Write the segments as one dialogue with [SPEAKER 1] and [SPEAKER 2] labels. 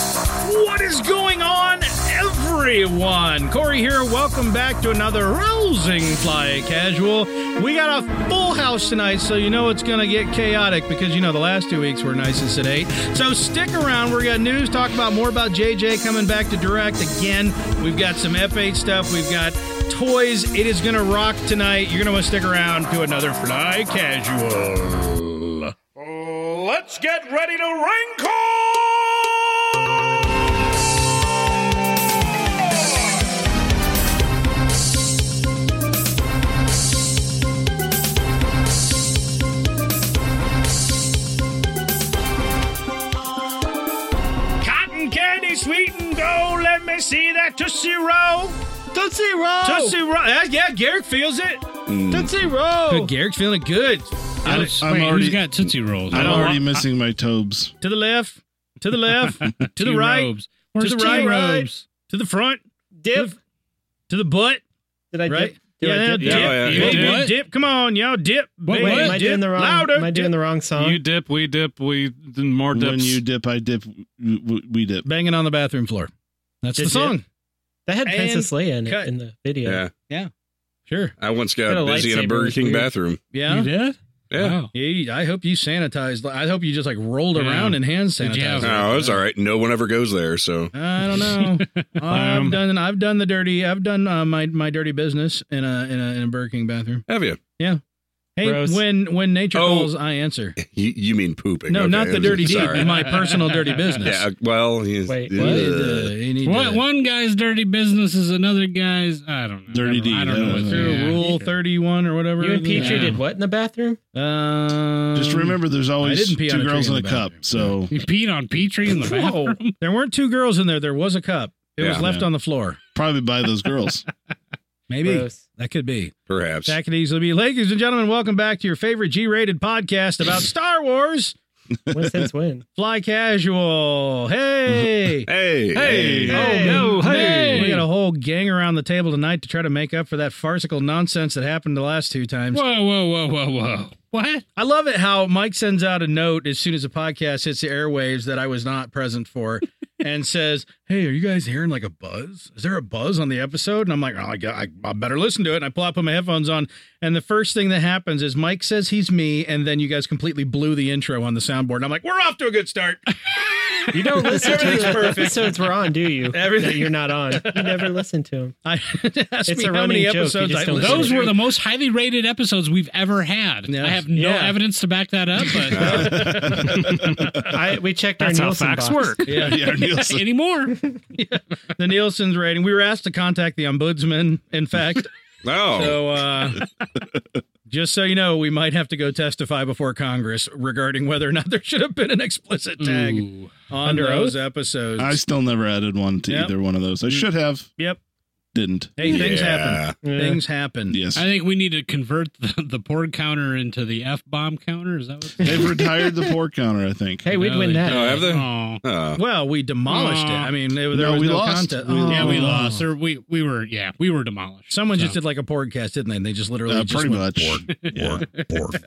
[SPEAKER 1] What is going on, everyone? Corey here. Welcome back to another rousing Fly Casual. We got a full house tonight, so you know it's going to get chaotic because you know the last two weeks were nice and sedate. So stick around. We got news, talk about more about JJ coming back to direct again. We've got some F8 stuff. We've got toys. It is going to rock tonight. You're going to want to stick around to another Fly Casual.
[SPEAKER 2] Let's get ready to wrinkle! Cotton candy, sweet and go. Let me see that Tootsie Roll.
[SPEAKER 1] Tootsie Roll. Tootsie Roll. Yeah, yeah, Garrick feels it. Tootsie Roll. Good, Garrick's feeling good.
[SPEAKER 3] I'm
[SPEAKER 4] I'm, wait,
[SPEAKER 3] already-
[SPEAKER 4] who's got Tootsie Rolls?
[SPEAKER 3] I'm
[SPEAKER 1] don't
[SPEAKER 3] already
[SPEAKER 1] want-
[SPEAKER 3] missing my tobes.
[SPEAKER 1] To the left. To the left. to the right.
[SPEAKER 4] Robes. Where's
[SPEAKER 1] the
[SPEAKER 4] Tea
[SPEAKER 1] right, right.
[SPEAKER 4] Robes?
[SPEAKER 1] To the front. To
[SPEAKER 5] Dip.
[SPEAKER 1] the, to the butt.
[SPEAKER 5] Did I dip?
[SPEAKER 1] Right?
[SPEAKER 5] Did
[SPEAKER 1] yeah,
[SPEAKER 5] I
[SPEAKER 1] now
[SPEAKER 5] oh, dip?
[SPEAKER 1] dip.
[SPEAKER 2] Yeah,
[SPEAKER 1] You
[SPEAKER 4] yeah,
[SPEAKER 1] dip,
[SPEAKER 4] yeah. What?
[SPEAKER 1] dip. Come on, y'all dip.
[SPEAKER 4] What,
[SPEAKER 1] baby,
[SPEAKER 4] what?
[SPEAKER 5] Wait, am I
[SPEAKER 1] dip.
[SPEAKER 5] doing the wrong?
[SPEAKER 1] Louder.
[SPEAKER 5] Am I doing
[SPEAKER 1] dip.
[SPEAKER 5] the wrong song?
[SPEAKER 3] You
[SPEAKER 4] Dip, we dip, we then more
[SPEAKER 3] When
[SPEAKER 4] dips.
[SPEAKER 3] you dip, I dip. w- w- We dip.
[SPEAKER 1] Banging on the bathroom floor. That's
[SPEAKER 5] Dip,
[SPEAKER 1] the song.
[SPEAKER 5] that had
[SPEAKER 1] And
[SPEAKER 5] Princess Leia in
[SPEAKER 1] cut.
[SPEAKER 5] it in the video.
[SPEAKER 6] Yeah.
[SPEAKER 1] Sure.
[SPEAKER 6] I once
[SPEAKER 5] Got
[SPEAKER 6] got
[SPEAKER 5] a
[SPEAKER 6] busy in
[SPEAKER 5] lightsaber
[SPEAKER 6] a Burger
[SPEAKER 5] was
[SPEAKER 6] King
[SPEAKER 5] weird.
[SPEAKER 6] bathroom.
[SPEAKER 4] You
[SPEAKER 1] Yeah.
[SPEAKER 4] did?
[SPEAKER 6] Yeah.
[SPEAKER 4] Wow.
[SPEAKER 1] Hey, I hope you sanitized. I hope you just like rolled
[SPEAKER 4] Yeah.
[SPEAKER 1] around and hand
[SPEAKER 4] Did you
[SPEAKER 1] sanitized.
[SPEAKER 4] have-
[SPEAKER 6] No, it's Oh, all right. No one ever goes there. So
[SPEAKER 1] I don't know. Uh, I've
[SPEAKER 4] Um,
[SPEAKER 1] done. I've done the dirty. I've done uh, my my dirty business in a in a in a Burger King bathroom.
[SPEAKER 6] have you?
[SPEAKER 1] Hey,
[SPEAKER 5] Gross.
[SPEAKER 1] when when nature
[SPEAKER 6] Oh.
[SPEAKER 1] calls, I answer.
[SPEAKER 6] You, you mean pooping?
[SPEAKER 1] No,
[SPEAKER 6] Okay,
[SPEAKER 1] not the
[SPEAKER 6] I'm
[SPEAKER 1] dirty deed,
[SPEAKER 6] sorry.
[SPEAKER 1] my personal dirty business.
[SPEAKER 6] Yeah. uh, Well. you-
[SPEAKER 5] Wait,
[SPEAKER 1] What?
[SPEAKER 6] Ugh.
[SPEAKER 1] Uh, you need
[SPEAKER 4] What
[SPEAKER 1] to-
[SPEAKER 4] one guy's dirty business is another guy's I don't know.
[SPEAKER 3] Dirty
[SPEAKER 4] I
[SPEAKER 3] deed,
[SPEAKER 4] don't know.
[SPEAKER 3] uh,
[SPEAKER 4] what
[SPEAKER 1] Through
[SPEAKER 4] yeah.
[SPEAKER 1] Rule Thirty One or whatever.
[SPEAKER 5] You and Petrie
[SPEAKER 4] Yeah.
[SPEAKER 5] did what in the bathroom?
[SPEAKER 1] Um,
[SPEAKER 3] Just remember, there's always
[SPEAKER 1] didn't pee on
[SPEAKER 3] two
[SPEAKER 1] a
[SPEAKER 3] girls
[SPEAKER 1] tree in
[SPEAKER 3] in a
[SPEAKER 1] the
[SPEAKER 3] cup.
[SPEAKER 1] bathroom.
[SPEAKER 3] So
[SPEAKER 4] You peed on Petrie in the
[SPEAKER 1] Whoa.
[SPEAKER 4] bathroom.
[SPEAKER 1] there weren't two girls in there. There was a cup. It was
[SPEAKER 6] Yeah.
[SPEAKER 1] left
[SPEAKER 3] Yeah.
[SPEAKER 1] on the floor.
[SPEAKER 3] probably by those girls.
[SPEAKER 1] Maybe
[SPEAKER 5] Gross.
[SPEAKER 1] that could be.
[SPEAKER 6] Perhaps.
[SPEAKER 1] That could easily be. Ladies and gentlemen, welcome back to your favorite G-rated podcast about Star Wars.
[SPEAKER 5] When since when?
[SPEAKER 1] Fly casual. Hey.
[SPEAKER 6] Hey.
[SPEAKER 4] Hey.
[SPEAKER 1] Oh,
[SPEAKER 4] Oh, hey.
[SPEAKER 1] We got a whole gang around the table tonight to try to make up for that farcical nonsense that happened the last two times.
[SPEAKER 4] Whoa, whoa, whoa, whoa, whoa. What?
[SPEAKER 1] I love it how Mike sends out a note as soon as the podcast hits the airwaves that I was not present for and says, Hey, are you guys hearing like a buzz? Is there a buzz on the episode? And I'm like, Oh, I, got, I, I better listen to it. And I pull out, put my headphones on. And the first thing that happens is Mike says he's me. And then you guys completely blew the intro on the soundboard. And I'm like, We're off to a good start.
[SPEAKER 5] You don't listen to
[SPEAKER 1] Everything's
[SPEAKER 5] the
[SPEAKER 1] perfect.
[SPEAKER 5] episodes we're on, do you?
[SPEAKER 1] Everything.
[SPEAKER 5] That you're not on. You never listen to them.
[SPEAKER 1] I asked
[SPEAKER 5] It's
[SPEAKER 1] me
[SPEAKER 5] a
[SPEAKER 1] how many
[SPEAKER 5] running joke. You
[SPEAKER 1] episodes
[SPEAKER 5] just
[SPEAKER 1] I
[SPEAKER 5] don't
[SPEAKER 1] listened
[SPEAKER 4] Those
[SPEAKER 1] to.
[SPEAKER 4] were the most highly rated episodes we've ever had.
[SPEAKER 1] Yeah.
[SPEAKER 4] I have no
[SPEAKER 5] Yeah.
[SPEAKER 4] evidence to back that up, but
[SPEAKER 5] I we checked
[SPEAKER 7] That's
[SPEAKER 5] our
[SPEAKER 7] how
[SPEAKER 5] Nielsen
[SPEAKER 7] facts
[SPEAKER 5] box.
[SPEAKER 7] work.
[SPEAKER 1] yeah.
[SPEAKER 3] yeah, Nielsen.
[SPEAKER 4] anymore.
[SPEAKER 1] the Nielsen's rating. We were asked to contact the ombudsman, in fact.
[SPEAKER 6] Oh.
[SPEAKER 1] So, uh, just so you know, we might have to go testify before Congress regarding whether or not there should have been an explicit
[SPEAKER 4] Hmm.
[SPEAKER 1] tag
[SPEAKER 4] Ooh.
[SPEAKER 1] on
[SPEAKER 5] Under
[SPEAKER 1] those episodes.
[SPEAKER 3] I still never added one to
[SPEAKER 1] Yep.
[SPEAKER 3] either one of those. I should have.
[SPEAKER 1] Yep.
[SPEAKER 3] Didn't.
[SPEAKER 1] hey, things
[SPEAKER 6] Yeah.
[SPEAKER 1] happen.
[SPEAKER 5] Yeah.
[SPEAKER 1] Things happen.
[SPEAKER 3] Yes.
[SPEAKER 4] I think we need to convert the, the board counter into the F bomb counter. Is that what?
[SPEAKER 3] They've retired the pork counter. I think.
[SPEAKER 5] Hey, we'd
[SPEAKER 4] No,
[SPEAKER 5] win
[SPEAKER 4] they
[SPEAKER 5] that.
[SPEAKER 6] Oh, have they?
[SPEAKER 4] Oh.
[SPEAKER 6] Oh.
[SPEAKER 1] Well, we demolished it.
[SPEAKER 4] Aw.
[SPEAKER 1] I mean, there, there
[SPEAKER 3] No,
[SPEAKER 1] was
[SPEAKER 3] we
[SPEAKER 1] no
[SPEAKER 3] lost.
[SPEAKER 1] contest.
[SPEAKER 3] We lost.
[SPEAKER 4] Yeah, we
[SPEAKER 1] Oh.
[SPEAKER 4] lost. Or we we were yeah, we were demolished.
[SPEAKER 1] Someone just
[SPEAKER 4] So,
[SPEAKER 1] did like a podcast, didn't they? And they just literally
[SPEAKER 3] Uh,
[SPEAKER 1] just
[SPEAKER 3] pretty
[SPEAKER 1] went
[SPEAKER 3] much. Yeah.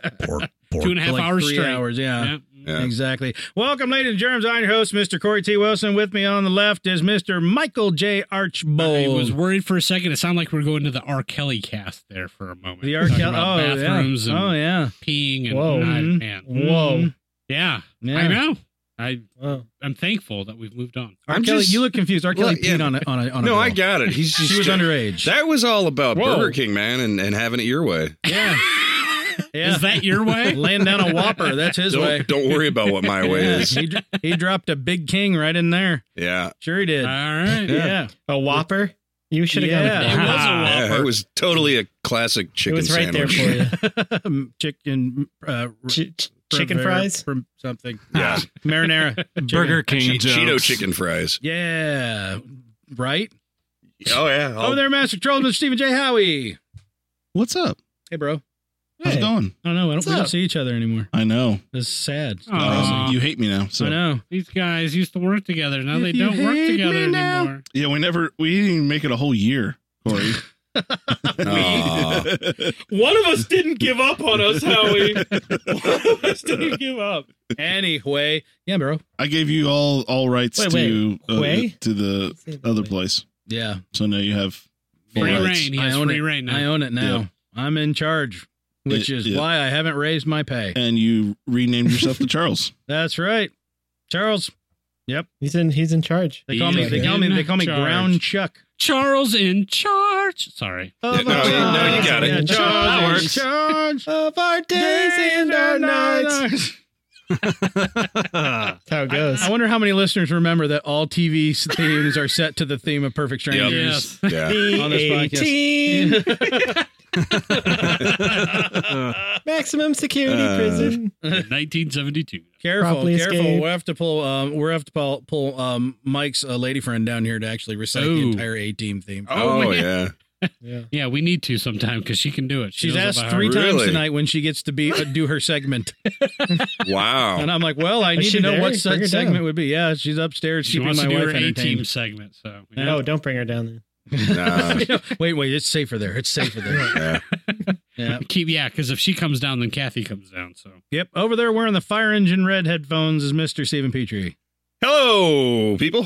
[SPEAKER 4] two and a
[SPEAKER 1] for
[SPEAKER 4] half
[SPEAKER 1] like
[SPEAKER 4] hours
[SPEAKER 1] three
[SPEAKER 4] straight.
[SPEAKER 1] hours. Yeah.
[SPEAKER 4] Yeah.
[SPEAKER 6] Yeah.
[SPEAKER 1] Exactly. Welcome, ladies and germs. I'm your host, Mr. Corey T. Wilson. With me on the left is Mr. Michael J.
[SPEAKER 4] I
[SPEAKER 1] Archbold.
[SPEAKER 4] was worried for a second. It sounded like we were going to the R. Kelly cast there for a moment.
[SPEAKER 1] the R.
[SPEAKER 4] Talking
[SPEAKER 1] Kelly-
[SPEAKER 4] about
[SPEAKER 1] Oh,
[SPEAKER 4] bathrooms
[SPEAKER 1] yeah.
[SPEAKER 4] and
[SPEAKER 1] Oh, yeah.
[SPEAKER 4] peeing and
[SPEAKER 5] Whoa.
[SPEAKER 4] I-
[SPEAKER 1] Mhm.
[SPEAKER 4] man.
[SPEAKER 5] Whoa.
[SPEAKER 1] Mhm.
[SPEAKER 4] Yeah,
[SPEAKER 1] Yeah.
[SPEAKER 4] I know. I
[SPEAKER 5] Oh.
[SPEAKER 4] I'm thankful that we've moved on.
[SPEAKER 1] R.
[SPEAKER 6] I'm
[SPEAKER 1] Kelly,
[SPEAKER 6] just-
[SPEAKER 1] you look confused. R. Kelly
[SPEAKER 6] Look, yeah.
[SPEAKER 1] peed on a, on a, on a
[SPEAKER 6] No,
[SPEAKER 1] girl.
[SPEAKER 6] I got it. He's just.
[SPEAKER 1] She was underage.
[SPEAKER 6] That was all about
[SPEAKER 4] Whoa.
[SPEAKER 6] Burger King, man, and, and having it your way.
[SPEAKER 1] yeah. yeah.
[SPEAKER 4] Is that your way?
[SPEAKER 1] Laying down a whopper. That's his
[SPEAKER 6] Don't,
[SPEAKER 1] way.
[SPEAKER 6] don't worry about what my way
[SPEAKER 1] Yeah,
[SPEAKER 6] is.
[SPEAKER 1] He, dr- he dropped a big king right in there.
[SPEAKER 6] Yeah.
[SPEAKER 1] Sure he did.
[SPEAKER 4] All right.
[SPEAKER 1] yeah.
[SPEAKER 5] A Whopper? You should have
[SPEAKER 1] Yeah.
[SPEAKER 5] got a Whopper.
[SPEAKER 4] Ah,
[SPEAKER 6] Yeah, it was totally a classic
[SPEAKER 5] It
[SPEAKER 6] chicken
[SPEAKER 5] was right there
[SPEAKER 6] sandwich.
[SPEAKER 5] for you.
[SPEAKER 1] Chicken. Uh,
[SPEAKER 5] Ch- ch- chicken
[SPEAKER 1] Prevera-
[SPEAKER 5] fries?
[SPEAKER 1] From something.
[SPEAKER 6] Yeah.
[SPEAKER 1] Marinara.
[SPEAKER 7] Burger King
[SPEAKER 6] Che- Cheeto
[SPEAKER 7] jokes.
[SPEAKER 6] chicken fries.
[SPEAKER 1] Yeah. Right?
[SPEAKER 6] Oh yeah.
[SPEAKER 1] Over there, Master Trollman Stephen J. Howie.
[SPEAKER 3] What's up?
[SPEAKER 1] Hey, bro.
[SPEAKER 3] How's it
[SPEAKER 5] Hey.
[SPEAKER 3] going?
[SPEAKER 1] I don't know. I don't,
[SPEAKER 5] What's
[SPEAKER 1] we don't
[SPEAKER 5] up?
[SPEAKER 1] see each other anymore.
[SPEAKER 3] I know.
[SPEAKER 1] It's sad.
[SPEAKER 4] Aw.
[SPEAKER 3] Um, you hate me
[SPEAKER 1] Uh,
[SPEAKER 3] now.
[SPEAKER 1] I
[SPEAKER 3] So
[SPEAKER 1] know.
[SPEAKER 4] These guys used to work together. Now
[SPEAKER 1] If
[SPEAKER 4] they
[SPEAKER 1] you
[SPEAKER 4] don't work
[SPEAKER 1] hate
[SPEAKER 4] together
[SPEAKER 1] me now.
[SPEAKER 4] anymore.
[SPEAKER 3] yeah, we never. We didn't even make it a whole year, Corey. Oh,
[SPEAKER 6] Aw.
[SPEAKER 1] One of us didn't give up on us, Howie. One of us didn't give up. Anyway, yeah, bro.
[SPEAKER 3] I gave you all all rights
[SPEAKER 5] Wait,
[SPEAKER 3] to uh,
[SPEAKER 5] wait. Way?
[SPEAKER 3] to the
[SPEAKER 5] Say it that
[SPEAKER 3] other
[SPEAKER 5] way.
[SPEAKER 3] place.
[SPEAKER 1] Yeah,
[SPEAKER 3] So now you have full
[SPEAKER 4] Free
[SPEAKER 1] Yeah.
[SPEAKER 3] rights.
[SPEAKER 4] reign. He
[SPEAKER 1] I
[SPEAKER 4] has
[SPEAKER 1] own
[SPEAKER 4] free
[SPEAKER 1] it.
[SPEAKER 4] reign
[SPEAKER 1] I
[SPEAKER 4] now.
[SPEAKER 1] own it now. I'm in charge, which
[SPEAKER 3] Yeah,
[SPEAKER 1] is
[SPEAKER 3] yeah.
[SPEAKER 1] why I haven't raised my pay.
[SPEAKER 3] And you renamed yourself to Charles.
[SPEAKER 1] That's right, Charles.
[SPEAKER 5] He's in. He's in charge.
[SPEAKER 1] They call
[SPEAKER 4] He's
[SPEAKER 1] me. They call me. They call me
[SPEAKER 4] in charge.
[SPEAKER 1] Ground Chuck.
[SPEAKER 4] Charles in charge. Sorry.
[SPEAKER 1] Oh,
[SPEAKER 6] Yeah, no,
[SPEAKER 1] my
[SPEAKER 6] you- no, you
[SPEAKER 1] God.
[SPEAKER 6] got it.
[SPEAKER 1] Yeah,
[SPEAKER 5] That
[SPEAKER 1] Charles in
[SPEAKER 4] works.
[SPEAKER 1] charge.
[SPEAKER 5] Of our days and our nights. That's how it goes.
[SPEAKER 1] I wonder how many listeners remember that all TV themes are set to the theme of Perfect Strangers.
[SPEAKER 4] Yes.
[SPEAKER 6] yeah.
[SPEAKER 1] on this podcast.
[SPEAKER 5] B-18, maximum security
[SPEAKER 6] Uh,
[SPEAKER 5] prison.
[SPEAKER 4] 1972.
[SPEAKER 1] Careful,
[SPEAKER 5] Properly
[SPEAKER 1] careful.
[SPEAKER 5] escaped.
[SPEAKER 1] We have to pull. Um, we have to pull, pull um, Mike's uh, lady friend down here to actually recite the
[SPEAKER 4] Ooh.
[SPEAKER 1] entire A Team theme.
[SPEAKER 6] Oh,
[SPEAKER 4] man.
[SPEAKER 6] yeah.
[SPEAKER 5] Yeah.
[SPEAKER 4] Yeah, we need to sometime because she can do it. She
[SPEAKER 1] She's
[SPEAKER 4] knows
[SPEAKER 1] asked
[SPEAKER 4] about
[SPEAKER 1] three
[SPEAKER 4] her-
[SPEAKER 1] times
[SPEAKER 6] Really?
[SPEAKER 1] tonight when she gets to be uh, do her segment,
[SPEAKER 6] Wow.
[SPEAKER 4] Oh.
[SPEAKER 1] and I'm like, "Well, I
[SPEAKER 5] Is
[SPEAKER 1] need
[SPEAKER 5] she
[SPEAKER 1] to know
[SPEAKER 5] there?
[SPEAKER 1] what
[SPEAKER 5] Bring
[SPEAKER 1] such
[SPEAKER 5] her
[SPEAKER 1] segment
[SPEAKER 5] down.
[SPEAKER 1] would be." Yeah, she's upstairs
[SPEAKER 4] She
[SPEAKER 1] keeping
[SPEAKER 4] wants
[SPEAKER 1] my
[SPEAKER 4] to do
[SPEAKER 1] wife
[SPEAKER 4] her A team
[SPEAKER 1] entertained.
[SPEAKER 4] segment. So yeah.
[SPEAKER 5] No, don't bring her down there.
[SPEAKER 6] Nah.
[SPEAKER 1] wait, wait, it's safer there. It's safer there.
[SPEAKER 6] Yeah.
[SPEAKER 1] yeah.
[SPEAKER 4] keep yeah, because if she comes down, then Kathy comes down. So
[SPEAKER 1] Yep. Over there wearing the fire engine red headphones is Mr. Stephen Petrie.
[SPEAKER 6] Hello, people.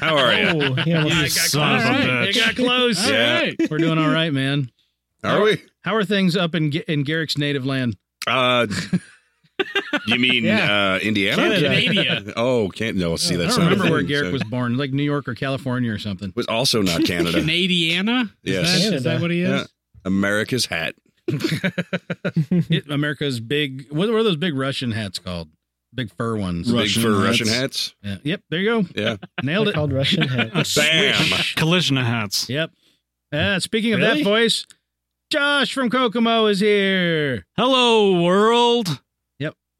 [SPEAKER 6] How are you?
[SPEAKER 5] Oh, he almost-
[SPEAKER 1] Yeah, I
[SPEAKER 2] son of a bitch.
[SPEAKER 1] It got close.
[SPEAKER 4] All
[SPEAKER 6] Yeah.
[SPEAKER 4] right.
[SPEAKER 1] We're doing all right, man.
[SPEAKER 6] Are we?
[SPEAKER 1] How are things up in Ge- in Garrick's native land?
[SPEAKER 6] Uh, you mean uh, Indiana?
[SPEAKER 4] Canada.
[SPEAKER 6] Oh, can't. No, see,
[SPEAKER 1] I
[SPEAKER 6] that's
[SPEAKER 1] don't
[SPEAKER 6] not a
[SPEAKER 1] remember where
[SPEAKER 6] thing,
[SPEAKER 1] Garrick
[SPEAKER 6] so-
[SPEAKER 1] was born, like New York or California or something.
[SPEAKER 6] Was also not Canada.
[SPEAKER 4] Canadiana? Is
[SPEAKER 6] Yes.
[SPEAKER 4] that- is that what he is?
[SPEAKER 6] Yeah. America's hat.
[SPEAKER 1] It- America's big. What were those big Russian hats called? Big fur ones.
[SPEAKER 6] The
[SPEAKER 3] Russian
[SPEAKER 6] big fur
[SPEAKER 3] hats.
[SPEAKER 6] Russian hats.
[SPEAKER 1] Yeah. Yep. There you go.
[SPEAKER 6] Yeah.
[SPEAKER 1] Nailed
[SPEAKER 5] They're
[SPEAKER 1] it. Oh,
[SPEAKER 5] called Russian hat.
[SPEAKER 6] Bam.
[SPEAKER 2] Collision of hats.
[SPEAKER 1] Yep. Uh, speaking of that
[SPEAKER 5] Really?
[SPEAKER 1] voice, Josh from Kokomo is here.
[SPEAKER 2] Hello, world.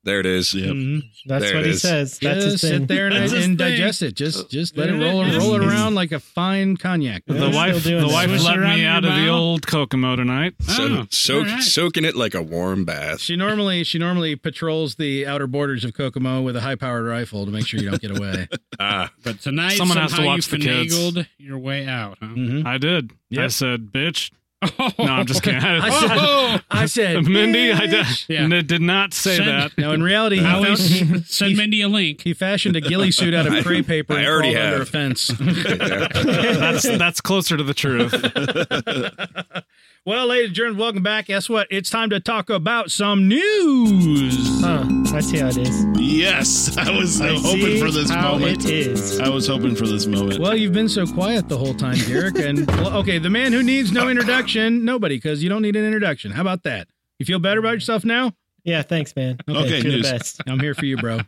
[SPEAKER 6] There it is.
[SPEAKER 3] Yep.
[SPEAKER 1] Mhm.
[SPEAKER 5] That's
[SPEAKER 6] There it
[SPEAKER 5] what he
[SPEAKER 6] is.
[SPEAKER 5] says. That's
[SPEAKER 1] Just
[SPEAKER 5] his thing.
[SPEAKER 1] sit there and,
[SPEAKER 4] That's his
[SPEAKER 1] and
[SPEAKER 4] thing.
[SPEAKER 1] digest it. Just just let it
[SPEAKER 4] There
[SPEAKER 1] roll
[SPEAKER 4] it
[SPEAKER 1] roll it
[SPEAKER 4] is.
[SPEAKER 1] around like a fine cognac.
[SPEAKER 5] Yeah.
[SPEAKER 2] The
[SPEAKER 5] They're
[SPEAKER 2] wife,
[SPEAKER 5] still doing
[SPEAKER 2] the
[SPEAKER 5] that.
[SPEAKER 2] wife
[SPEAKER 5] Swish
[SPEAKER 2] let
[SPEAKER 4] around
[SPEAKER 2] me
[SPEAKER 4] in
[SPEAKER 2] out
[SPEAKER 4] your
[SPEAKER 2] of the
[SPEAKER 4] mouth.
[SPEAKER 2] old Kokomo tonight.
[SPEAKER 6] So,
[SPEAKER 4] Oh,
[SPEAKER 6] soak,
[SPEAKER 4] all right.
[SPEAKER 6] Soaking it like a warm bath.
[SPEAKER 1] She normally she normally patrols the outer borders of Kokomo with a high powered rifle to make sure you don't get away.
[SPEAKER 6] Ah,
[SPEAKER 4] But tonight,
[SPEAKER 2] Someone has to
[SPEAKER 4] somehow
[SPEAKER 2] watch
[SPEAKER 4] you
[SPEAKER 2] the kids.
[SPEAKER 4] finagled your way out, huh?
[SPEAKER 1] Mhm.
[SPEAKER 2] I did. I
[SPEAKER 1] Yep.
[SPEAKER 2] said, bitch. No, I'm just kidding.
[SPEAKER 1] I said-
[SPEAKER 2] Oh!
[SPEAKER 1] I said,
[SPEAKER 2] Mindy, I did,
[SPEAKER 1] "Bitch."
[SPEAKER 4] Yeah.
[SPEAKER 2] n- did not say
[SPEAKER 4] Send-
[SPEAKER 2] that.
[SPEAKER 1] Now in reality, he,
[SPEAKER 4] Howie,
[SPEAKER 1] found,
[SPEAKER 4] send Mindy a link.
[SPEAKER 1] he fashioned a ghillie suit out of crepe paper
[SPEAKER 6] I
[SPEAKER 1] and
[SPEAKER 6] already
[SPEAKER 1] crawled under
[SPEAKER 6] have.
[SPEAKER 1] a fence.
[SPEAKER 6] yeah.
[SPEAKER 2] Uh, That's that's closer to the truth.
[SPEAKER 1] well, ladies and gentlemen, welcome back. Guess what? It's time to talk about some news.
[SPEAKER 5] Huh, I see how it is.
[SPEAKER 3] Yes. I was
[SPEAKER 5] I
[SPEAKER 3] hoping
[SPEAKER 5] see
[SPEAKER 3] for this
[SPEAKER 5] how
[SPEAKER 3] moment.
[SPEAKER 5] It is.
[SPEAKER 3] I was hoping for this moment.
[SPEAKER 1] Well, you've been so quiet the whole time, Derek. And well, okay, the man who needs no introduction, nobody, because you don't need an introduction. How about that? You feel better about yourself now?
[SPEAKER 5] Yeah, thanks, man.
[SPEAKER 3] Okay,
[SPEAKER 5] you're
[SPEAKER 3] news.
[SPEAKER 5] the best.
[SPEAKER 1] I'm here for you, bro.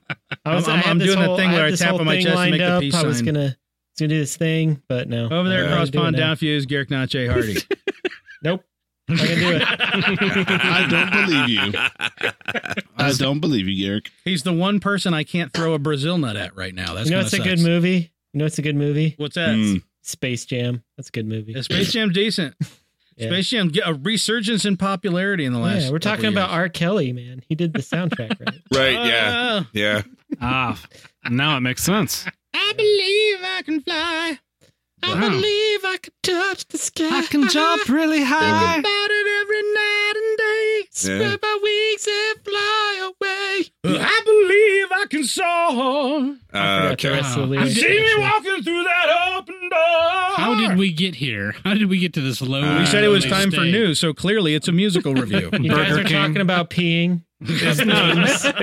[SPEAKER 5] I was,
[SPEAKER 1] I'm-
[SPEAKER 5] I had
[SPEAKER 1] I'm
[SPEAKER 5] this
[SPEAKER 1] doing the
[SPEAKER 5] whole,
[SPEAKER 1] thing
[SPEAKER 5] I had
[SPEAKER 1] where I
[SPEAKER 5] this
[SPEAKER 1] tap
[SPEAKER 5] whole
[SPEAKER 1] on my
[SPEAKER 5] thing
[SPEAKER 1] chest to
[SPEAKER 5] lined
[SPEAKER 1] make the
[SPEAKER 5] up.
[SPEAKER 1] peace
[SPEAKER 5] I was
[SPEAKER 1] sign.
[SPEAKER 5] gonna, was gonna do this thing, but no.
[SPEAKER 1] Over there
[SPEAKER 5] I'm
[SPEAKER 1] across
[SPEAKER 5] gonna do it
[SPEAKER 1] pond,
[SPEAKER 5] now.
[SPEAKER 1] downfuse, Garrick Nache Hardy.
[SPEAKER 5] Nope. I'm gonna do it.
[SPEAKER 3] I don't believe you. I don't believe you, Garrick.
[SPEAKER 1] He's the one person I can't throw a Brazil nut at right now. That's
[SPEAKER 5] you know,
[SPEAKER 1] kinda
[SPEAKER 5] it's a
[SPEAKER 1] sucks.
[SPEAKER 5] good movie. You know, it's a good movie.
[SPEAKER 1] What's that?
[SPEAKER 6] Mm.
[SPEAKER 5] Space Jam. That's a good movie.
[SPEAKER 1] Yeah, Space Jam's decent.
[SPEAKER 5] Yeah.
[SPEAKER 1] Space Jam get a resurgence in popularity in the last.
[SPEAKER 5] yeah, we're talking
[SPEAKER 1] couple
[SPEAKER 5] about R. Kelly, man. He did the soundtrack, right?
[SPEAKER 6] Right.
[SPEAKER 1] years.
[SPEAKER 6] Yeah.
[SPEAKER 1] Oh,
[SPEAKER 6] Yeah.
[SPEAKER 2] Ah, now it makes sense.
[SPEAKER 1] I believe I can fly. I
[SPEAKER 4] Wow.
[SPEAKER 1] believe I can touch the sky. I can jump
[SPEAKER 2] really high.
[SPEAKER 1] about it every night and day.
[SPEAKER 6] Yeah.
[SPEAKER 1] my wings and fly away. I believe I can soar.
[SPEAKER 5] I
[SPEAKER 6] Uh,
[SPEAKER 5] forgot the
[SPEAKER 6] okay.
[SPEAKER 5] rest of the
[SPEAKER 4] Wow.
[SPEAKER 5] lyrics.
[SPEAKER 1] walking through that open door.
[SPEAKER 4] How did we get here? How did we get to this low?
[SPEAKER 6] Uh,
[SPEAKER 1] We said it was time for
[SPEAKER 4] state?
[SPEAKER 1] news, so clearly it's a musical review.
[SPEAKER 5] You guys
[SPEAKER 2] Burger
[SPEAKER 5] are
[SPEAKER 2] King.
[SPEAKER 5] talking about peeing.
[SPEAKER 2] No,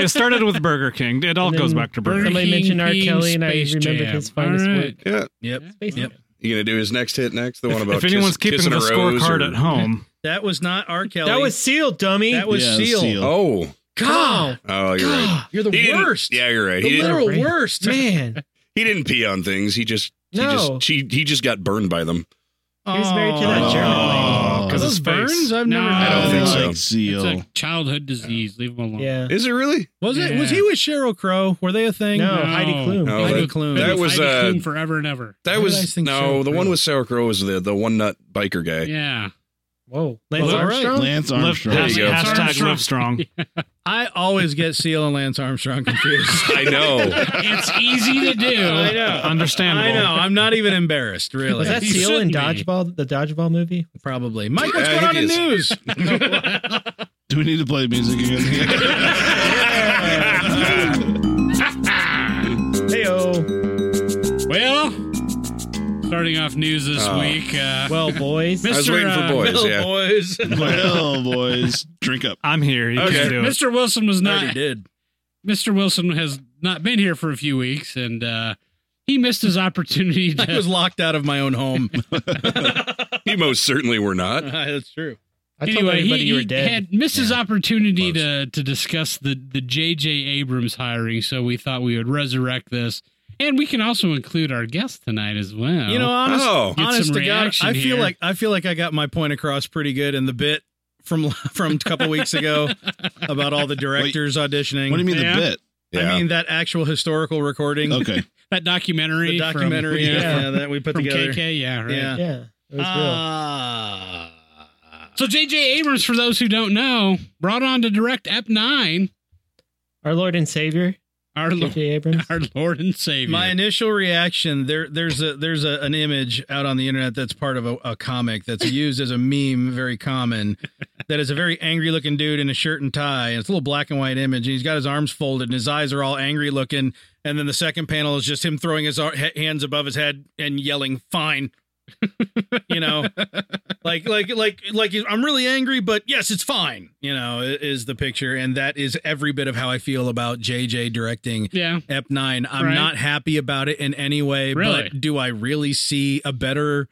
[SPEAKER 2] it started with Burger King. It all
[SPEAKER 5] And
[SPEAKER 2] goes
[SPEAKER 5] then
[SPEAKER 2] back to Burger King.
[SPEAKER 5] Somebody
[SPEAKER 4] King,
[SPEAKER 5] mentioned R.
[SPEAKER 4] King,
[SPEAKER 5] Kelly, and I
[SPEAKER 4] Space
[SPEAKER 5] remembered
[SPEAKER 4] Jam.
[SPEAKER 5] his finest
[SPEAKER 4] All right.
[SPEAKER 5] work.
[SPEAKER 6] Yeah.
[SPEAKER 1] yep.
[SPEAKER 5] Space
[SPEAKER 1] Yep.
[SPEAKER 5] Jam.
[SPEAKER 6] You gonna do his next hit next? The one about
[SPEAKER 2] If anyone's
[SPEAKER 6] kiss-
[SPEAKER 2] keeping
[SPEAKER 6] kissing
[SPEAKER 2] the
[SPEAKER 6] a rose
[SPEAKER 2] scorecard
[SPEAKER 6] or-
[SPEAKER 2] at home,
[SPEAKER 1] That was not R. Kelly.
[SPEAKER 5] That was Seal, dummy.
[SPEAKER 1] that was
[SPEAKER 3] Yeah,
[SPEAKER 1] Seal.
[SPEAKER 3] Seal.
[SPEAKER 6] Oh.
[SPEAKER 1] God,
[SPEAKER 6] Oh, you're right.
[SPEAKER 1] you're the
[SPEAKER 6] He didn't-
[SPEAKER 1] worst.
[SPEAKER 6] Yeah, you're right.
[SPEAKER 1] the
[SPEAKER 6] he didn't.
[SPEAKER 1] literal
[SPEAKER 5] Right.
[SPEAKER 1] worst.
[SPEAKER 5] man.
[SPEAKER 6] He didn't pee on things. He just. He
[SPEAKER 5] No.
[SPEAKER 6] just, she, he just got burned by them.
[SPEAKER 5] He was married to that
[SPEAKER 1] Oh.
[SPEAKER 5] German
[SPEAKER 3] lady.
[SPEAKER 1] Are
[SPEAKER 2] 'Cause
[SPEAKER 1] those
[SPEAKER 2] his face.
[SPEAKER 1] burns? I've never.
[SPEAKER 4] No.
[SPEAKER 1] heard
[SPEAKER 6] I don't
[SPEAKER 1] of
[SPEAKER 6] think
[SPEAKER 1] that.
[SPEAKER 6] so.
[SPEAKER 3] Like Seal.
[SPEAKER 4] It's a childhood disease. Leave him alone.
[SPEAKER 5] Yeah.
[SPEAKER 6] Is it really?
[SPEAKER 1] Was it? Was
[SPEAKER 4] Yeah.
[SPEAKER 1] he with Cheryl Crow? Were they a thing?
[SPEAKER 5] No, Heidi Klum.
[SPEAKER 6] No,
[SPEAKER 1] Heidi
[SPEAKER 6] that,
[SPEAKER 1] Klum.
[SPEAKER 6] that was,
[SPEAKER 4] Heidi
[SPEAKER 6] uh,
[SPEAKER 4] Klum forever and ever.
[SPEAKER 1] Why
[SPEAKER 6] that
[SPEAKER 1] did I
[SPEAKER 6] was
[SPEAKER 1] think
[SPEAKER 6] no.
[SPEAKER 1] so?
[SPEAKER 6] The one with Sauerkraut was the the one nut biker guy.
[SPEAKER 4] Yeah.
[SPEAKER 5] Whoa. Lance
[SPEAKER 1] Well, all right.
[SPEAKER 5] Armstrong?
[SPEAKER 3] Lance
[SPEAKER 7] Live-
[SPEAKER 3] Armstrong.
[SPEAKER 7] has-
[SPEAKER 6] you go.
[SPEAKER 7] hashtag
[SPEAKER 4] Armstrong.
[SPEAKER 7] live strong.
[SPEAKER 1] I always get Seal and Lance Armstrong confused.
[SPEAKER 6] I know.
[SPEAKER 4] It's easy to do.
[SPEAKER 1] know.
[SPEAKER 7] Understandable.
[SPEAKER 1] I know. I'm not even embarrassed, really.
[SPEAKER 5] Was that
[SPEAKER 4] You
[SPEAKER 5] Seal in
[SPEAKER 4] shouldn't be.
[SPEAKER 5] Dodgeball, the Dodgeball movie?
[SPEAKER 1] Probably. Mike, what's
[SPEAKER 6] Yeah,
[SPEAKER 1] going
[SPEAKER 6] I
[SPEAKER 1] on in
[SPEAKER 6] think
[SPEAKER 1] news?
[SPEAKER 3] Do we need to play music again?
[SPEAKER 5] Hey, oh.
[SPEAKER 4] Well, starting off news this
[SPEAKER 6] Oh.
[SPEAKER 4] week. Uh,
[SPEAKER 5] Well, boys.
[SPEAKER 4] Mr.
[SPEAKER 6] I was waiting for
[SPEAKER 4] uh,
[SPEAKER 6] boys.
[SPEAKER 1] Bill
[SPEAKER 6] yeah.
[SPEAKER 1] boys.
[SPEAKER 3] well, boys, drink up.
[SPEAKER 7] I'm here. You
[SPEAKER 6] Okay.
[SPEAKER 7] can do it.
[SPEAKER 4] Mr. Wilson was
[SPEAKER 1] Already
[SPEAKER 4] not.
[SPEAKER 1] did.
[SPEAKER 4] Mr. Wilson has not been here for a few weeks, and uh, he missed his opportunity
[SPEAKER 1] I was
[SPEAKER 4] to.
[SPEAKER 1] locked out of my own home.
[SPEAKER 6] You most certainly were not.
[SPEAKER 1] That's true.
[SPEAKER 5] I told
[SPEAKER 4] Anyway, he,
[SPEAKER 5] everybody you were
[SPEAKER 4] he
[SPEAKER 5] dead.
[SPEAKER 4] had missed his opportunity to, to discuss the the J.J. Abrams hiring, so we thought we would resurrect this, and we can also include our guest tonight as well.
[SPEAKER 1] You know, honest,
[SPEAKER 6] Oh.
[SPEAKER 4] Get
[SPEAKER 1] honest
[SPEAKER 4] some
[SPEAKER 1] to God,
[SPEAKER 4] reaction
[SPEAKER 1] I feel
[SPEAKER 4] here.
[SPEAKER 1] like I feel like I got my point across pretty good in the bit from from a couple weeks ago about all the directors auditioning.
[SPEAKER 3] What do you mean
[SPEAKER 4] Yeah.
[SPEAKER 3] the bit?
[SPEAKER 6] Yeah.
[SPEAKER 1] I mean that actual historical recording,
[SPEAKER 3] Okay.
[SPEAKER 4] that
[SPEAKER 1] the
[SPEAKER 4] documentary, from-
[SPEAKER 1] documentary,
[SPEAKER 4] yeah,
[SPEAKER 1] yeah,
[SPEAKER 4] from-
[SPEAKER 1] that we put
[SPEAKER 4] from,
[SPEAKER 1] together.
[SPEAKER 4] KK, yeah, right.
[SPEAKER 1] Yeah.
[SPEAKER 5] yeah. It was
[SPEAKER 1] uh,
[SPEAKER 5] real.
[SPEAKER 1] Ah.
[SPEAKER 4] So J.J. Abrams, for those who don't know, brought on to direct Ep Nine,
[SPEAKER 5] Our Lord and Savior,
[SPEAKER 4] our Lord,
[SPEAKER 5] J.J. Abrams.
[SPEAKER 4] our Lord and Savior.
[SPEAKER 1] My initial reaction there there's a there's a, an image out on the internet that's part of a, a comic that's used as a meme, very common. That is a very angry looking dude in a shirt and tie. And it's a little black and white image, and he's got his arms folded, and his eyes are all angry looking. And then the second panel is just him throwing his ar- ha- hands above his head and yelling "Fine," you know, like like like like I'm really angry, but yes, it's fine. You know, i- is the picture, and that is every bit of how I feel about JJ directing
[SPEAKER 4] yeah,
[SPEAKER 1] Ep nine. I'm
[SPEAKER 4] Right.
[SPEAKER 1] not happy about it in any way.
[SPEAKER 4] Really?
[SPEAKER 1] But do I really see a better?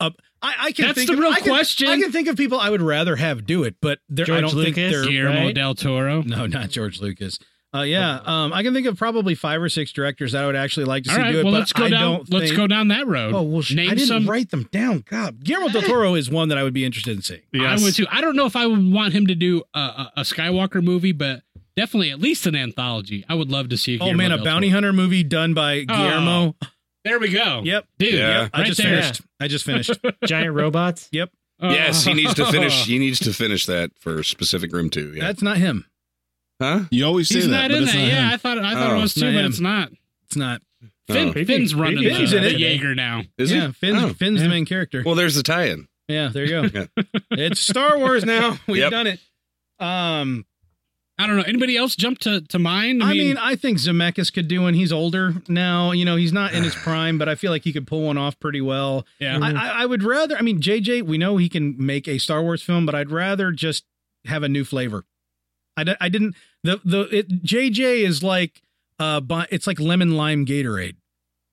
[SPEAKER 1] Uh, I, I can.
[SPEAKER 4] That's
[SPEAKER 1] think
[SPEAKER 4] the
[SPEAKER 1] of-
[SPEAKER 4] real
[SPEAKER 1] I can-
[SPEAKER 4] question.
[SPEAKER 1] I can think of people I would rather have do it, but there, I
[SPEAKER 5] George
[SPEAKER 1] don't think
[SPEAKER 5] Lucas?
[SPEAKER 1] they're.
[SPEAKER 4] Guillermo
[SPEAKER 5] right?
[SPEAKER 4] del Toro.
[SPEAKER 1] No, not George Lucas. Uh, yeah, um, I can think of probably five or six directors that I would actually like to
[SPEAKER 4] Oh. All
[SPEAKER 1] see
[SPEAKER 4] right,
[SPEAKER 1] do it.
[SPEAKER 4] well
[SPEAKER 1] but
[SPEAKER 4] let's go
[SPEAKER 1] I
[SPEAKER 4] down.
[SPEAKER 1] Don't
[SPEAKER 4] Let's
[SPEAKER 1] think,
[SPEAKER 4] go down that road.
[SPEAKER 1] Oh well, sh-
[SPEAKER 4] name
[SPEAKER 1] I didn't
[SPEAKER 4] some.
[SPEAKER 1] write them down. God, Guillermo del Toro is one that I would be interested in seeing.
[SPEAKER 7] Yes.
[SPEAKER 4] I would too. I don't know if I would want him to do a, a, a Skywalker movie, but definitely at least an anthology. I would love to see.
[SPEAKER 1] Oh
[SPEAKER 4] Guillermo
[SPEAKER 1] man, a
[SPEAKER 4] del
[SPEAKER 1] bounty
[SPEAKER 4] Toro. Ah.
[SPEAKER 1] hunter movie done by Guillermo.
[SPEAKER 4] There we go.
[SPEAKER 1] Yep,
[SPEAKER 4] dude.
[SPEAKER 6] Yeah.
[SPEAKER 1] I
[SPEAKER 4] Right
[SPEAKER 1] just
[SPEAKER 4] there.
[SPEAKER 1] finished. I just finished.
[SPEAKER 5] Giant robots.
[SPEAKER 4] Uh,
[SPEAKER 6] yes, he needs to finish. He needs to finish that for Pacific Rim Two. Yeah.
[SPEAKER 1] That's not him.
[SPEAKER 6] huh?
[SPEAKER 3] You always say
[SPEAKER 4] He's
[SPEAKER 3] that,
[SPEAKER 4] not
[SPEAKER 3] but
[SPEAKER 4] in
[SPEAKER 3] it's
[SPEAKER 4] that.
[SPEAKER 3] not
[SPEAKER 4] Yeah, I
[SPEAKER 3] him.
[SPEAKER 4] thought I thought
[SPEAKER 6] Oh.
[SPEAKER 4] it was
[SPEAKER 1] Not
[SPEAKER 4] too, but
[SPEAKER 1] him.
[SPEAKER 4] it's not.
[SPEAKER 1] It's not.
[SPEAKER 4] Finn,
[SPEAKER 6] Oh.
[SPEAKER 5] Maybe-
[SPEAKER 4] Finn's running
[SPEAKER 5] maybe
[SPEAKER 1] he's
[SPEAKER 4] the,
[SPEAKER 1] in
[SPEAKER 4] the
[SPEAKER 1] it.
[SPEAKER 4] Jaeger now.
[SPEAKER 6] Is
[SPEAKER 1] yeah,
[SPEAKER 6] it?
[SPEAKER 1] Finn's,
[SPEAKER 6] Oh.
[SPEAKER 1] Finn's the
[SPEAKER 4] Yeah.
[SPEAKER 1] main character.
[SPEAKER 6] Well, there's the tie-in.
[SPEAKER 1] Yeah, there you go.
[SPEAKER 6] Yeah.
[SPEAKER 1] it's Star Wars now. We've
[SPEAKER 6] Yep.
[SPEAKER 1] done it. Um,
[SPEAKER 4] I don't know. Anybody else jump to, to mind?
[SPEAKER 1] I mean, I think Zemeckis could do one. He's older now. You know, he's not in his prime, but I feel like he could pull one off pretty well.
[SPEAKER 4] yeah.
[SPEAKER 1] I, I, I would rather. I mean, JJ, we know he can make a Star Wars film, but I'd rather just have a new flavor. I, di- I didn't. The the it, JJ is like uh, bu- it's like lemon lime Gatorade.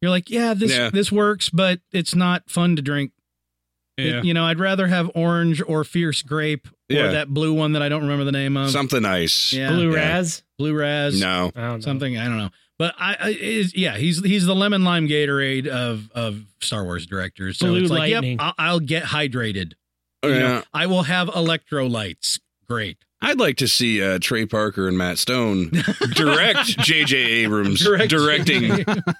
[SPEAKER 1] You're like, yeah, this
[SPEAKER 6] Yeah.
[SPEAKER 1] this works, but it's not fun to drink. It-
[SPEAKER 4] yeah.
[SPEAKER 1] you know, I'd rather have orange or fierce grape or
[SPEAKER 6] Yeah.
[SPEAKER 1] that um, blue one that I don't remember the name of.
[SPEAKER 6] Something nice.
[SPEAKER 1] yeah, blue,
[SPEAKER 5] Blue
[SPEAKER 6] Yeah.
[SPEAKER 5] Raz.
[SPEAKER 1] raz,
[SPEAKER 6] No.
[SPEAKER 5] I don't know.
[SPEAKER 1] something I don't know. But I, I is yeah, he's he's the lemon lime Gatorade of of Star Wars directors. So
[SPEAKER 5] Blue
[SPEAKER 1] it's like,
[SPEAKER 5] lightning.
[SPEAKER 1] yep, I'll, I'll get hydrated.
[SPEAKER 6] Oh,
[SPEAKER 1] You know,
[SPEAKER 6] yeah.
[SPEAKER 1] I will have electrolytes. Great,
[SPEAKER 6] I'd like to see uh, Trey Parker and Matt Stone direct J.J. Abrams
[SPEAKER 1] Direct-
[SPEAKER 6] directing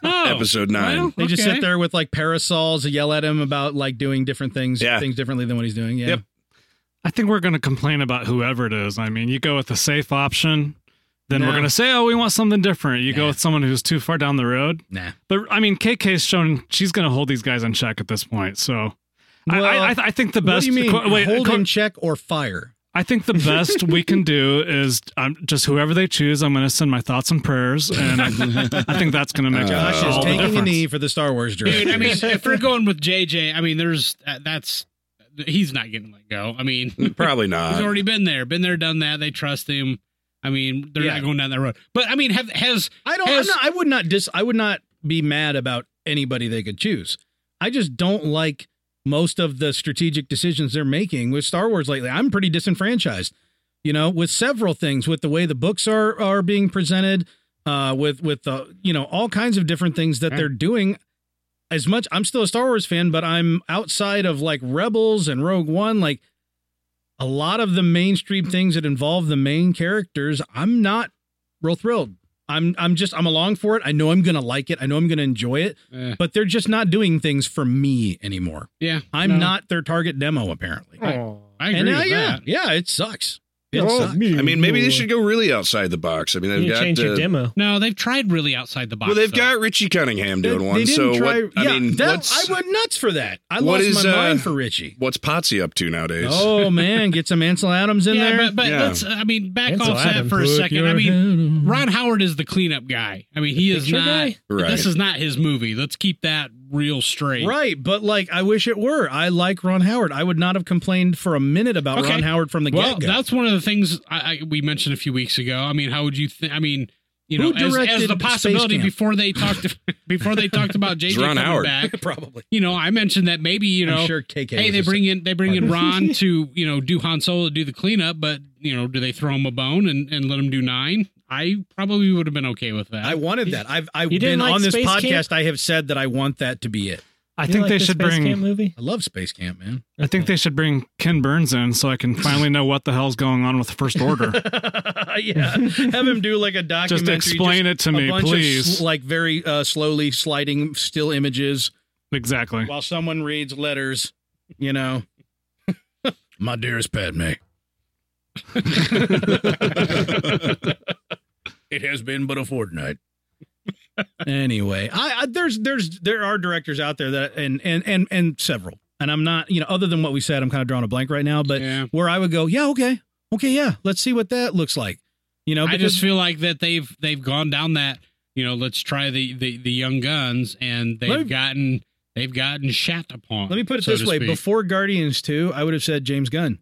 [SPEAKER 4] Oh,
[SPEAKER 6] episode nine.
[SPEAKER 4] well,
[SPEAKER 1] They just
[SPEAKER 4] okay.
[SPEAKER 1] sit there with like parasols, yell at him about like doing different things,
[SPEAKER 6] Yeah.
[SPEAKER 1] things differently than what he's doing. Yeah,
[SPEAKER 6] Yep.
[SPEAKER 7] I think we're going to complain about whoever it is. I mean, you go with the safe option, then
[SPEAKER 1] No.
[SPEAKER 7] we're going to say, oh, we want something different. You
[SPEAKER 1] Nah.
[SPEAKER 7] go with someone who's too far down the road.
[SPEAKER 1] nah.
[SPEAKER 7] But I mean, KK's shown she's going to hold these guys in check at this point. So I
[SPEAKER 1] Well,
[SPEAKER 7] I, I, I think the
[SPEAKER 1] what
[SPEAKER 7] best.
[SPEAKER 1] do you mean?
[SPEAKER 7] qu- wait,
[SPEAKER 1] hold
[SPEAKER 7] qu-
[SPEAKER 1] in check or fire?
[SPEAKER 7] I think the best we can do is um, just whoever they choose. I'm going to send my thoughts and prayers, and I, I think that's going to make
[SPEAKER 6] Josh
[SPEAKER 1] Josh
[SPEAKER 7] all
[SPEAKER 1] is
[SPEAKER 7] Oh, the
[SPEAKER 1] taking a
[SPEAKER 7] difference.
[SPEAKER 1] knee for the Star Wars directors.
[SPEAKER 4] Dude, I mean, if we're going with JJ, I mean, there's uh, that's he's not getting let go. I mean, he's
[SPEAKER 6] Probably not.
[SPEAKER 1] Uh,
[SPEAKER 4] already been there, been there, done that. They trust him. I mean, they're
[SPEAKER 1] Yeah.
[SPEAKER 4] not going down that road. But I mean, have has
[SPEAKER 1] I don't.
[SPEAKER 4] Has-
[SPEAKER 1] I'm not, I would not dis. I would not be mad about anybody they could choose. I just don't like most of the strategic decisions they're making with Star Wars lately. I'm pretty disenfranchised, you know, with several things, with the way the books are are being presented, uh, with with the you know all kinds of different things that
[SPEAKER 4] Right.
[SPEAKER 1] they're doing. As much I'm still a Star Wars fan, but I'm outside of like Rebels and Rogue One, like. A lot of the mainstream things that involve the main characters, I'm not real thrilled. I'm I'm just I'm along for it. I know I'm gonna like it. I know I'm gonna enjoy it.
[SPEAKER 4] Eh.
[SPEAKER 1] But they're just not doing things for me anymore.
[SPEAKER 4] yeah,
[SPEAKER 1] I'm
[SPEAKER 4] no.
[SPEAKER 1] not their target demo apparently.
[SPEAKER 5] Aw.
[SPEAKER 4] I agree.
[SPEAKER 1] And now,
[SPEAKER 4] with
[SPEAKER 1] yeah,
[SPEAKER 4] that.
[SPEAKER 1] yeah, it sucks. It sucks.
[SPEAKER 6] I mean, maybe they should go really outside the box. I mean, they've
[SPEAKER 5] You
[SPEAKER 6] got
[SPEAKER 5] change your
[SPEAKER 6] uh,
[SPEAKER 5] demo.
[SPEAKER 4] No, they've tried really outside the box.
[SPEAKER 6] well, they've
[SPEAKER 4] though.
[SPEAKER 6] got Richie Cunningham doing
[SPEAKER 1] They-
[SPEAKER 6] one.
[SPEAKER 1] they
[SPEAKER 6] so
[SPEAKER 1] didn't try-
[SPEAKER 6] what?
[SPEAKER 1] yeah,
[SPEAKER 6] I mean,
[SPEAKER 1] that-
[SPEAKER 6] what's,
[SPEAKER 1] I went nuts for that. I
[SPEAKER 6] What
[SPEAKER 1] lost
[SPEAKER 6] is,
[SPEAKER 1] my mind
[SPEAKER 6] uh,
[SPEAKER 1] for Richie.
[SPEAKER 6] what's Potsy up to nowadays?
[SPEAKER 1] Oh man, get some Ansel Adams in
[SPEAKER 4] yeah,
[SPEAKER 1] there.
[SPEAKER 4] but, but
[SPEAKER 6] Yeah.
[SPEAKER 4] let's. I mean, back
[SPEAKER 5] Ansel
[SPEAKER 4] off that
[SPEAKER 5] Adams,
[SPEAKER 4] for a
[SPEAKER 5] put
[SPEAKER 4] second. I
[SPEAKER 5] your
[SPEAKER 4] mean,
[SPEAKER 5] hand on-
[SPEAKER 4] Ron Howard is the cleanup guy. I mean, he is
[SPEAKER 5] picture
[SPEAKER 4] not.
[SPEAKER 5] guy?
[SPEAKER 6] Right.
[SPEAKER 4] This is not his movie. Let's keep that real straight.
[SPEAKER 1] Right, but like I wish it were. I like Ron Howard. I would not have complained for a minute about
[SPEAKER 4] Okay.
[SPEAKER 1] Ron Howard from the
[SPEAKER 4] Well,
[SPEAKER 1] get-go.
[SPEAKER 4] that's one of the things I, I, we mentioned a few weeks ago. I mean, how would you? think I mean, you
[SPEAKER 1] Who
[SPEAKER 4] know, as, as
[SPEAKER 1] directed
[SPEAKER 4] the
[SPEAKER 1] Space
[SPEAKER 4] possibility
[SPEAKER 1] Camp?
[SPEAKER 4] before they talked before they talked about JJ
[SPEAKER 6] It's Ron
[SPEAKER 4] coming
[SPEAKER 6] Howard.
[SPEAKER 4] back.
[SPEAKER 1] Probably.
[SPEAKER 4] You know, I mentioned that maybe you know,
[SPEAKER 1] I'm sure KK.
[SPEAKER 4] hey,
[SPEAKER 1] was
[SPEAKER 4] they
[SPEAKER 1] the
[SPEAKER 4] bring
[SPEAKER 1] same.
[SPEAKER 4] in they bring in Ron to you know do Han Solo to do the cleanup, but you know, do they throw him a bone and, and let him do nine? I probably would have been okay with that.
[SPEAKER 1] I wanted that. I've I've
[SPEAKER 5] You didn't
[SPEAKER 1] been
[SPEAKER 5] like
[SPEAKER 1] on this
[SPEAKER 5] Space
[SPEAKER 1] podcast.
[SPEAKER 5] Camp?
[SPEAKER 1] I have said that I want that to be it.
[SPEAKER 7] I
[SPEAKER 5] You
[SPEAKER 7] think
[SPEAKER 5] like
[SPEAKER 7] they
[SPEAKER 5] the
[SPEAKER 7] should
[SPEAKER 5] Space Camp
[SPEAKER 7] bring.
[SPEAKER 5] movie.
[SPEAKER 1] I love Space Camp, man.
[SPEAKER 7] I think they should bring Ken Burns in so I can finally know what the hell's going on with the First Order.
[SPEAKER 1] yeah, have him do like a documentary.
[SPEAKER 7] just explain it to
[SPEAKER 1] a
[SPEAKER 7] me,
[SPEAKER 1] bunch Of
[SPEAKER 7] please.
[SPEAKER 1] sl- like very uh, slowly sliding still images
[SPEAKER 7] exactly.
[SPEAKER 1] while someone reads letters. You know, my dearest Padme. it has been but a fortnight. anyway, I, I there's there's there are directors out there that and and and and several. And I'm not, you know, other than what we said, I'm kind of drawing a blank right now. But
[SPEAKER 4] Yeah.
[SPEAKER 1] where I would go, yeah, okay, okay, yeah, let's see what that looks like. You know,
[SPEAKER 4] I just feel like that they've they've gone down that you know let's try the the, the young guns and they've
[SPEAKER 1] Let me-
[SPEAKER 4] gotten they've gotten shat upon.
[SPEAKER 1] Let me put it
[SPEAKER 4] so
[SPEAKER 1] this
[SPEAKER 4] to
[SPEAKER 1] way:
[SPEAKER 4] speak.
[SPEAKER 1] before Guardians Two, I would have said James Gunn.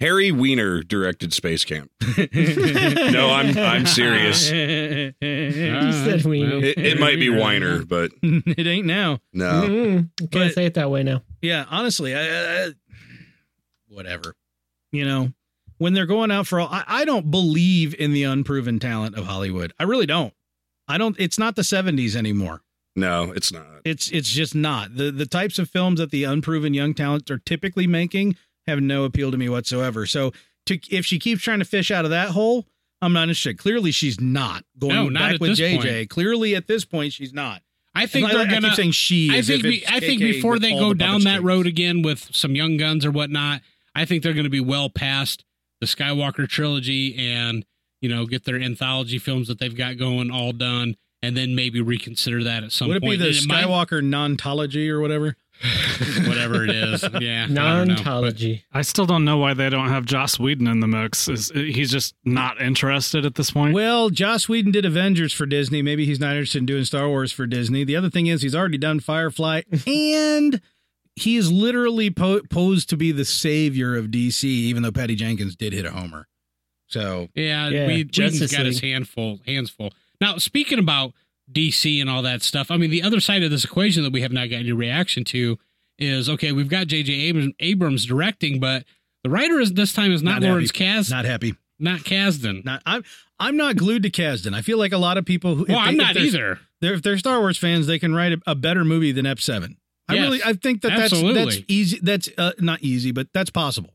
[SPEAKER 6] Harry Weiner directed Space Camp. no, I'm I'm serious.
[SPEAKER 5] You said we.
[SPEAKER 1] Oh,
[SPEAKER 4] well.
[SPEAKER 6] It, it might be Weiner, but
[SPEAKER 1] it ain't now.
[SPEAKER 6] no.
[SPEAKER 5] Mm, Can't
[SPEAKER 1] But-
[SPEAKER 5] say it that way now.
[SPEAKER 1] Yeah, honestly, I, I, whatever. You know, when they're going out for all, I, I don't believe in the unproven talent of Hollywood. I really don't. I don't. It's not the '70s anymore.
[SPEAKER 6] No, it's not.
[SPEAKER 1] It's it's just not the the types of films that the unproven young talents are typically making have no appeal to me whatsoever. So to if she keeps trying to fish out of that hole, I'm not interested. Clearly, she's not going
[SPEAKER 4] No, not
[SPEAKER 1] back
[SPEAKER 4] at
[SPEAKER 1] with
[SPEAKER 4] this
[SPEAKER 1] JJ.
[SPEAKER 4] point.
[SPEAKER 1] Clearly, at this point, she's not.
[SPEAKER 4] I think
[SPEAKER 1] And I,
[SPEAKER 4] they're
[SPEAKER 1] I
[SPEAKER 4] gonna.
[SPEAKER 1] keep saying she.
[SPEAKER 4] I
[SPEAKER 1] as
[SPEAKER 4] think
[SPEAKER 1] if
[SPEAKER 4] be,
[SPEAKER 1] it's
[SPEAKER 4] I think
[SPEAKER 1] KK
[SPEAKER 4] before
[SPEAKER 1] with
[SPEAKER 4] they
[SPEAKER 1] all
[SPEAKER 4] go
[SPEAKER 1] the
[SPEAKER 4] down
[SPEAKER 1] puppet
[SPEAKER 4] that
[SPEAKER 1] strings.
[SPEAKER 4] road again with some young guns or whatnot, I think they're going to be well past the Skywalker trilogy and you know get their anthology films that they've got going all done, and then maybe reconsider that at some
[SPEAKER 1] Would it be
[SPEAKER 4] point.
[SPEAKER 1] the
[SPEAKER 4] And might-
[SPEAKER 1] Skywalker nontology or whatever?
[SPEAKER 4] whatever it is? Yeah, I don't know.
[SPEAKER 5] Nontology.
[SPEAKER 7] I still don't know why they don't have Joss Whedon in the mix. Is uh, he's just not interested at this point?
[SPEAKER 1] Well, Joss Whedon did Avengers for Disney. Maybe he's not interested in doing Star Wars for Disney. The other thing is he's already done Firefly, and he is literally po- posed to be the savior of DC, even though Patty Jenkins did hit a homer. So
[SPEAKER 4] Yeah,
[SPEAKER 5] Yeah,
[SPEAKER 4] we Whedon's
[SPEAKER 5] Justice
[SPEAKER 4] got his handful hands full. Now, speaking about DC and all that stuff, I mean, the other side of this equation that we have not got any reaction to is okay. We've got J.J. Abrams, Abrams directing, but the writer is this time is not,
[SPEAKER 1] Not happy.
[SPEAKER 4] Lawrence Kas, not,
[SPEAKER 1] not happy.
[SPEAKER 4] Kasdan.
[SPEAKER 1] Not I'm. I'm not glued to Kasdan. I feel like a lot of people. Who, if
[SPEAKER 4] well,
[SPEAKER 1] they-
[SPEAKER 4] I'm
[SPEAKER 1] if
[SPEAKER 4] not
[SPEAKER 1] they're-
[SPEAKER 4] either.
[SPEAKER 1] They're, if they're Star Wars fans, they can write a, a better movie than Ep Seven. I
[SPEAKER 4] Yes,
[SPEAKER 1] really, I think that that's that's
[SPEAKER 4] absolutely.
[SPEAKER 1] easy. That's uh, not easy, but that's possible.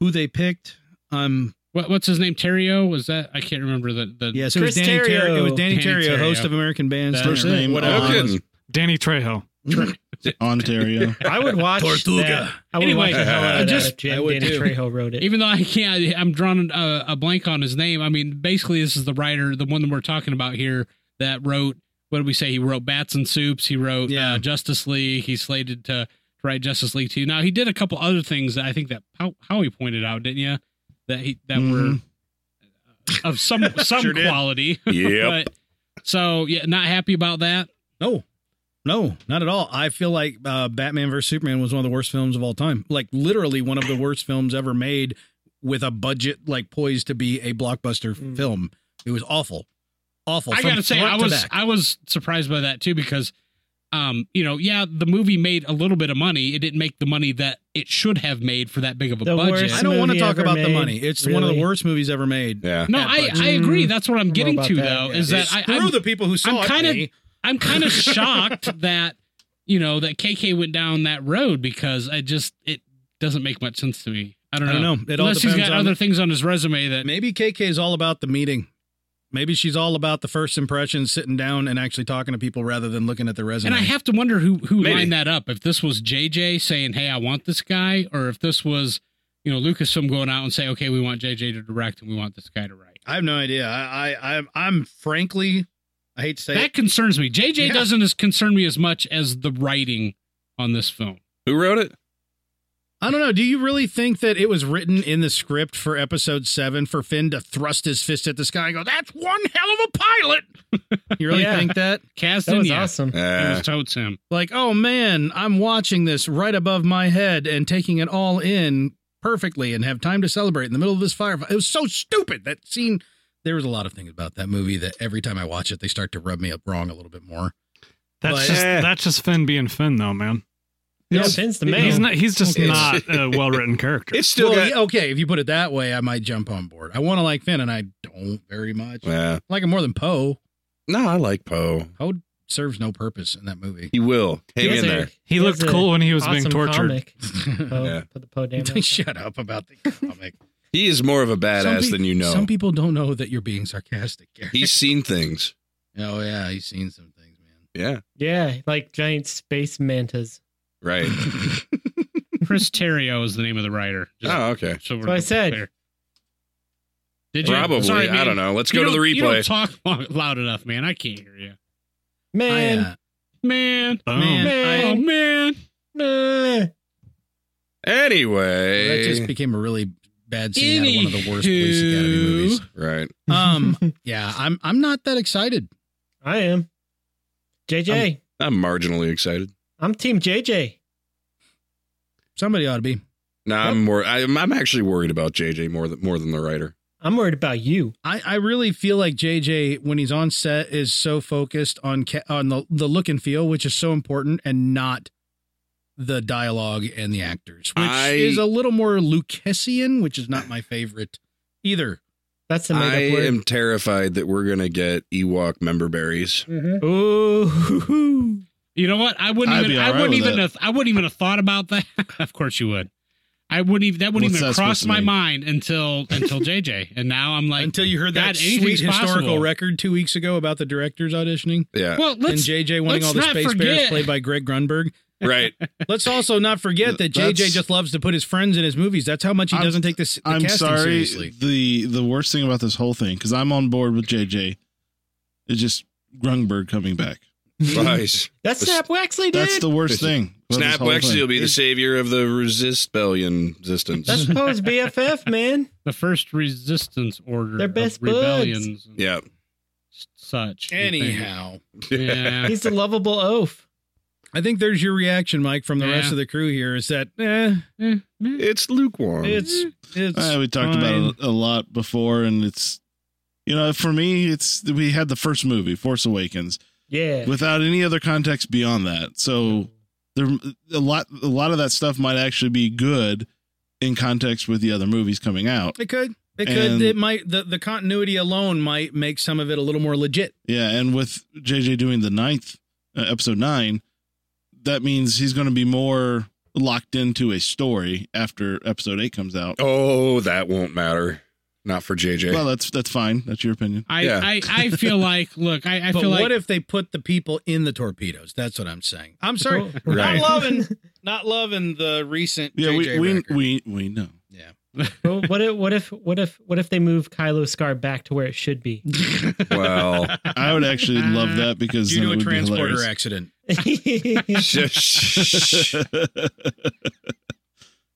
[SPEAKER 1] Who they picked? Um,
[SPEAKER 4] What, what's his name? Terrio? Was that? I can't remember the the.
[SPEAKER 1] yeah, so it was
[SPEAKER 5] Chris
[SPEAKER 1] Danny Terrio.
[SPEAKER 5] Terrio.
[SPEAKER 1] It was Danny,
[SPEAKER 4] Danny
[SPEAKER 1] Terrio,
[SPEAKER 4] Terrio.
[SPEAKER 1] host of American Bands.
[SPEAKER 4] That-
[SPEAKER 3] First name
[SPEAKER 1] What
[SPEAKER 6] No
[SPEAKER 1] else?
[SPEAKER 3] uh,
[SPEAKER 6] kidding.
[SPEAKER 7] Danny Trejo.
[SPEAKER 3] Ontario.
[SPEAKER 5] I would watch
[SPEAKER 1] Tortuga.
[SPEAKER 5] that. I would watch
[SPEAKER 4] Anyway,
[SPEAKER 5] the hell out of
[SPEAKER 4] just-
[SPEAKER 5] that if Jan-
[SPEAKER 1] I would
[SPEAKER 5] Danny
[SPEAKER 1] too.
[SPEAKER 5] Trejo wrote it.
[SPEAKER 4] Even though I can't, I'm drawing a, a blank on his name. I mean, basically, this is the writer, the one that we're talking about here, that wrote. What did we say? He wrote Bats and Soups. He wrote
[SPEAKER 1] Yeah.
[SPEAKER 4] uh, Justice League. He's slated to, to write Justice League two. Now he did a couple other things that I think that How- Howie pointed out, didn't you? That he that were of some some
[SPEAKER 1] Mm-hmm. Sure did.
[SPEAKER 4] quality.
[SPEAKER 6] Yep.
[SPEAKER 4] But so yeah, not happy about that.
[SPEAKER 1] No, no, not at all. I feel like uh, Batman vs Superman was one of the worst films of all time. Like literally one of the worst films ever made, with a budget like poised to be a blockbuster
[SPEAKER 5] Mm.
[SPEAKER 1] film. It was awful, awful.
[SPEAKER 4] I
[SPEAKER 1] from
[SPEAKER 4] gotta say,
[SPEAKER 1] front
[SPEAKER 4] I
[SPEAKER 1] to
[SPEAKER 4] was
[SPEAKER 1] back.
[SPEAKER 4] I was surprised by that too because, um, you know, yeah, the movie made a little bit of money. It didn't make the money that it should have made for that big of a
[SPEAKER 5] The
[SPEAKER 4] budget.
[SPEAKER 5] worst
[SPEAKER 1] I don't want to
[SPEAKER 5] movie
[SPEAKER 1] talk
[SPEAKER 5] ever
[SPEAKER 1] about the
[SPEAKER 5] made,
[SPEAKER 1] money. It's one of the
[SPEAKER 5] really.
[SPEAKER 1] worst movies ever made.
[SPEAKER 6] Yeah.
[SPEAKER 4] no,
[SPEAKER 1] that
[SPEAKER 4] I,
[SPEAKER 1] budget.
[SPEAKER 4] I agree. That's what I'm
[SPEAKER 5] know
[SPEAKER 4] getting
[SPEAKER 5] about
[SPEAKER 4] to
[SPEAKER 5] that,
[SPEAKER 4] though
[SPEAKER 5] yeah.
[SPEAKER 4] is that I,
[SPEAKER 1] Screw
[SPEAKER 4] I'm,
[SPEAKER 1] the people who saw
[SPEAKER 4] I'm
[SPEAKER 1] it,
[SPEAKER 4] kinda-
[SPEAKER 1] me.
[SPEAKER 4] I'm kind of shocked that you know that KK went down that road because I just it doesn't make much sense to me. I don't know.
[SPEAKER 1] I don't know. It all
[SPEAKER 4] Unless he's
[SPEAKER 1] depends
[SPEAKER 4] got
[SPEAKER 1] on-
[SPEAKER 4] other things on his resume that
[SPEAKER 1] Maybe KK is all about the meeting. Maybe she's all about the first impression, sitting down and actually talking to people rather than looking at the resume.
[SPEAKER 4] And I have to wonder who who
[SPEAKER 6] Maybe.
[SPEAKER 4] lined that up. If this was JJ saying, "Hey, I want this guy," or if this was you know, Lucasfilm going out and say, okay, we want JJ to direct and we want this guy to write.
[SPEAKER 1] I have no idea. I, I I'm, I'm frankly, I hate to say
[SPEAKER 4] That concerns me. JJ
[SPEAKER 1] Yeah.
[SPEAKER 4] doesn't as concern me as much as the writing on this film.
[SPEAKER 6] Who wrote it?
[SPEAKER 1] I don't know. Do you really think that it was written in the script for episode seven for Finn to thrust his fist at the sky and go, "That's one hell of a pilot"? You really
[SPEAKER 5] Yeah.
[SPEAKER 1] think that?
[SPEAKER 5] That
[SPEAKER 4] Kasdan,
[SPEAKER 5] was
[SPEAKER 4] yeah,
[SPEAKER 5] awesome.
[SPEAKER 4] it
[SPEAKER 6] Uh,
[SPEAKER 4] was totes him.
[SPEAKER 1] Like, oh man, I'm watching this right above my head and taking it all in perfectly, and have time to celebrate in the middle of this fire. It was so stupid that scene. There was a lot of things about that movie that every time I watch it, they start to rub me up wrong a little bit more.
[SPEAKER 7] That's
[SPEAKER 1] But-
[SPEAKER 7] just that's just Finn being Finn, though, man.
[SPEAKER 5] No, Finn's the man.
[SPEAKER 7] He's not. He's just
[SPEAKER 6] It's-
[SPEAKER 7] not a well written character.
[SPEAKER 6] it's still
[SPEAKER 1] well,
[SPEAKER 6] got.
[SPEAKER 1] yeah, okay, if you put it that way, I might jump on board. I want to like Finn, and I don't very much. I
[SPEAKER 6] Yeah.
[SPEAKER 1] like him more than Poe.
[SPEAKER 6] uh, no, I like Poe.
[SPEAKER 1] Serves no purpose in that movie.
[SPEAKER 6] He will hang
[SPEAKER 5] He
[SPEAKER 6] in
[SPEAKER 5] was a-
[SPEAKER 6] there.
[SPEAKER 7] he
[SPEAKER 5] was
[SPEAKER 7] looked
[SPEAKER 5] a
[SPEAKER 7] cool when he was being
[SPEAKER 5] awesome
[SPEAKER 7] tortured.
[SPEAKER 5] Comic. Poe-
[SPEAKER 6] Yeah.
[SPEAKER 5] Put the Poe down.
[SPEAKER 1] Shut up about the comic.
[SPEAKER 6] He is more of a
[SPEAKER 1] Some
[SPEAKER 6] badass
[SPEAKER 1] pe-
[SPEAKER 6] than you know.
[SPEAKER 1] Some people don't know that you're being sarcastic, Gary.
[SPEAKER 6] He's seen things.
[SPEAKER 1] oh yeah, he's seen some things, man.
[SPEAKER 6] Yeah.
[SPEAKER 5] Yeah, like giant space mantas.
[SPEAKER 6] Right.
[SPEAKER 4] Chris Terrio is the name of the writer. Just
[SPEAKER 6] oh, okay.
[SPEAKER 4] so we're
[SPEAKER 5] That's what I said.
[SPEAKER 4] clear. Did you?
[SPEAKER 6] Probably.
[SPEAKER 4] Sorry,
[SPEAKER 6] I
[SPEAKER 4] man.
[SPEAKER 6] don't know. Let's
[SPEAKER 4] You
[SPEAKER 6] go to the
[SPEAKER 4] don't- You don't
[SPEAKER 6] replay.
[SPEAKER 4] talk long- loud enough, man. I can't hear you,
[SPEAKER 5] Man,
[SPEAKER 1] I, uh,
[SPEAKER 4] man.
[SPEAKER 7] Boom.
[SPEAKER 1] Man.
[SPEAKER 4] Oh
[SPEAKER 5] man,
[SPEAKER 4] man.
[SPEAKER 5] man.
[SPEAKER 1] that just
[SPEAKER 6] Anyway.
[SPEAKER 1] became a really bad scene out of one of the worst police academy
[SPEAKER 4] Anywho.
[SPEAKER 1] movies.
[SPEAKER 6] right.
[SPEAKER 1] Um, yeah, I'm I'm not that excited.
[SPEAKER 5] I am. JJ,
[SPEAKER 6] I'm marginally excited.
[SPEAKER 5] I'm, Team JJ.
[SPEAKER 1] Somebody ought to be.
[SPEAKER 6] No, I'm more. I'm, I'm actually worried about JJ more than more than the writer.
[SPEAKER 5] I'm worried about you.
[SPEAKER 1] I, I really feel like JJ when he's on set is so focused on ca- on the the look and feel, which is so important, and not the dialogue and the actors, which
[SPEAKER 6] I-
[SPEAKER 1] is a little more Lucasian, which is not my favorite either.
[SPEAKER 5] That's a
[SPEAKER 6] I
[SPEAKER 5] made up word.
[SPEAKER 6] am terrified that we're gonna get Ewok member berries.
[SPEAKER 5] Ooh,
[SPEAKER 4] You know what? I wouldn't
[SPEAKER 3] I'd
[SPEAKER 4] even.
[SPEAKER 3] be all
[SPEAKER 4] I
[SPEAKER 3] right
[SPEAKER 4] wouldn't
[SPEAKER 3] with
[SPEAKER 4] even.
[SPEAKER 3] that.
[SPEAKER 4] Have, I wouldn't even have thought about that. of course you would. I wouldn't even. That wouldn't
[SPEAKER 3] What's
[SPEAKER 4] even
[SPEAKER 3] that
[SPEAKER 4] cross
[SPEAKER 3] supposed to
[SPEAKER 4] my
[SPEAKER 3] mean?
[SPEAKER 4] mind until until JJ. And now I'm like,
[SPEAKER 1] Until you heard
[SPEAKER 4] God,
[SPEAKER 1] that sweet
[SPEAKER 4] anything's
[SPEAKER 1] historical
[SPEAKER 4] possible.
[SPEAKER 1] record two weeks ago about the directors auditioning
[SPEAKER 6] Yeah.
[SPEAKER 4] well, let's.
[SPEAKER 1] and JJ winning
[SPEAKER 4] let's
[SPEAKER 1] all the
[SPEAKER 4] not
[SPEAKER 1] space
[SPEAKER 4] forget-
[SPEAKER 1] bears played by Greg Grunberg.
[SPEAKER 6] Right.
[SPEAKER 1] Let's also not forget that JJ
[SPEAKER 3] That's-
[SPEAKER 1] just loves to put his friends in his movies. That's how much he
[SPEAKER 3] I'm-
[SPEAKER 1] doesn't take this. The
[SPEAKER 3] I'm
[SPEAKER 1] casting
[SPEAKER 3] sorry.
[SPEAKER 1] Seriously.
[SPEAKER 3] The the worst thing about this whole thing because I'm on board with JJ. It's just Grungberg coming back.
[SPEAKER 6] Nice.
[SPEAKER 5] that's Snap Waxley, dude.
[SPEAKER 3] That's the worst thing. about this
[SPEAKER 6] Snap
[SPEAKER 3] whole
[SPEAKER 6] Wexley
[SPEAKER 3] thing.
[SPEAKER 6] will be the savior of the resistbellion resistance.
[SPEAKER 5] that's Poe's BFF, man.
[SPEAKER 4] the first resistance order.
[SPEAKER 5] They're
[SPEAKER 4] of
[SPEAKER 5] best buds.
[SPEAKER 4] rebellions. and
[SPEAKER 6] yeah.
[SPEAKER 4] s- Such. and things.
[SPEAKER 1] Anyhow.
[SPEAKER 4] Yeah.
[SPEAKER 5] He's a lovable oaf.
[SPEAKER 1] I think there's your reaction, Mike, from the
[SPEAKER 4] Yeah.
[SPEAKER 1] rest of the crew here is that, eh,
[SPEAKER 6] It's lukewarm.
[SPEAKER 1] it's, it's,
[SPEAKER 3] Uh, we talked about it a lot before, and it's you know for me it's we had the first movie Force Awakens
[SPEAKER 5] Yeah.
[SPEAKER 3] without any other context beyond that. So there a lot a lot of that stuff might actually be good in context with the other movies coming out.
[SPEAKER 1] it could, it could,
[SPEAKER 3] And-
[SPEAKER 1] it might, the, the continuity alone might make some of it a little more legit.
[SPEAKER 3] Yeah, and with JJ doing the ninth uh, episode nine, that means he's going to be more locked into a story after episode eight comes out.
[SPEAKER 6] oh, that won't matter. Not for JJ.
[SPEAKER 3] Well, that's that's fine. That's your opinion.
[SPEAKER 4] I,
[SPEAKER 6] Yeah.
[SPEAKER 4] I, I feel like look I, I
[SPEAKER 1] but
[SPEAKER 4] feel
[SPEAKER 1] what
[SPEAKER 4] like
[SPEAKER 1] if they put the people in the torpedoes? That's what I'm saying. I'm sorry.
[SPEAKER 6] Right.
[SPEAKER 1] Not loving, not loving the recent.
[SPEAKER 3] Yeah,
[SPEAKER 1] JJ
[SPEAKER 3] we
[SPEAKER 1] record.
[SPEAKER 3] we, we we know.
[SPEAKER 5] Well, what if what if what if what if they move Kylo Scar back to where it should be?
[SPEAKER 6] well,
[SPEAKER 3] I would actually love that because
[SPEAKER 1] due to
[SPEAKER 3] then it
[SPEAKER 1] a
[SPEAKER 3] would be
[SPEAKER 1] transporter
[SPEAKER 3] hilarious.
[SPEAKER 1] accident.
[SPEAKER 6] Shh.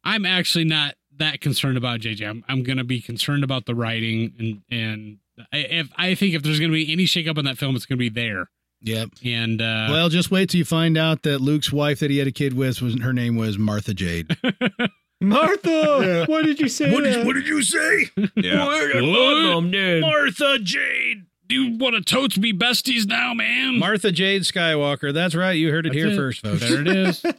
[SPEAKER 4] I'm actually not that concerned about JJ. I'm, I'm going to be concerned about the writing and and I, if I think if there's going to be any shakeup in that film, it's going to be there.
[SPEAKER 1] Yep.
[SPEAKER 4] And uh,
[SPEAKER 1] well, just wait till you find out that Luke's wife that he had a kid with was her name was Martha Jade.
[SPEAKER 5] Martha, why did you say that?
[SPEAKER 1] did you say?
[SPEAKER 6] yeah.
[SPEAKER 5] Oh, dude.
[SPEAKER 1] Martha Jade.
[SPEAKER 4] do you want to totes be besties now, man?
[SPEAKER 1] Martha Jade Skywalker. That's right. You heard it
[SPEAKER 4] That's
[SPEAKER 1] here
[SPEAKER 4] it.
[SPEAKER 1] first, folks.
[SPEAKER 4] there it is. there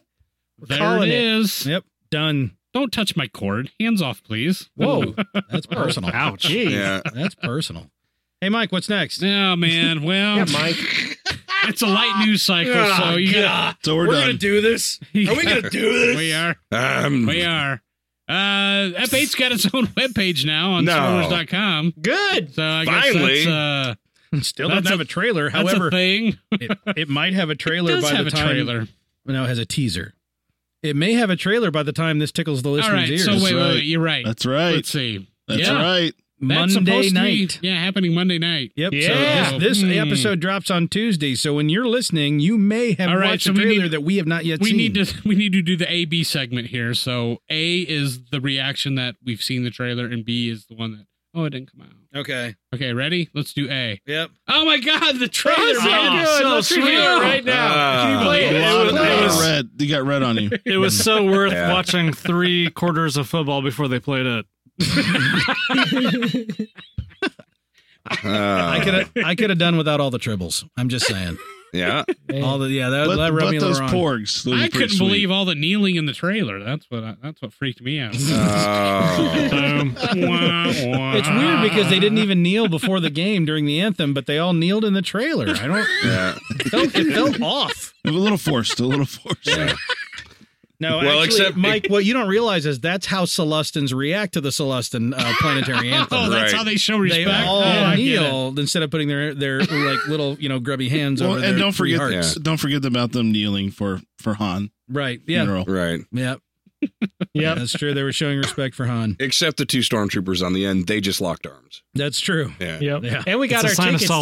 [SPEAKER 4] it
[SPEAKER 5] calling it.
[SPEAKER 4] is.
[SPEAKER 1] Yep. Done.
[SPEAKER 4] Don't touch my cord. Hands off, please. Oh,
[SPEAKER 5] Whoa.
[SPEAKER 1] That's personal.
[SPEAKER 5] Oh, Ouch.
[SPEAKER 6] Yeah.
[SPEAKER 1] That's personal. Hey, Mike, what's next?
[SPEAKER 4] Oh man. Well,
[SPEAKER 5] Yeah, Mike.
[SPEAKER 4] it's a light news cycle, so you got.
[SPEAKER 3] So we're, done.
[SPEAKER 1] do this.
[SPEAKER 4] Are
[SPEAKER 1] to do this?
[SPEAKER 4] We are.
[SPEAKER 6] Um,
[SPEAKER 4] We are. Uh, F8's got its own webpage now on
[SPEAKER 6] No.
[SPEAKER 4] StarWars.com.
[SPEAKER 5] Good.
[SPEAKER 4] So I guess
[SPEAKER 6] Finally.
[SPEAKER 4] that's, uh,
[SPEAKER 1] Still
[SPEAKER 4] That's
[SPEAKER 1] doesn't have
[SPEAKER 4] a-
[SPEAKER 1] a trailer.
[SPEAKER 4] that's a
[SPEAKER 1] However,
[SPEAKER 4] thing.
[SPEAKER 1] it, it might have a trailer
[SPEAKER 4] does
[SPEAKER 1] by
[SPEAKER 4] have
[SPEAKER 1] the
[SPEAKER 4] a
[SPEAKER 1] time.
[SPEAKER 4] trailer.
[SPEAKER 1] No, it has a teaser. It may have a trailer by the time this tickles the
[SPEAKER 4] All
[SPEAKER 1] listener's
[SPEAKER 4] right.
[SPEAKER 1] ears.
[SPEAKER 4] So wait, wait,
[SPEAKER 3] That's
[SPEAKER 4] wait,
[SPEAKER 3] right.
[SPEAKER 4] You're right.
[SPEAKER 3] That's right.
[SPEAKER 4] Let's see.
[SPEAKER 3] That's
[SPEAKER 4] yeah.
[SPEAKER 3] right.
[SPEAKER 4] That's
[SPEAKER 1] Monday
[SPEAKER 4] supposed to be-
[SPEAKER 1] night.
[SPEAKER 4] yeah, happening Monday night.
[SPEAKER 1] Yep.
[SPEAKER 5] Yeah.
[SPEAKER 1] So this, this
[SPEAKER 4] Hmm.
[SPEAKER 1] episode drops on Tuesday. So when you're listening, you may have
[SPEAKER 4] All right,
[SPEAKER 1] watched
[SPEAKER 4] so
[SPEAKER 1] a
[SPEAKER 4] we
[SPEAKER 1] trailer
[SPEAKER 4] need-
[SPEAKER 1] that we have not yet
[SPEAKER 4] we
[SPEAKER 1] seen.
[SPEAKER 4] need to we need to do the A B segment here. So A is the reaction that we've seen the trailer, and B is the one that oh it didn't come out.
[SPEAKER 1] Okay.
[SPEAKER 4] Okay, ready? Let's do A.
[SPEAKER 1] Yep.
[SPEAKER 4] Oh my God, the trailer!
[SPEAKER 5] Oh,
[SPEAKER 4] man.
[SPEAKER 5] good.
[SPEAKER 7] so
[SPEAKER 5] Let's review
[SPEAKER 4] sweet.
[SPEAKER 5] it right now.
[SPEAKER 6] Ah.
[SPEAKER 5] Play
[SPEAKER 3] A lot,
[SPEAKER 5] it.
[SPEAKER 3] a
[SPEAKER 5] Play
[SPEAKER 3] lot
[SPEAKER 5] it.
[SPEAKER 3] of red. You got red on you.
[SPEAKER 7] It was so worth
[SPEAKER 6] Yeah.
[SPEAKER 7] watching three quarters of football before they played it.
[SPEAKER 6] Ah.
[SPEAKER 1] I uh, could have I could have done without all the tribbles. I'm just saying.
[SPEAKER 6] yeah.
[SPEAKER 1] All the yeah, that,
[SPEAKER 3] But,
[SPEAKER 1] that rubbed me
[SPEAKER 3] but
[SPEAKER 1] a little
[SPEAKER 3] those
[SPEAKER 1] wrong.
[SPEAKER 3] porgs. those
[SPEAKER 4] I
[SPEAKER 3] are pretty
[SPEAKER 4] couldn't
[SPEAKER 3] sweet.
[SPEAKER 4] believe all the kneeling in the trailer. That's what I, that's what freaked me out.
[SPEAKER 6] Uh, Oh.
[SPEAKER 7] Um,
[SPEAKER 1] It's
[SPEAKER 4] it's
[SPEAKER 3] Ah.
[SPEAKER 1] weird because they didn't even kneel before the game during the anthem, but they all kneeled in the trailer. I don't
[SPEAKER 6] Yeah.
[SPEAKER 1] it felt, it felt off.
[SPEAKER 3] A little forced. A little forced.
[SPEAKER 1] No,
[SPEAKER 6] Well,
[SPEAKER 1] actually,
[SPEAKER 6] except-
[SPEAKER 1] Mike, what you don't realize is that's how Celestins react to the Celestin uh, planetary anthem.
[SPEAKER 4] Oh, that's
[SPEAKER 6] Right.
[SPEAKER 4] how they show
[SPEAKER 1] They
[SPEAKER 4] respect.
[SPEAKER 1] all
[SPEAKER 4] Oh, I get it.
[SPEAKER 1] kneel instead of putting their their like little you know grubby hands
[SPEAKER 3] Well,
[SPEAKER 1] over their
[SPEAKER 3] and don't
[SPEAKER 1] three
[SPEAKER 3] forget,
[SPEAKER 1] hearts.
[SPEAKER 6] hearts.
[SPEAKER 3] don't forget about them kneeling for for Han
[SPEAKER 1] right? Yeah,
[SPEAKER 3] funeral.
[SPEAKER 6] Right.
[SPEAKER 1] yeah,
[SPEAKER 5] Yep.
[SPEAKER 1] that's true. They were showing respect for Han.
[SPEAKER 6] Except the two stormtroopers on the end, they just locked arms.
[SPEAKER 1] That's true.
[SPEAKER 6] Yeah.
[SPEAKER 5] Yep.
[SPEAKER 1] Yeah.
[SPEAKER 5] And we got
[SPEAKER 7] It's a
[SPEAKER 5] our
[SPEAKER 7] sign of
[SPEAKER 5] tickets too,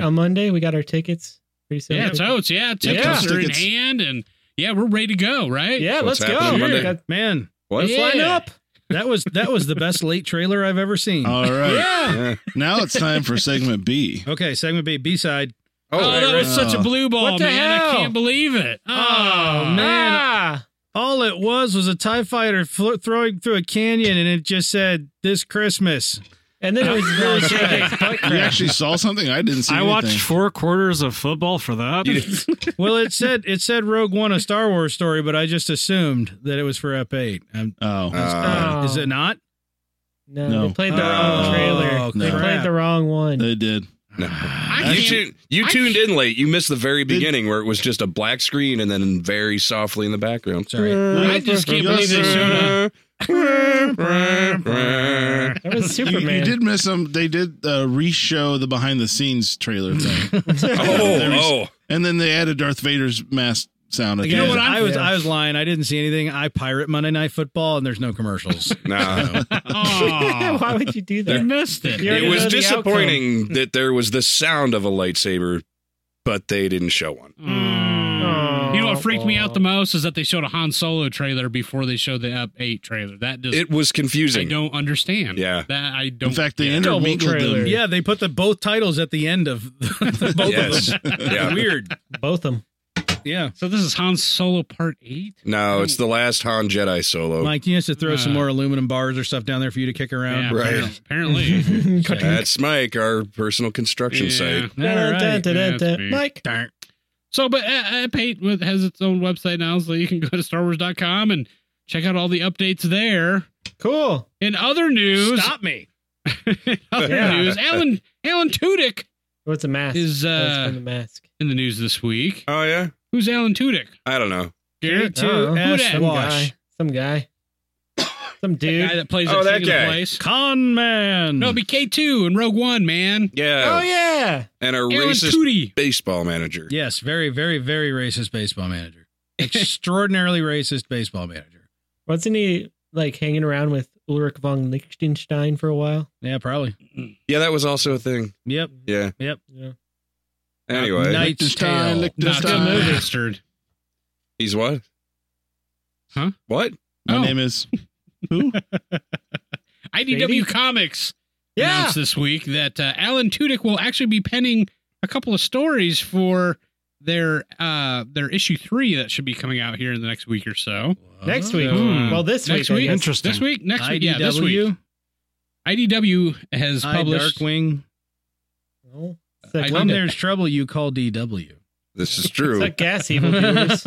[SPEAKER 5] right? On Monday, we got our tickets. Pretty soon.
[SPEAKER 4] Yeah, it's oats. Yeah, tickets
[SPEAKER 3] Yeah.
[SPEAKER 4] are in
[SPEAKER 3] Tickets.
[SPEAKER 4] hand, and yeah, we're ready to go. Right?
[SPEAKER 5] Yeah,
[SPEAKER 6] What's
[SPEAKER 5] let's go.
[SPEAKER 6] happening Monday?
[SPEAKER 5] We got-
[SPEAKER 1] Man,
[SPEAKER 6] What?
[SPEAKER 4] Yeah.
[SPEAKER 5] Line up.
[SPEAKER 1] that was that was the best late trailer I've ever seen.
[SPEAKER 6] Oh.
[SPEAKER 3] All right.
[SPEAKER 6] Yeah.
[SPEAKER 3] Now it's time for segment B.
[SPEAKER 1] Okay, segment B, B side.
[SPEAKER 4] Oh, that was
[SPEAKER 3] right.
[SPEAKER 4] such a blue ball,
[SPEAKER 5] What the
[SPEAKER 4] man! I
[SPEAKER 5] hell?
[SPEAKER 4] can't believe it. Oh,
[SPEAKER 1] Man.
[SPEAKER 5] Ah,
[SPEAKER 1] All it was was a Tie Fighter fl- throwing through a canyon, and it just said "This Christmas."
[SPEAKER 5] and then it was uh, JJ's butt
[SPEAKER 3] You
[SPEAKER 5] crack.
[SPEAKER 3] actually saw something I didn't see.
[SPEAKER 7] I
[SPEAKER 3] anything.
[SPEAKER 7] watched four quarters of football for that.
[SPEAKER 6] You-
[SPEAKER 1] Well, it said it said Rogue One, a Star Wars story, but I just assumed that it was for F eight. Um,
[SPEAKER 3] Oh,
[SPEAKER 6] Uh,
[SPEAKER 5] Oh.
[SPEAKER 1] is it not?
[SPEAKER 5] No,
[SPEAKER 3] No.
[SPEAKER 5] they played the
[SPEAKER 6] Oh,
[SPEAKER 5] wrong trailer. They
[SPEAKER 3] crap.
[SPEAKER 5] played the wrong one.
[SPEAKER 3] they did.
[SPEAKER 6] no.
[SPEAKER 4] I
[SPEAKER 6] You,
[SPEAKER 4] can't-
[SPEAKER 6] tuned, you
[SPEAKER 4] I
[SPEAKER 6] tuned in late. You missed the very
[SPEAKER 3] Did-
[SPEAKER 6] beginning where it was just a black screen and then very softly in the background.
[SPEAKER 1] Sorry.
[SPEAKER 4] I just can't believe they showed up.
[SPEAKER 6] Oh,
[SPEAKER 5] That was
[SPEAKER 3] You,
[SPEAKER 5] Superman.
[SPEAKER 3] you did miss them. They did uh, re-show the behind-the-scenes trailer thing,
[SPEAKER 6] Oh, oh.
[SPEAKER 3] and then they added Darth Vader's mask sound. At
[SPEAKER 1] You
[SPEAKER 3] the
[SPEAKER 1] know
[SPEAKER 3] end.
[SPEAKER 1] what? I was
[SPEAKER 5] Yeah.
[SPEAKER 1] I was lying. I didn't see anything. I pirate Monday Night Football, and there's no commercials.
[SPEAKER 6] Nah.
[SPEAKER 4] Oh,
[SPEAKER 5] Why would you do
[SPEAKER 4] I
[SPEAKER 5] that?
[SPEAKER 4] missed it.
[SPEAKER 5] You already
[SPEAKER 6] It was
[SPEAKER 5] know the
[SPEAKER 6] disappointing that there was the sound of a lightsaber, but they didn't show one.
[SPEAKER 4] Mm. You know what freaked me out the most is that they showed a Han Solo trailer before they showed the Up Eight trailer. That just
[SPEAKER 6] It was
[SPEAKER 4] I
[SPEAKER 6] confusing.
[SPEAKER 4] don't understand.
[SPEAKER 6] Yeah.
[SPEAKER 4] that I don't.
[SPEAKER 3] In fact, they
[SPEAKER 4] get.
[SPEAKER 3] intermingled them.
[SPEAKER 5] trailer.
[SPEAKER 1] yeah, they put the both titles at the end of both
[SPEAKER 6] yes.
[SPEAKER 1] of them.
[SPEAKER 6] yeah.
[SPEAKER 1] Weird.
[SPEAKER 5] Both of them.
[SPEAKER 1] Yeah,
[SPEAKER 4] So this is Han Solo Part Eight.
[SPEAKER 6] No, it's the last Han Jedi solo.
[SPEAKER 1] Mike, you have to throw some
[SPEAKER 4] Uh.
[SPEAKER 1] more aluminum bars or stuff down there for you to kick around.
[SPEAKER 4] Yeah,
[SPEAKER 6] Right.
[SPEAKER 4] appar- Apparently.
[SPEAKER 6] That's Mike, our personal construction
[SPEAKER 4] Yeah.
[SPEAKER 6] site.
[SPEAKER 1] All right.
[SPEAKER 4] That's me.
[SPEAKER 5] Mike.
[SPEAKER 4] So, but uh, uh, Pate with- has its own website now, so you can go to StarWars.com and check out all the updates there.
[SPEAKER 5] Cool.
[SPEAKER 4] In other news,
[SPEAKER 1] Stop me.
[SPEAKER 4] in other
[SPEAKER 5] Yeah.
[SPEAKER 4] news, Alan Alan Tudyk
[SPEAKER 5] What's a mask?
[SPEAKER 4] is
[SPEAKER 5] That was
[SPEAKER 4] uh,
[SPEAKER 5] from the mask.
[SPEAKER 4] in the news this week.
[SPEAKER 6] Oh yeah,
[SPEAKER 4] Who's Alan Tudyk?
[SPEAKER 6] I don't know.
[SPEAKER 4] Garrett,
[SPEAKER 5] I don't know.
[SPEAKER 4] Who
[SPEAKER 1] S
[SPEAKER 4] dat?
[SPEAKER 5] uh-huh. Some
[SPEAKER 1] wash.
[SPEAKER 5] guy. Some guy. Some dude.
[SPEAKER 4] guy that plays
[SPEAKER 6] Oh,
[SPEAKER 4] that
[SPEAKER 6] that
[SPEAKER 4] thing in the
[SPEAKER 6] guy.
[SPEAKER 4] place.
[SPEAKER 1] Con man.
[SPEAKER 4] No, it'd be K two and Rogue One, man.
[SPEAKER 6] Yeah,
[SPEAKER 5] oh yeah.
[SPEAKER 6] and a
[SPEAKER 4] Alan
[SPEAKER 6] racist
[SPEAKER 4] Tudy.
[SPEAKER 6] baseball manager.
[SPEAKER 1] Yes, very, very, very racist baseball manager. Extraordinarily racist baseball manager.
[SPEAKER 5] Wasn't he like hanging around with Ulrich von Liechtenstein for a while?
[SPEAKER 1] Yeah, probably.
[SPEAKER 6] Yeah, that was also a thing.
[SPEAKER 1] Yep.
[SPEAKER 6] Yeah.
[SPEAKER 1] Yep.
[SPEAKER 5] Yeah.
[SPEAKER 6] Anyway,
[SPEAKER 1] Night- Knight's
[SPEAKER 3] Liechtenstein,
[SPEAKER 1] Tale.
[SPEAKER 4] Not
[SPEAKER 5] uh,
[SPEAKER 4] uh,
[SPEAKER 3] Liechtenstein.
[SPEAKER 4] that bastard.
[SPEAKER 6] he's what?
[SPEAKER 4] Huh?
[SPEAKER 6] What?
[SPEAKER 3] My
[SPEAKER 4] Oh.
[SPEAKER 3] name is
[SPEAKER 4] IDW Comics
[SPEAKER 5] Yeah.
[SPEAKER 4] announced this week that uh, Alan Tudyk will actually be penning a couple of stories for their uh their issue three that should be coming out here in the next week or so.
[SPEAKER 1] Oh.
[SPEAKER 5] Next week.
[SPEAKER 4] Hmm.
[SPEAKER 5] Well, this
[SPEAKER 4] Next
[SPEAKER 5] week.
[SPEAKER 4] week?
[SPEAKER 5] I guess.
[SPEAKER 7] Interesting.
[SPEAKER 4] This week, next week, yeah, this week.
[SPEAKER 1] IDW,
[SPEAKER 4] IDW has
[SPEAKER 1] I
[SPEAKER 4] published.
[SPEAKER 1] Darkwing.
[SPEAKER 5] No. It's
[SPEAKER 4] I
[SPEAKER 5] like,
[SPEAKER 1] When
[SPEAKER 4] did it.
[SPEAKER 1] there's trouble, you call DW.
[SPEAKER 6] This is
[SPEAKER 5] it's
[SPEAKER 6] true.
[SPEAKER 5] like gas evil viewers.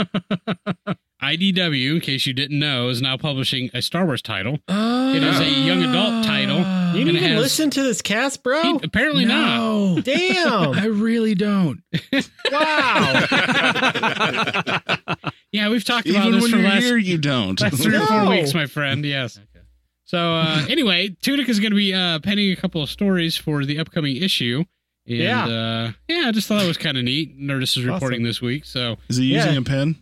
[SPEAKER 4] IDW, in case you didn't know, is now publishing a Star Wars title.
[SPEAKER 1] Oh.
[SPEAKER 4] It is a young adult title.
[SPEAKER 5] You
[SPEAKER 4] And
[SPEAKER 5] didn't
[SPEAKER 4] it
[SPEAKER 5] even
[SPEAKER 4] has-
[SPEAKER 5] listen to this cast, bro.
[SPEAKER 4] He- apparently not.
[SPEAKER 1] No. I
[SPEAKER 5] Damn!
[SPEAKER 1] really don't.
[SPEAKER 5] wow.
[SPEAKER 4] Yeah, we've talked about
[SPEAKER 3] even
[SPEAKER 4] this
[SPEAKER 3] when
[SPEAKER 4] for
[SPEAKER 3] you're
[SPEAKER 4] the last
[SPEAKER 3] here, you don't.
[SPEAKER 4] That's three or four
[SPEAKER 5] No.
[SPEAKER 4] weeks, my friend. Yes. So uh, anyway, Tunic is going to be uh, penning a couple of stories for the upcoming issue. And,
[SPEAKER 5] Yeah.
[SPEAKER 4] Uh, yeah, I just thought it was kind of neat. Nerdist is reporting
[SPEAKER 5] Awesome.
[SPEAKER 4] this week, so
[SPEAKER 3] Is he using
[SPEAKER 5] Yeah.
[SPEAKER 3] a pen?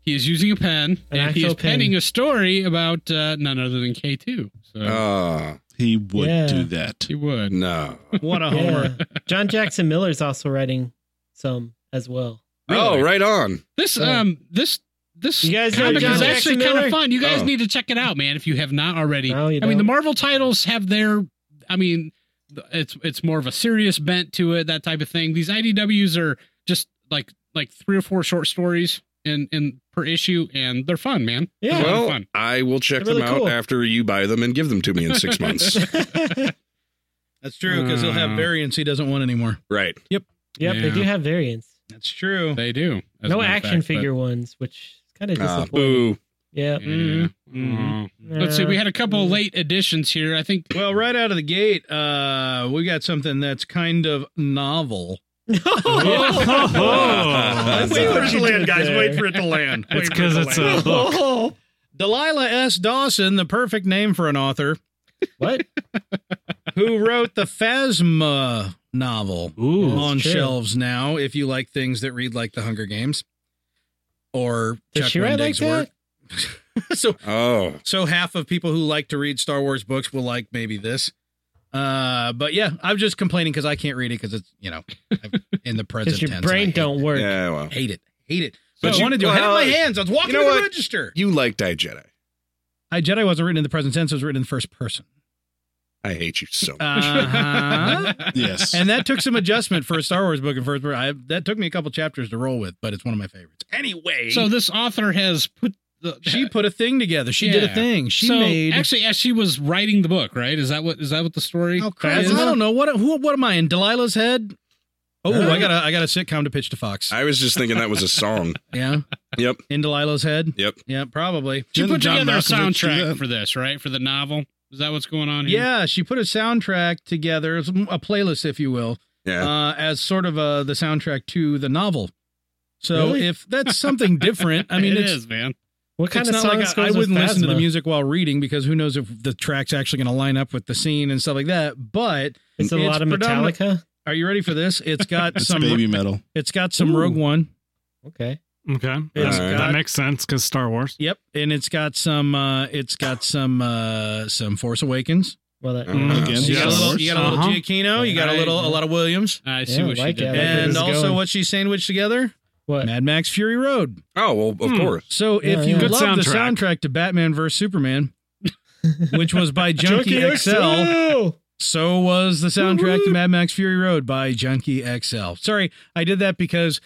[SPEAKER 4] He is using a pen,
[SPEAKER 5] An
[SPEAKER 4] and he is
[SPEAKER 5] actual pen.
[SPEAKER 4] penning a story about uh, none other than K two. So
[SPEAKER 6] Ah,
[SPEAKER 3] He would
[SPEAKER 5] Yeah.
[SPEAKER 3] do that.
[SPEAKER 4] he would.
[SPEAKER 6] no.
[SPEAKER 1] What a homer.
[SPEAKER 5] Yeah. John Jackson Miller's also writing some as well.
[SPEAKER 6] Oh, right on.
[SPEAKER 4] This
[SPEAKER 5] Yeah.
[SPEAKER 4] um this this
[SPEAKER 5] You guys know
[SPEAKER 4] comic
[SPEAKER 5] John
[SPEAKER 4] is
[SPEAKER 5] Jackson
[SPEAKER 4] actually kind
[SPEAKER 5] Miller?
[SPEAKER 4] of fun. You guys
[SPEAKER 6] Oh.
[SPEAKER 4] need to check it out, man, if you have not already.
[SPEAKER 5] No, you
[SPEAKER 4] I mean, the
[SPEAKER 5] don't.
[SPEAKER 4] Marvel titles have their I mean, th- it's it's more of a serious bent to it, that type of thing. These IDWs are just like like three or four short stories in in per issue and they're fun, man.
[SPEAKER 5] Yeah.
[SPEAKER 4] They're a lot of
[SPEAKER 6] well,
[SPEAKER 4] fun.
[SPEAKER 6] I will check
[SPEAKER 5] They're
[SPEAKER 6] them
[SPEAKER 5] really
[SPEAKER 6] out
[SPEAKER 5] cool.
[SPEAKER 6] after you buy them and give them to me in six months.
[SPEAKER 1] That's true because he'll have
[SPEAKER 4] Uh.
[SPEAKER 1] variants he doesn't want anymore.
[SPEAKER 6] right.
[SPEAKER 5] Yep, they
[SPEAKER 4] Yeah.
[SPEAKER 5] do have variants.
[SPEAKER 1] That's true.
[SPEAKER 4] They do. as a
[SPEAKER 5] no
[SPEAKER 4] matter of
[SPEAKER 5] action
[SPEAKER 4] fact, but-
[SPEAKER 5] figure ones, which is kind of
[SPEAKER 6] Ah,
[SPEAKER 5] disappointing.
[SPEAKER 6] boo.
[SPEAKER 5] yeah.
[SPEAKER 4] Yeah.
[SPEAKER 1] Mhm.
[SPEAKER 5] Mm-hmm.
[SPEAKER 4] Aw. Mm. Let's see. We had a couple late additions here. I think
[SPEAKER 1] Well, right out of the gate, uh, we got something that's kind of novel. Uh,
[SPEAKER 7] Oh.
[SPEAKER 6] Wait
[SPEAKER 5] for it to land, guys. Wait for
[SPEAKER 1] it to land.
[SPEAKER 7] It's because it's a book.
[SPEAKER 1] Delilah S. Dawson, the perfect name for an author,
[SPEAKER 5] what?
[SPEAKER 1] who wrote the Phasma novel
[SPEAKER 7] Ooh.
[SPEAKER 1] on
[SPEAKER 5] true.
[SPEAKER 1] shelves now. If you like things that read like The Hunger Games or
[SPEAKER 5] Does
[SPEAKER 1] Chuck
[SPEAKER 5] she write like
[SPEAKER 1] Wendig's work. so
[SPEAKER 6] Oh.
[SPEAKER 1] So half of people who like to read Star Wars books will like maybe this. Uh, but yeah, I'm just complaining because I can't read it because it's you know I'm in the present
[SPEAKER 5] Because your
[SPEAKER 1] tense. and I
[SPEAKER 5] brain
[SPEAKER 1] hate-
[SPEAKER 5] don't work.
[SPEAKER 6] Yeah, well.
[SPEAKER 1] hate it, hate it.
[SPEAKER 6] But
[SPEAKER 1] So I
[SPEAKER 6] you-
[SPEAKER 1] wanted to
[SPEAKER 6] well,
[SPEAKER 1] have my
[SPEAKER 6] uh,
[SPEAKER 1] hands. I was walking
[SPEAKER 6] you know
[SPEAKER 1] to the
[SPEAKER 6] what?
[SPEAKER 1] register.
[SPEAKER 6] You liked I Jedi.
[SPEAKER 1] I Jedi wasn't written in the present tense; it was written in the first person.
[SPEAKER 6] I hate you so
[SPEAKER 5] Uh,
[SPEAKER 6] much.
[SPEAKER 1] Uh-huh.
[SPEAKER 3] Yes.
[SPEAKER 1] and that took some adjustment for a Star Wars book in first person. I, that took me a couple chapters to roll with, but it's one of my favorites. Anyway,
[SPEAKER 4] so. This author has put the
[SPEAKER 1] she put a thing together. She did a
[SPEAKER 4] Yeah.
[SPEAKER 1] thing. She
[SPEAKER 4] so
[SPEAKER 1] made.
[SPEAKER 4] actually as she was writing the book, right? Is that what is that what the story?
[SPEAKER 1] Oh, crap. I don't know what who what am I in Delilah's head? Oh, I got a I got a sitcom to pitch to Fox.
[SPEAKER 6] I was just thinking that was a song.
[SPEAKER 5] Uh,
[SPEAKER 1] yeah.
[SPEAKER 6] Yep.
[SPEAKER 1] In Delilah's head.
[SPEAKER 6] Yep.
[SPEAKER 1] Yeah, probably.
[SPEAKER 4] She
[SPEAKER 3] Didn't
[SPEAKER 4] put
[SPEAKER 3] John
[SPEAKER 4] together a
[SPEAKER 3] Malkovich do that?
[SPEAKER 4] soundtrack for this, right? For the novel. Is that what's going on here?
[SPEAKER 1] Yeah, she put a soundtrack together, it's a playlist, if you will,
[SPEAKER 6] Yeah.
[SPEAKER 1] uh, as sort of uh, the soundtrack to the novel. So
[SPEAKER 5] Really?
[SPEAKER 1] if that's something different, I mean,
[SPEAKER 4] it
[SPEAKER 1] it's
[SPEAKER 4] is, man.
[SPEAKER 5] What kind
[SPEAKER 1] it's
[SPEAKER 5] of
[SPEAKER 1] not like
[SPEAKER 5] songs
[SPEAKER 1] I, I
[SPEAKER 5] goes with
[SPEAKER 1] wouldn't listen to the
[SPEAKER 5] Phasma?
[SPEAKER 1] music while reading because who knows if the track's actually going to line up with the scene and stuff like that. But
[SPEAKER 5] It's a
[SPEAKER 1] It's
[SPEAKER 5] lot of
[SPEAKER 1] predominant-
[SPEAKER 5] Metallica.
[SPEAKER 1] are you ready for this? It's got
[SPEAKER 3] It's
[SPEAKER 1] some.
[SPEAKER 3] baby metal.
[SPEAKER 1] It's got some
[SPEAKER 5] Ooh.
[SPEAKER 1] Rogue One.
[SPEAKER 5] Okay.
[SPEAKER 7] Okay.
[SPEAKER 1] It's
[SPEAKER 6] All right.
[SPEAKER 1] got
[SPEAKER 7] That makes sense because Star Wars.
[SPEAKER 1] Yep, and it's got some. Uh, it's got some. Uh, some Force Awakens.
[SPEAKER 5] Well, that,
[SPEAKER 6] Mm,
[SPEAKER 5] yeah.
[SPEAKER 3] again.
[SPEAKER 1] You got a
[SPEAKER 3] Yes.
[SPEAKER 1] little. You got a little
[SPEAKER 7] Uh-huh.
[SPEAKER 1] Giacchino. You got a little. A lot of Williams.
[SPEAKER 4] I see
[SPEAKER 5] Yeah,
[SPEAKER 4] what
[SPEAKER 5] like
[SPEAKER 4] she
[SPEAKER 5] it. I
[SPEAKER 4] did.
[SPEAKER 5] like where
[SPEAKER 1] and
[SPEAKER 5] this is
[SPEAKER 1] also,
[SPEAKER 5] going.
[SPEAKER 1] what she sandwiched together:
[SPEAKER 5] what?
[SPEAKER 1] Mad Max Fury Road.
[SPEAKER 6] Oh, well, of
[SPEAKER 7] Hmm.
[SPEAKER 6] course.
[SPEAKER 1] So,
[SPEAKER 5] Yeah,
[SPEAKER 1] if you
[SPEAKER 5] yeah.
[SPEAKER 7] Good
[SPEAKER 1] love the
[SPEAKER 7] soundtrack.
[SPEAKER 1] soundtrack to Batman vs Superman, which was by Junkie
[SPEAKER 5] Junkie
[SPEAKER 1] XL, so was the soundtrack to Mad Max Fury Road by Junkie XL. Sorry, I did that because,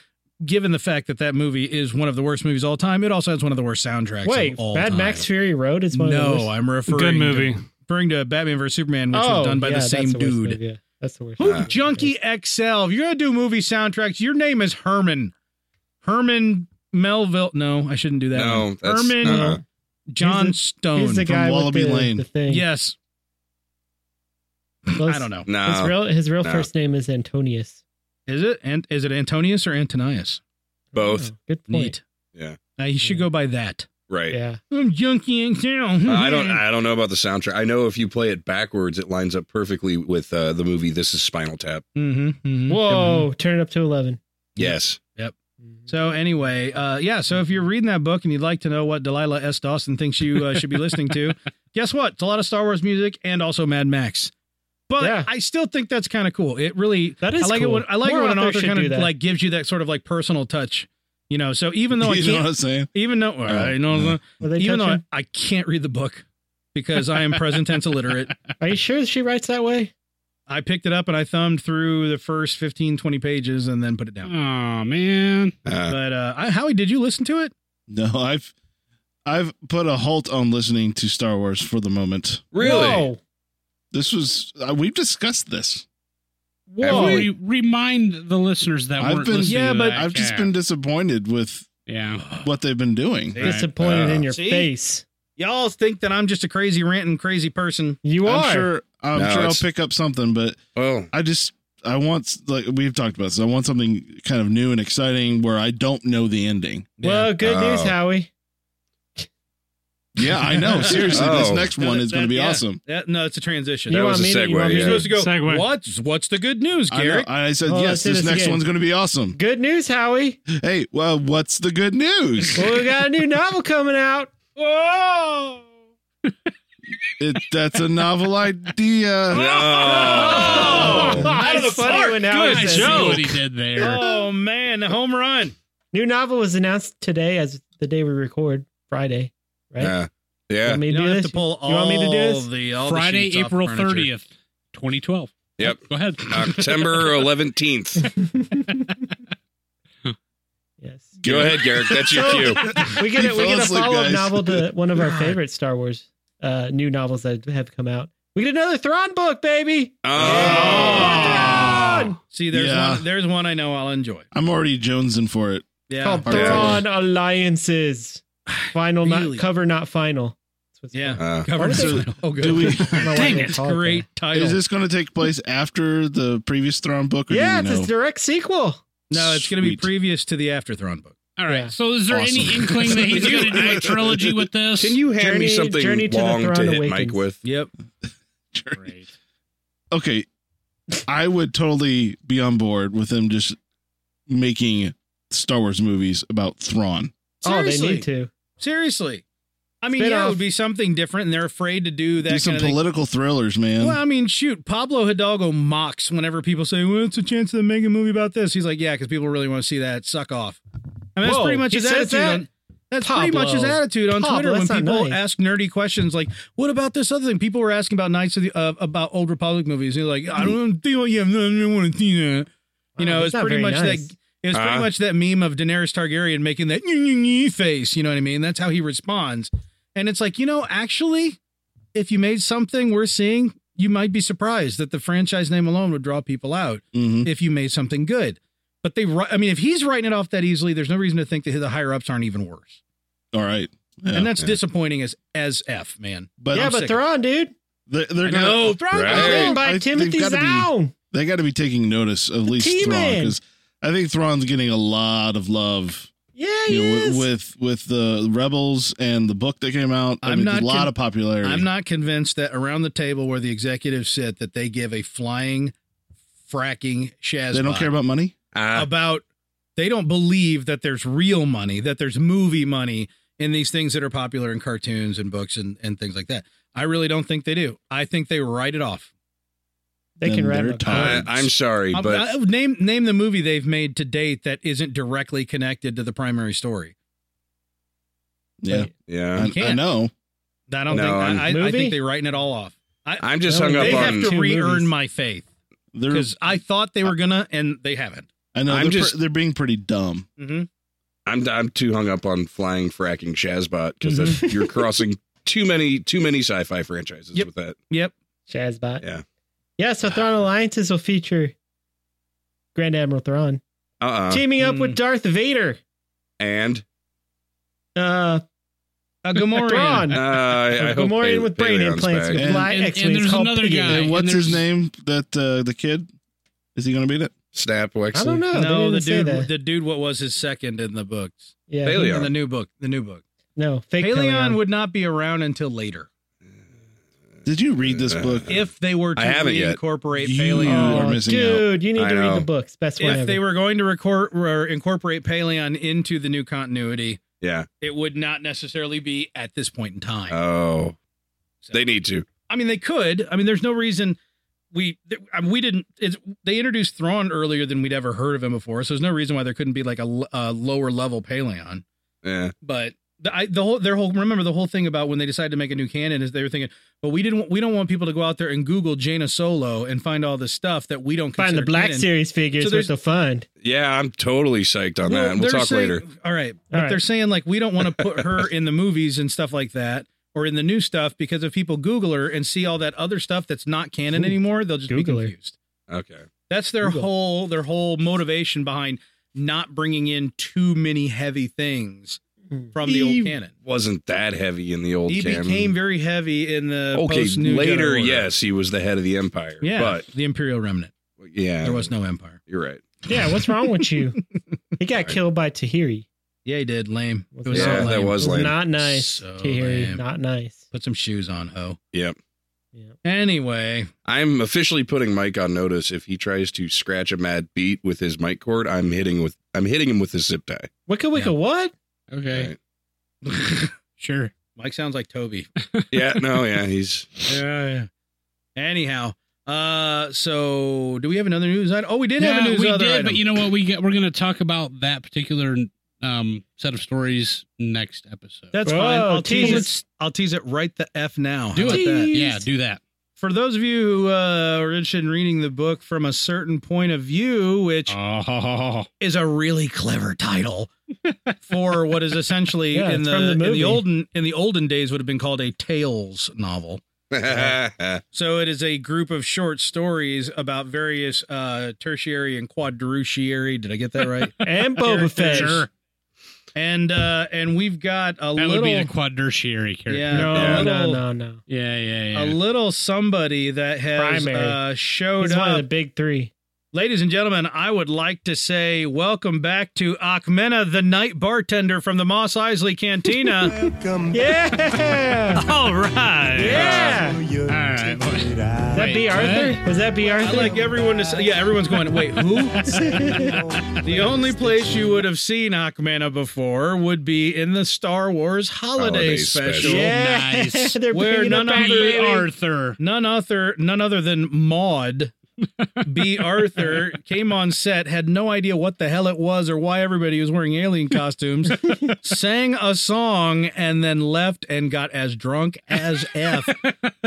[SPEAKER 1] given the fact that that movie is one of the worst movies of all time, it also has one of the worst soundtracks.
[SPEAKER 5] Wait,
[SPEAKER 1] of all
[SPEAKER 5] Mad
[SPEAKER 1] time.
[SPEAKER 5] Max Fury Road is one of the
[SPEAKER 1] No,
[SPEAKER 5] worst.
[SPEAKER 1] I'm referring
[SPEAKER 7] Good
[SPEAKER 1] to-
[SPEAKER 7] movie.
[SPEAKER 1] referring to Batman vs Superman, which
[SPEAKER 5] oh,
[SPEAKER 1] was done by
[SPEAKER 5] yeah,
[SPEAKER 1] the same
[SPEAKER 5] that's worst
[SPEAKER 1] dude.
[SPEAKER 5] movie, yeah. That's the worst.
[SPEAKER 1] Who
[SPEAKER 6] Ah,
[SPEAKER 5] movie.
[SPEAKER 1] Junkie XL? If you're gonna do movie soundtracks, your name is Herman. Herman Melville. No, I shouldn't do that.
[SPEAKER 6] No,
[SPEAKER 1] one.
[SPEAKER 6] that's-
[SPEAKER 1] Herman
[SPEAKER 6] uh-uh.
[SPEAKER 1] John
[SPEAKER 5] He's
[SPEAKER 1] Stone.
[SPEAKER 5] He's the
[SPEAKER 3] from
[SPEAKER 5] guy
[SPEAKER 3] Wallaby
[SPEAKER 5] with the,
[SPEAKER 3] Lane.
[SPEAKER 5] the thing.
[SPEAKER 1] yes,
[SPEAKER 5] Well,
[SPEAKER 1] I don't know.
[SPEAKER 6] No.
[SPEAKER 5] His real his real
[SPEAKER 6] No.
[SPEAKER 5] first name is Antonius.
[SPEAKER 1] Is it? And is it Antonius or Antonius?
[SPEAKER 6] Both.
[SPEAKER 5] Oh, good
[SPEAKER 1] Neat.
[SPEAKER 5] point.
[SPEAKER 6] Yeah.
[SPEAKER 1] Uh, you should go by that.
[SPEAKER 6] Right.
[SPEAKER 5] Yeah.
[SPEAKER 1] I'm Junkie XL.
[SPEAKER 6] I don't.
[SPEAKER 5] Mm-hmm.
[SPEAKER 6] I don't know about the soundtrack. I know if you play it backwards, it lines up perfectly with uh, the movie. This is Spinal Tap.
[SPEAKER 1] hmm
[SPEAKER 5] Whoa! Turn it up to eleven.
[SPEAKER 6] Yes.
[SPEAKER 1] So anyway, uh, yeah. So if you're reading that book and you'd like to know what Delilah S. Dawson thinks you uh, should be listening to, guess what? It's a lot of Star Wars music and also Mad Max. But
[SPEAKER 5] Yeah.
[SPEAKER 1] I still think that's kind of cool. It really,
[SPEAKER 5] That
[SPEAKER 1] I like it
[SPEAKER 5] cool.
[SPEAKER 1] when I like it
[SPEAKER 5] More
[SPEAKER 1] when an
[SPEAKER 5] authors
[SPEAKER 1] author
[SPEAKER 5] should
[SPEAKER 1] kind
[SPEAKER 5] do
[SPEAKER 1] of
[SPEAKER 5] that.
[SPEAKER 1] like gives you that sort of like personal touch. You know, so even though I
[SPEAKER 3] You know what
[SPEAKER 1] can't,
[SPEAKER 3] I'm saying?
[SPEAKER 1] even though I know,
[SPEAKER 3] Yeah.
[SPEAKER 5] Are they
[SPEAKER 1] even though I,
[SPEAKER 5] touching?
[SPEAKER 1] I can't read the book because I am present tense illiterate,
[SPEAKER 5] Are you sure she writes that way?
[SPEAKER 1] I picked it up and I thumbed through the first 15, 20 pages and then put it
[SPEAKER 5] Mm.
[SPEAKER 1] down.
[SPEAKER 4] Oh man.
[SPEAKER 6] Uh,
[SPEAKER 1] But uh, I, Howie, did you listen to it?
[SPEAKER 3] No, I've I've put a halt on listening to Star Wars for the moment.
[SPEAKER 6] really?
[SPEAKER 5] Whoa!
[SPEAKER 3] This was uh, we've discussed this.
[SPEAKER 5] Whoa!
[SPEAKER 6] Have we-
[SPEAKER 4] Re- remind the listeners that
[SPEAKER 3] I've
[SPEAKER 4] weren't
[SPEAKER 3] been-
[SPEAKER 4] listening.
[SPEAKER 1] Yeah,
[SPEAKER 4] to
[SPEAKER 1] but
[SPEAKER 4] that.
[SPEAKER 3] I've just
[SPEAKER 4] Yeah.
[SPEAKER 3] been disappointed with
[SPEAKER 4] Yeah.
[SPEAKER 3] what they've been doing.
[SPEAKER 4] Right.
[SPEAKER 5] Disappointed in
[SPEAKER 6] Uh,
[SPEAKER 5] your
[SPEAKER 1] see?
[SPEAKER 5] face.
[SPEAKER 1] Y'all think that I'm just a crazy ranting crazy person.
[SPEAKER 5] You are.
[SPEAKER 3] I'm sure I'm
[SPEAKER 6] No,
[SPEAKER 3] sure I'll
[SPEAKER 6] it's-
[SPEAKER 3] pick up something, but
[SPEAKER 6] Well,
[SPEAKER 3] I just I want like we've talked about this. I want something kind of new and exciting where I don't know the ending.
[SPEAKER 5] Well, good news,
[SPEAKER 6] Oh.
[SPEAKER 5] Howie.
[SPEAKER 3] Yeah, I know. Seriously, this
[SPEAKER 6] Oh.
[SPEAKER 3] next one is going to be
[SPEAKER 1] Yeah.
[SPEAKER 3] awesome.
[SPEAKER 1] That- no, it's a transition.
[SPEAKER 6] That
[SPEAKER 5] You
[SPEAKER 6] was
[SPEAKER 5] want
[SPEAKER 6] a
[SPEAKER 5] me to- you
[SPEAKER 6] segue.
[SPEAKER 5] want me
[SPEAKER 1] You're
[SPEAKER 6] yeah.
[SPEAKER 1] supposed to go.
[SPEAKER 7] Segue.
[SPEAKER 1] What's what's the good news,
[SPEAKER 3] I, know.
[SPEAKER 1] Garrick?
[SPEAKER 3] I said
[SPEAKER 5] Oh,
[SPEAKER 3] yes.
[SPEAKER 5] let's do
[SPEAKER 3] This
[SPEAKER 5] this
[SPEAKER 3] next
[SPEAKER 5] again.
[SPEAKER 3] one's going to be awesome.
[SPEAKER 5] Good news, Howie.
[SPEAKER 3] Hey, well, what's the good news?
[SPEAKER 5] Well, we got a new novel coming out.
[SPEAKER 1] Whoa!
[SPEAKER 3] it, that's a novel idea.
[SPEAKER 6] Oh. No.
[SPEAKER 1] Out of the
[SPEAKER 5] It's funny
[SPEAKER 1] park.
[SPEAKER 5] when Howie
[SPEAKER 4] I
[SPEAKER 5] says
[SPEAKER 4] see what he did there.
[SPEAKER 1] Oh man, a home run.
[SPEAKER 5] New novel was announced today as the day we record, Friday, right?
[SPEAKER 6] Yeah.
[SPEAKER 5] You
[SPEAKER 6] Yeah.
[SPEAKER 5] want me
[SPEAKER 1] You
[SPEAKER 5] to
[SPEAKER 1] don't
[SPEAKER 5] do
[SPEAKER 1] have
[SPEAKER 5] this?
[SPEAKER 1] to pull all
[SPEAKER 5] You want me to do this?
[SPEAKER 1] the all the
[SPEAKER 4] Friday,
[SPEAKER 1] sheets off
[SPEAKER 4] April
[SPEAKER 1] furniture.
[SPEAKER 4] 30th, 2012.
[SPEAKER 6] Yep.
[SPEAKER 4] Go ahead.
[SPEAKER 6] October 11th.
[SPEAKER 5] yes.
[SPEAKER 6] Go ahead, Garrick. That's your cue.
[SPEAKER 5] We get
[SPEAKER 3] He
[SPEAKER 5] a, we
[SPEAKER 3] fell
[SPEAKER 5] get a
[SPEAKER 3] asleep,
[SPEAKER 5] follow up
[SPEAKER 3] guys.
[SPEAKER 5] novel to one of our favorite Star Wars uh, new novels that have come out. We get another Thrawn book, baby.
[SPEAKER 6] Uh, Oh.
[SPEAKER 5] Thrawn!
[SPEAKER 1] See, there's
[SPEAKER 3] Yeah.
[SPEAKER 1] one. There's one I know I'll enjoy.
[SPEAKER 3] I'm already jonesing for it.
[SPEAKER 1] Yeah.
[SPEAKER 5] Called
[SPEAKER 3] Yeah.
[SPEAKER 5] Thrawn Alliances. Final,
[SPEAKER 1] Really?
[SPEAKER 5] not cover, not final. That's what's
[SPEAKER 1] yeah.
[SPEAKER 6] Uh,
[SPEAKER 1] Covered
[SPEAKER 3] So,
[SPEAKER 1] it. oh, good.
[SPEAKER 3] Do we?
[SPEAKER 5] called. I don't know why
[SPEAKER 1] Dang
[SPEAKER 5] they
[SPEAKER 1] it! It's
[SPEAKER 5] call it
[SPEAKER 1] Great title.
[SPEAKER 3] Is this going to take place after the previous Thrawn book?
[SPEAKER 5] that.
[SPEAKER 3] Or
[SPEAKER 5] Yeah,
[SPEAKER 3] do we
[SPEAKER 5] it's a
[SPEAKER 3] know?
[SPEAKER 5] direct sequel.
[SPEAKER 1] no, it's going to be
[SPEAKER 3] Sweet.
[SPEAKER 1] previous to the Afterthron book.
[SPEAKER 4] All right.
[SPEAKER 5] Yeah.
[SPEAKER 4] So, is there any
[SPEAKER 3] Awesome.
[SPEAKER 4] inkling that he's
[SPEAKER 6] Can you-
[SPEAKER 4] going to do a trilogy with this?
[SPEAKER 6] Can you hand me
[SPEAKER 5] Journey-
[SPEAKER 6] something
[SPEAKER 5] Journey to the
[SPEAKER 6] long to,
[SPEAKER 5] Throne
[SPEAKER 6] hit
[SPEAKER 5] Awakens.
[SPEAKER 6] Mike with?
[SPEAKER 1] Yep.
[SPEAKER 4] Great.
[SPEAKER 3] okay, I would totally be on board with them just making Star Wars movies about Thrawn.
[SPEAKER 5] Oh,
[SPEAKER 1] Seriously.
[SPEAKER 5] they need to.
[SPEAKER 1] Seriously. I mean, yeah, it
[SPEAKER 5] Spin-off.
[SPEAKER 1] would be something different, and they're afraid to do that
[SPEAKER 3] Do
[SPEAKER 1] kind
[SPEAKER 3] some
[SPEAKER 1] of thing.
[SPEAKER 3] political thrillers, man.
[SPEAKER 1] Well, I mean, shoot, Pablo Hidalgo mocks whenever people say, "Well, it's a chance to make a movie about this." He's like, "Yeah, because people really want to see that. Suck off." I mean, that's
[SPEAKER 5] Whoa,
[SPEAKER 1] pretty much
[SPEAKER 5] he
[SPEAKER 1] his
[SPEAKER 5] says
[SPEAKER 1] attitude.
[SPEAKER 5] that?
[SPEAKER 1] On, that's pretty much his
[SPEAKER 5] Pablo.
[SPEAKER 1] attitude on
[SPEAKER 5] Pablo,
[SPEAKER 1] Twitter when
[SPEAKER 5] that's not
[SPEAKER 1] people
[SPEAKER 5] nice.
[SPEAKER 1] ask nerdy questions like, "What about this other thing?" People were asking about Knights of the uh, about Old Republic movies. He's like, "I don't think yeah, I don't want to see that." You
[SPEAKER 5] Wow,
[SPEAKER 1] know,
[SPEAKER 5] he's
[SPEAKER 1] it's
[SPEAKER 5] not
[SPEAKER 1] pretty
[SPEAKER 5] very
[SPEAKER 1] much
[SPEAKER 5] nice.
[SPEAKER 1] that. It was pretty
[SPEAKER 6] Uh-huh.
[SPEAKER 1] much that meme of Daenerys Targaryen making that "Nyeh, nyeh, nyeh" face. You know what I mean? That's how he responds. And it's like, you know, actually, if you made something we're seeing, you might be surprised that the franchise name alone would draw people out
[SPEAKER 3] Mhm.
[SPEAKER 1] if you made something good. But they, wri- I mean, if he's writing it off that easily, there's no reason to think that the higher ups aren't even worse.
[SPEAKER 3] All right, Yeah.
[SPEAKER 1] and that's
[SPEAKER 6] yeah.
[SPEAKER 1] disappointing as as f, man.
[SPEAKER 3] but
[SPEAKER 5] yeah,
[SPEAKER 1] I'm
[SPEAKER 5] but
[SPEAKER 1] sick.
[SPEAKER 5] Thrawn, dude.
[SPEAKER 3] they're, they're
[SPEAKER 1] I
[SPEAKER 3] gonna
[SPEAKER 1] know.
[SPEAKER 6] Right.
[SPEAKER 5] It's written
[SPEAKER 3] I-
[SPEAKER 5] by
[SPEAKER 3] they've
[SPEAKER 5] Timothy
[SPEAKER 3] gotta be-
[SPEAKER 5] Zahn.
[SPEAKER 3] they got to be taking notice of at least Thrawn
[SPEAKER 5] T-Man.
[SPEAKER 3] because I think Thrawn's getting a lot of love
[SPEAKER 5] Yeah,
[SPEAKER 3] you
[SPEAKER 5] he
[SPEAKER 3] know,
[SPEAKER 5] is.
[SPEAKER 3] with with the rebels and the book that came out. I
[SPEAKER 1] I'm
[SPEAKER 3] mean,
[SPEAKER 1] not
[SPEAKER 3] a lot
[SPEAKER 1] con-
[SPEAKER 3] of popularity.
[SPEAKER 1] I'm not convinced that around the table where the executives sit that they give a flying, fracking shaz.
[SPEAKER 3] They don't care about money.
[SPEAKER 6] Uh,
[SPEAKER 1] about they don't believe that there's real money, that there's movie money in these things that are popular in cartoons and books and, and things like that. I really don't think they do. I think they write it off.
[SPEAKER 5] they
[SPEAKER 3] Then
[SPEAKER 5] can wrap
[SPEAKER 3] they're
[SPEAKER 5] it up.
[SPEAKER 6] I,
[SPEAKER 3] tolerant.
[SPEAKER 6] I'm sorry,
[SPEAKER 1] Um,
[SPEAKER 6] but
[SPEAKER 1] uh, name name the movie they've made to date that isn't directly connected to the primary story.
[SPEAKER 3] Yeah,
[SPEAKER 6] yeah,
[SPEAKER 3] I,
[SPEAKER 1] can't.
[SPEAKER 3] I know.
[SPEAKER 1] I don't
[SPEAKER 6] No,
[SPEAKER 1] think.
[SPEAKER 6] I'm-
[SPEAKER 1] I, I, I
[SPEAKER 5] Movie?
[SPEAKER 1] think they're writing it all off.
[SPEAKER 6] I'm just
[SPEAKER 5] Well,
[SPEAKER 6] hung up
[SPEAKER 1] They have
[SPEAKER 6] on.
[SPEAKER 1] to
[SPEAKER 5] Two
[SPEAKER 1] re-earn
[SPEAKER 5] movies.
[SPEAKER 1] my faith
[SPEAKER 3] They're
[SPEAKER 1] because I thought they were gonna, and they haven't.
[SPEAKER 3] I know.
[SPEAKER 6] I'm
[SPEAKER 3] they're,
[SPEAKER 6] just-
[SPEAKER 3] pre- they're being pretty dumb.
[SPEAKER 1] hmm
[SPEAKER 6] I'm I'm too hung up on flying, fracking Shazbot because
[SPEAKER 5] Mm-hmm.
[SPEAKER 6] you're crossing too many too many sci-fi franchises
[SPEAKER 1] Yep.
[SPEAKER 6] with that.
[SPEAKER 1] Yep.
[SPEAKER 5] Shazbot.
[SPEAKER 6] Yeah.
[SPEAKER 5] Yeah, so Thrawn Alliances will feature Grand Admiral Thrawn
[SPEAKER 3] Uh,
[SPEAKER 6] Uh-uh.
[SPEAKER 5] teaming up
[SPEAKER 1] Mm.
[SPEAKER 5] with Darth Vader.
[SPEAKER 6] And
[SPEAKER 5] Uh,
[SPEAKER 1] A Gamorrean.
[SPEAKER 5] Thrawn.
[SPEAKER 6] uh, I, I hope
[SPEAKER 5] Gamorrean
[SPEAKER 6] Pe-
[SPEAKER 5] with brain
[SPEAKER 6] Peleon's
[SPEAKER 5] implants
[SPEAKER 6] back.
[SPEAKER 5] with
[SPEAKER 3] And-
[SPEAKER 5] black
[SPEAKER 4] and-
[SPEAKER 5] X
[SPEAKER 4] and
[SPEAKER 5] wings
[SPEAKER 4] there's
[SPEAKER 5] called
[SPEAKER 4] another
[SPEAKER 5] Pity.
[SPEAKER 4] guy.
[SPEAKER 3] And
[SPEAKER 4] and
[SPEAKER 3] what's his
[SPEAKER 4] there's-
[SPEAKER 3] name? That uh, the kid is he going to beat it?
[SPEAKER 6] Snap Wexley.
[SPEAKER 5] I don't
[SPEAKER 1] No,
[SPEAKER 5] know.
[SPEAKER 1] the
[SPEAKER 5] Oh, they didn't say
[SPEAKER 1] dude.
[SPEAKER 5] that.
[SPEAKER 1] The dude. What was his second in the books?
[SPEAKER 5] yeah,
[SPEAKER 6] Paleon.
[SPEAKER 1] In the new book. The new book.
[SPEAKER 5] no, fake
[SPEAKER 1] Paleon
[SPEAKER 5] Paleon.
[SPEAKER 1] would not be around until later
[SPEAKER 3] Did you read this
[SPEAKER 6] Uh,
[SPEAKER 3] book?
[SPEAKER 1] if they were to
[SPEAKER 6] I haven't yet.
[SPEAKER 1] incorporate
[SPEAKER 3] You-
[SPEAKER 1] Paleon.
[SPEAKER 3] You are
[SPEAKER 5] Oh,
[SPEAKER 3] missing
[SPEAKER 5] dude, you need
[SPEAKER 6] I
[SPEAKER 5] to read
[SPEAKER 6] know.
[SPEAKER 5] the books. Best one
[SPEAKER 1] If
[SPEAKER 5] ever.
[SPEAKER 1] they were going to record or incorporate Paleon into the new continuity,
[SPEAKER 6] Yeah.
[SPEAKER 1] it would not necessarily be at this point in time.
[SPEAKER 6] Oh,
[SPEAKER 1] So-
[SPEAKER 6] they need to.
[SPEAKER 1] I mean, they could. I mean, there's no reason we th- I mean, we didn't. It's, they introduced Thrawn earlier than we'd ever heard of him before, so there's no reason why there couldn't be like a, l- a lower level Paleon.
[SPEAKER 6] Yeah.
[SPEAKER 1] but the, I, the whole their whole remember the whole thing about when they decided to make a new canon is they were thinking, but we didn't we don't want people to go out there and Google Jaina Solo and find all this stuff that we don't
[SPEAKER 5] find the
[SPEAKER 1] consider
[SPEAKER 5] Black
[SPEAKER 1] canon.
[SPEAKER 5] Series figures,
[SPEAKER 1] So
[SPEAKER 5] what
[SPEAKER 1] there's-
[SPEAKER 5] they'll find.
[SPEAKER 6] Yeah, I'm totally psyched on
[SPEAKER 1] Well,
[SPEAKER 6] that. And Oh, we'll
[SPEAKER 1] they're
[SPEAKER 6] talk
[SPEAKER 1] saying-
[SPEAKER 6] later.
[SPEAKER 1] All right, but
[SPEAKER 5] right.
[SPEAKER 1] they're saying like we don't want to put her in the movies and stuff like that or in the new stuff because if people Google her and see all that other stuff that's not canon
[SPEAKER 5] Ooh,
[SPEAKER 1] anymore, they'll just
[SPEAKER 5] Google
[SPEAKER 1] be
[SPEAKER 5] her.
[SPEAKER 1] confused.
[SPEAKER 6] Okay.
[SPEAKER 1] That's their
[SPEAKER 5] Google.
[SPEAKER 1] whole their whole motivation behind not bringing in too many heavy things from the
[SPEAKER 6] He
[SPEAKER 1] old canon.
[SPEAKER 6] Wasn't that heavy in the old
[SPEAKER 1] he
[SPEAKER 6] canon.
[SPEAKER 1] became very heavy in the
[SPEAKER 6] okay,
[SPEAKER 1] post-New Jedi
[SPEAKER 6] later,
[SPEAKER 1] Order.
[SPEAKER 6] yes, he was the head of the empire.
[SPEAKER 1] yeah,
[SPEAKER 6] But
[SPEAKER 1] the Imperial Remnant.
[SPEAKER 6] yeah.
[SPEAKER 1] There was no Empire.
[SPEAKER 6] You're right.
[SPEAKER 5] Yeah, what's wrong with you? He got
[SPEAKER 6] Sorry.
[SPEAKER 5] killed by Tahiri.
[SPEAKER 1] Yeah, he did. Lame. It was
[SPEAKER 6] Yeah,
[SPEAKER 1] so
[SPEAKER 6] that
[SPEAKER 1] lame.
[SPEAKER 6] was lame.
[SPEAKER 5] Not nice,
[SPEAKER 1] So
[SPEAKER 5] Tahiri.
[SPEAKER 1] lame.
[SPEAKER 5] Not nice.
[SPEAKER 1] Put some shoes on, ho.
[SPEAKER 6] Yep.
[SPEAKER 5] Yeah.
[SPEAKER 1] Anyway,
[SPEAKER 6] I'm officially putting Mike on notice. If he tries to scratch a mad beat with his mic cord, I'm hitting with I'm hitting him with his zip tie.
[SPEAKER 5] Wicca Wicca
[SPEAKER 1] Yeah.
[SPEAKER 5] what?
[SPEAKER 4] Okay. sure.
[SPEAKER 1] Mike sounds like Toby.
[SPEAKER 6] Yeah, no, yeah, he's
[SPEAKER 1] yeah. Anyhow, uh, so do we have another news item? Oh, we did have a
[SPEAKER 4] Yeah,
[SPEAKER 1] news
[SPEAKER 4] we
[SPEAKER 1] other
[SPEAKER 4] did,
[SPEAKER 1] item.
[SPEAKER 4] but you know what? We get, we're going to talk about that particular um, set of stories next episode.
[SPEAKER 5] That's
[SPEAKER 1] Whoa,
[SPEAKER 5] fine. I'll
[SPEAKER 1] tease.
[SPEAKER 5] tease.
[SPEAKER 1] Let's- I'll tease it right the f now.
[SPEAKER 4] do
[SPEAKER 1] How about
[SPEAKER 4] it.
[SPEAKER 1] that?
[SPEAKER 4] Yeah, do that.
[SPEAKER 1] For those of you who uh, are interested in reading the book from a certain point of view, which
[SPEAKER 4] Oh,
[SPEAKER 1] is a really clever title for what is essentially
[SPEAKER 5] Yeah,
[SPEAKER 1] in
[SPEAKER 5] it's
[SPEAKER 1] the,
[SPEAKER 5] from the
[SPEAKER 1] in the
[SPEAKER 5] movie.
[SPEAKER 1] olden in the olden days would have been called a tales novel.
[SPEAKER 6] Ah,
[SPEAKER 1] So it is a group of short stories about various uh, tertiary and quadruciary. Did I get that right?
[SPEAKER 5] And Boba Fett.
[SPEAKER 4] sure.
[SPEAKER 1] and uh, and we've got a
[SPEAKER 4] That
[SPEAKER 1] little
[SPEAKER 4] would be the quadernary character.
[SPEAKER 1] yeah,
[SPEAKER 5] No,
[SPEAKER 1] a
[SPEAKER 5] no,
[SPEAKER 1] little,
[SPEAKER 5] no, no.
[SPEAKER 4] yeah, yeah. yeah.
[SPEAKER 1] a little somebody that has
[SPEAKER 5] Primary.
[SPEAKER 1] uh, showed
[SPEAKER 5] He's one
[SPEAKER 1] up
[SPEAKER 5] of the big three.
[SPEAKER 1] Ladies and gentlemen, I would like to say welcome back to Akmena, the night bartender from the Moss Isley Cantina.
[SPEAKER 5] Yeah.
[SPEAKER 1] All right.
[SPEAKER 2] Oh,
[SPEAKER 5] yeah.
[SPEAKER 4] All right. well,
[SPEAKER 5] Is that B.
[SPEAKER 4] Wait,
[SPEAKER 5] Arthur? Was that B.
[SPEAKER 1] I
[SPEAKER 5] Arthur?
[SPEAKER 1] like everyone to say, yeah, everyone's going, wait, who? the only place you would have seen Akmena before would be in the Star Wars Holiday,
[SPEAKER 6] Holiday
[SPEAKER 1] special.
[SPEAKER 6] special.
[SPEAKER 5] yeah.
[SPEAKER 4] Nice.
[SPEAKER 5] They're
[SPEAKER 1] Where
[SPEAKER 5] bringing
[SPEAKER 1] none
[SPEAKER 5] it back,
[SPEAKER 1] of the
[SPEAKER 4] B.
[SPEAKER 5] baby.
[SPEAKER 4] Arthur.
[SPEAKER 1] None other, none other than Maud. B. Arthur came on set, had no idea what the hell it was or why everybody was wearing alien costumes, sang a song, and then left and got as drunk as F